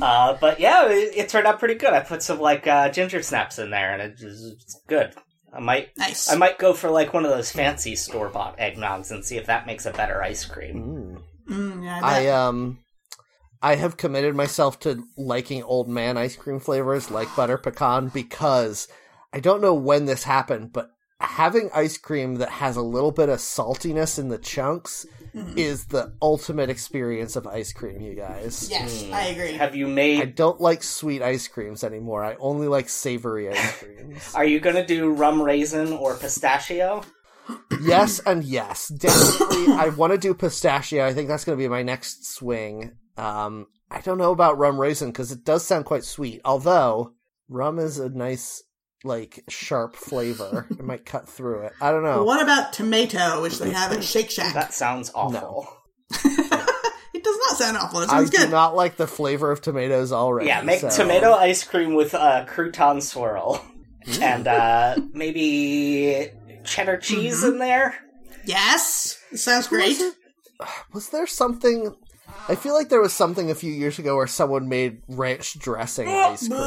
[SPEAKER 2] Uh, but yeah, it, it turned out pretty good. I put some like uh, ginger snaps in there, and it, it's good. I might
[SPEAKER 3] Nice.
[SPEAKER 2] I might go for like one of those fancy store bought eggnogs and see if that makes a better ice cream.
[SPEAKER 1] Mm.
[SPEAKER 3] Mm, yeah, I bet.
[SPEAKER 1] I um I have committed myself to liking old man ice cream flavors like butter pecan because I don't know when this happened, but having ice cream that has a little bit of saltiness in the chunks
[SPEAKER 3] Mhm.
[SPEAKER 1] is the ultimate experience of ice cream, you guys.
[SPEAKER 3] Yes,
[SPEAKER 2] Mm.
[SPEAKER 3] I agree.
[SPEAKER 2] Have you
[SPEAKER 1] I
[SPEAKER 2] made?
[SPEAKER 1] don't like sweet ice creams anymore. I only like savory ice creams.
[SPEAKER 2] Are you gonna do rum raisin or pistachio?
[SPEAKER 1] yes and yes. Definitely I want to do pistachio. I think that's going to be my next swing. Um I don't know about rum raisin cuz it does sound quite sweet. Although rum is a nice like sharp flavor. it might cut through it. I don't know.
[SPEAKER 3] What about tomato, which they have at Shake Shack?
[SPEAKER 2] That sounds awful.
[SPEAKER 3] it does not sound awful. It
[SPEAKER 1] I
[SPEAKER 3] sounds
[SPEAKER 1] do
[SPEAKER 3] good.
[SPEAKER 1] not like the flavor of tomatoes already.
[SPEAKER 2] Yeah, make
[SPEAKER 1] so-
[SPEAKER 2] tomato ice cream with uh, crouton swirl and uh, maybe cheddar cheese
[SPEAKER 1] Mm-hmm.
[SPEAKER 2] in there.
[SPEAKER 3] Yes, it sounds great.
[SPEAKER 1] Was there something I feel like there was something a few years ago where someone made ranch dressing ice cream.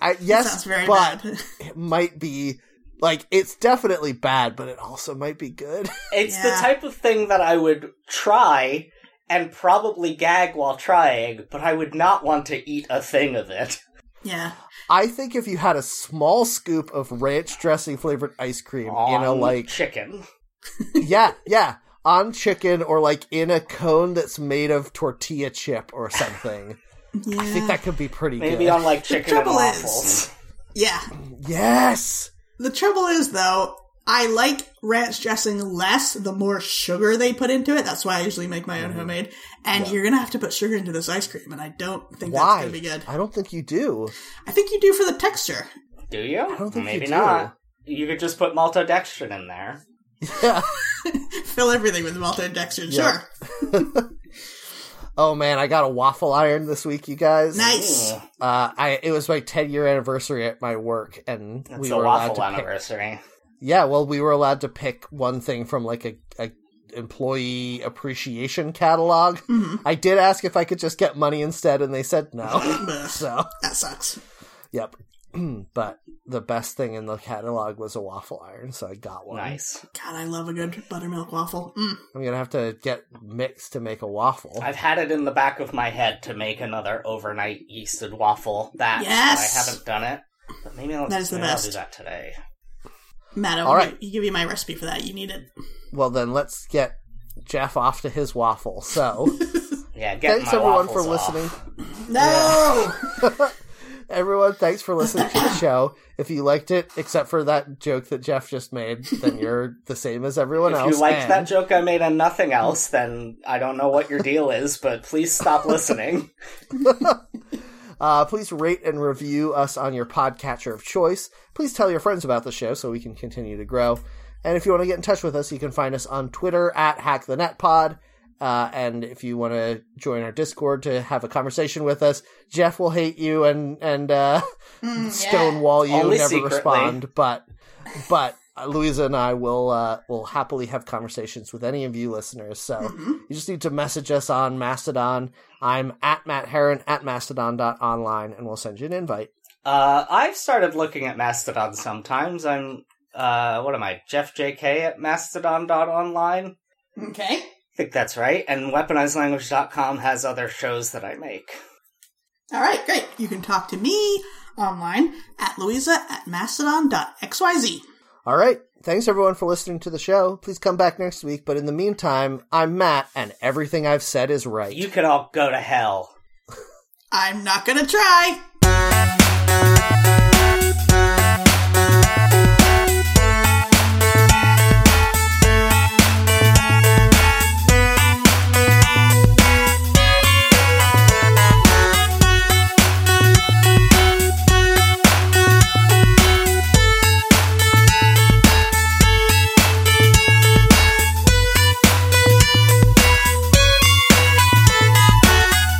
[SPEAKER 1] I, yes,
[SPEAKER 3] sounds very
[SPEAKER 1] but
[SPEAKER 3] bad.
[SPEAKER 1] it might be like it's definitely bad, but it also might be good.
[SPEAKER 2] It's the
[SPEAKER 3] Yeah.
[SPEAKER 2] type of thing that I would try and probably gag while trying, but I would not want to eat a thing of it.
[SPEAKER 3] Yeah.
[SPEAKER 1] I think if you had a small scoop of ranch dressing flavored ice cream in a
[SPEAKER 2] On
[SPEAKER 1] like
[SPEAKER 2] chicken.
[SPEAKER 1] yeah, yeah, on chicken or like in a cone that's made of tortilla chip or something.
[SPEAKER 3] Yeah.
[SPEAKER 1] I think that could be pretty
[SPEAKER 2] Maybe
[SPEAKER 1] good.
[SPEAKER 2] on like chicken and
[SPEAKER 3] trouble is-
[SPEAKER 2] waffles.
[SPEAKER 3] yeah.
[SPEAKER 1] yes.
[SPEAKER 3] The trouble is, though, I like ranch dressing less the more sugar they put into it. That's why I usually make my
[SPEAKER 1] Mm-hmm.
[SPEAKER 3] own homemade. And you're going to have to put sugar into this ice cream, and I don't think that's
[SPEAKER 1] Why?
[SPEAKER 3] going to be good.
[SPEAKER 1] I don't think you do.
[SPEAKER 3] I think you do for the texture.
[SPEAKER 2] Do you?
[SPEAKER 1] don't think
[SPEAKER 2] Maybe
[SPEAKER 1] you do.
[SPEAKER 2] not. You could just put maltodextrin in there.
[SPEAKER 1] Yeah.
[SPEAKER 3] Fill everything with maltodextrin.
[SPEAKER 1] Yeah.
[SPEAKER 3] Sure.
[SPEAKER 1] Oh man, I got a waffle iron this week, you guys.
[SPEAKER 3] Nice.
[SPEAKER 2] Mm,
[SPEAKER 1] Uh, I it was my ten year anniversary at my work, and
[SPEAKER 2] That's
[SPEAKER 1] we
[SPEAKER 2] a
[SPEAKER 1] were allowed
[SPEAKER 2] waffle
[SPEAKER 1] to pick
[SPEAKER 2] anniversary.
[SPEAKER 1] Yeah, well, we were allowed to pick one thing from like a, a employee appreciation catalog.
[SPEAKER 3] Mhm.
[SPEAKER 2] Mm-hmm.
[SPEAKER 1] I did ask if I could just get money instead, and they said no.
[SPEAKER 3] Ugh,
[SPEAKER 1] so,
[SPEAKER 3] that sucks.
[SPEAKER 1] yep. but the best thing in the catalog was a waffle iron, so I got one.
[SPEAKER 2] Nice.
[SPEAKER 3] God, I love a good buttermilk waffle. Mm.
[SPEAKER 1] I'm gonna have to get mix to make a waffle.
[SPEAKER 2] I've had it in the back of my head to make another overnight yeasted waffle. That
[SPEAKER 3] Yes!
[SPEAKER 2] but I haven't done it. But maybe I'll,
[SPEAKER 3] That is the
[SPEAKER 2] maybe I'll
[SPEAKER 3] best.
[SPEAKER 2] do that today.
[SPEAKER 3] Matt, I
[SPEAKER 1] All
[SPEAKER 3] will
[SPEAKER 1] right.
[SPEAKER 3] give- you give me my recipe for that. You need it.
[SPEAKER 1] well, then let's get Jeff off to his waffle. So,
[SPEAKER 2] Yeah, get
[SPEAKER 1] thanks
[SPEAKER 2] my
[SPEAKER 1] everyone for
[SPEAKER 2] waffles off.
[SPEAKER 1] listening.
[SPEAKER 3] No!
[SPEAKER 1] Everyone, thanks for listening to the show. If you liked it, except for that joke that Jeff just made, then you're the same as everyone else.
[SPEAKER 2] If you liked
[SPEAKER 1] and-
[SPEAKER 2] that joke I made on nothing else, then I don't know what your deal is, but please stop listening.
[SPEAKER 1] Uh, please rate and review us on your podcatcher of choice. Please tell your friends about the show so we can continue to grow. And if you want to get in touch with us, you can find us on Twitter at HackTheNetPod. Uh, and if you want to join our Discord to have a conversation with us, Jeff will hate you and and uh, stonewall you,
[SPEAKER 2] Hmm, Only
[SPEAKER 1] never
[SPEAKER 2] secretly.
[SPEAKER 1] respond. But but uh, Louisa and I will uh, will happily have conversations with any of you listeners. So
[SPEAKER 3] Mm-hmm.
[SPEAKER 1] you just need to message us on Mastodon. I'm at Matt Heron at mastodon.online and we'll send you an invite.
[SPEAKER 2] Uh, I've started looking at Mastodon sometimes. I'm, uh, what am I, Jeff JK at mastodon.online? I
[SPEAKER 3] Okay.
[SPEAKER 2] think that's right. And weaponizedlanguage.com has other shows that I make.
[SPEAKER 3] All right, great. You can talk to me online at louisa at mastodon.xyz.
[SPEAKER 1] All right. Thanks everyone for listening to the show. Please come back next week. But in the meantime, I'm Matt and everything I've said is right.
[SPEAKER 2] You can all go to hell.
[SPEAKER 3] I'm not going to try.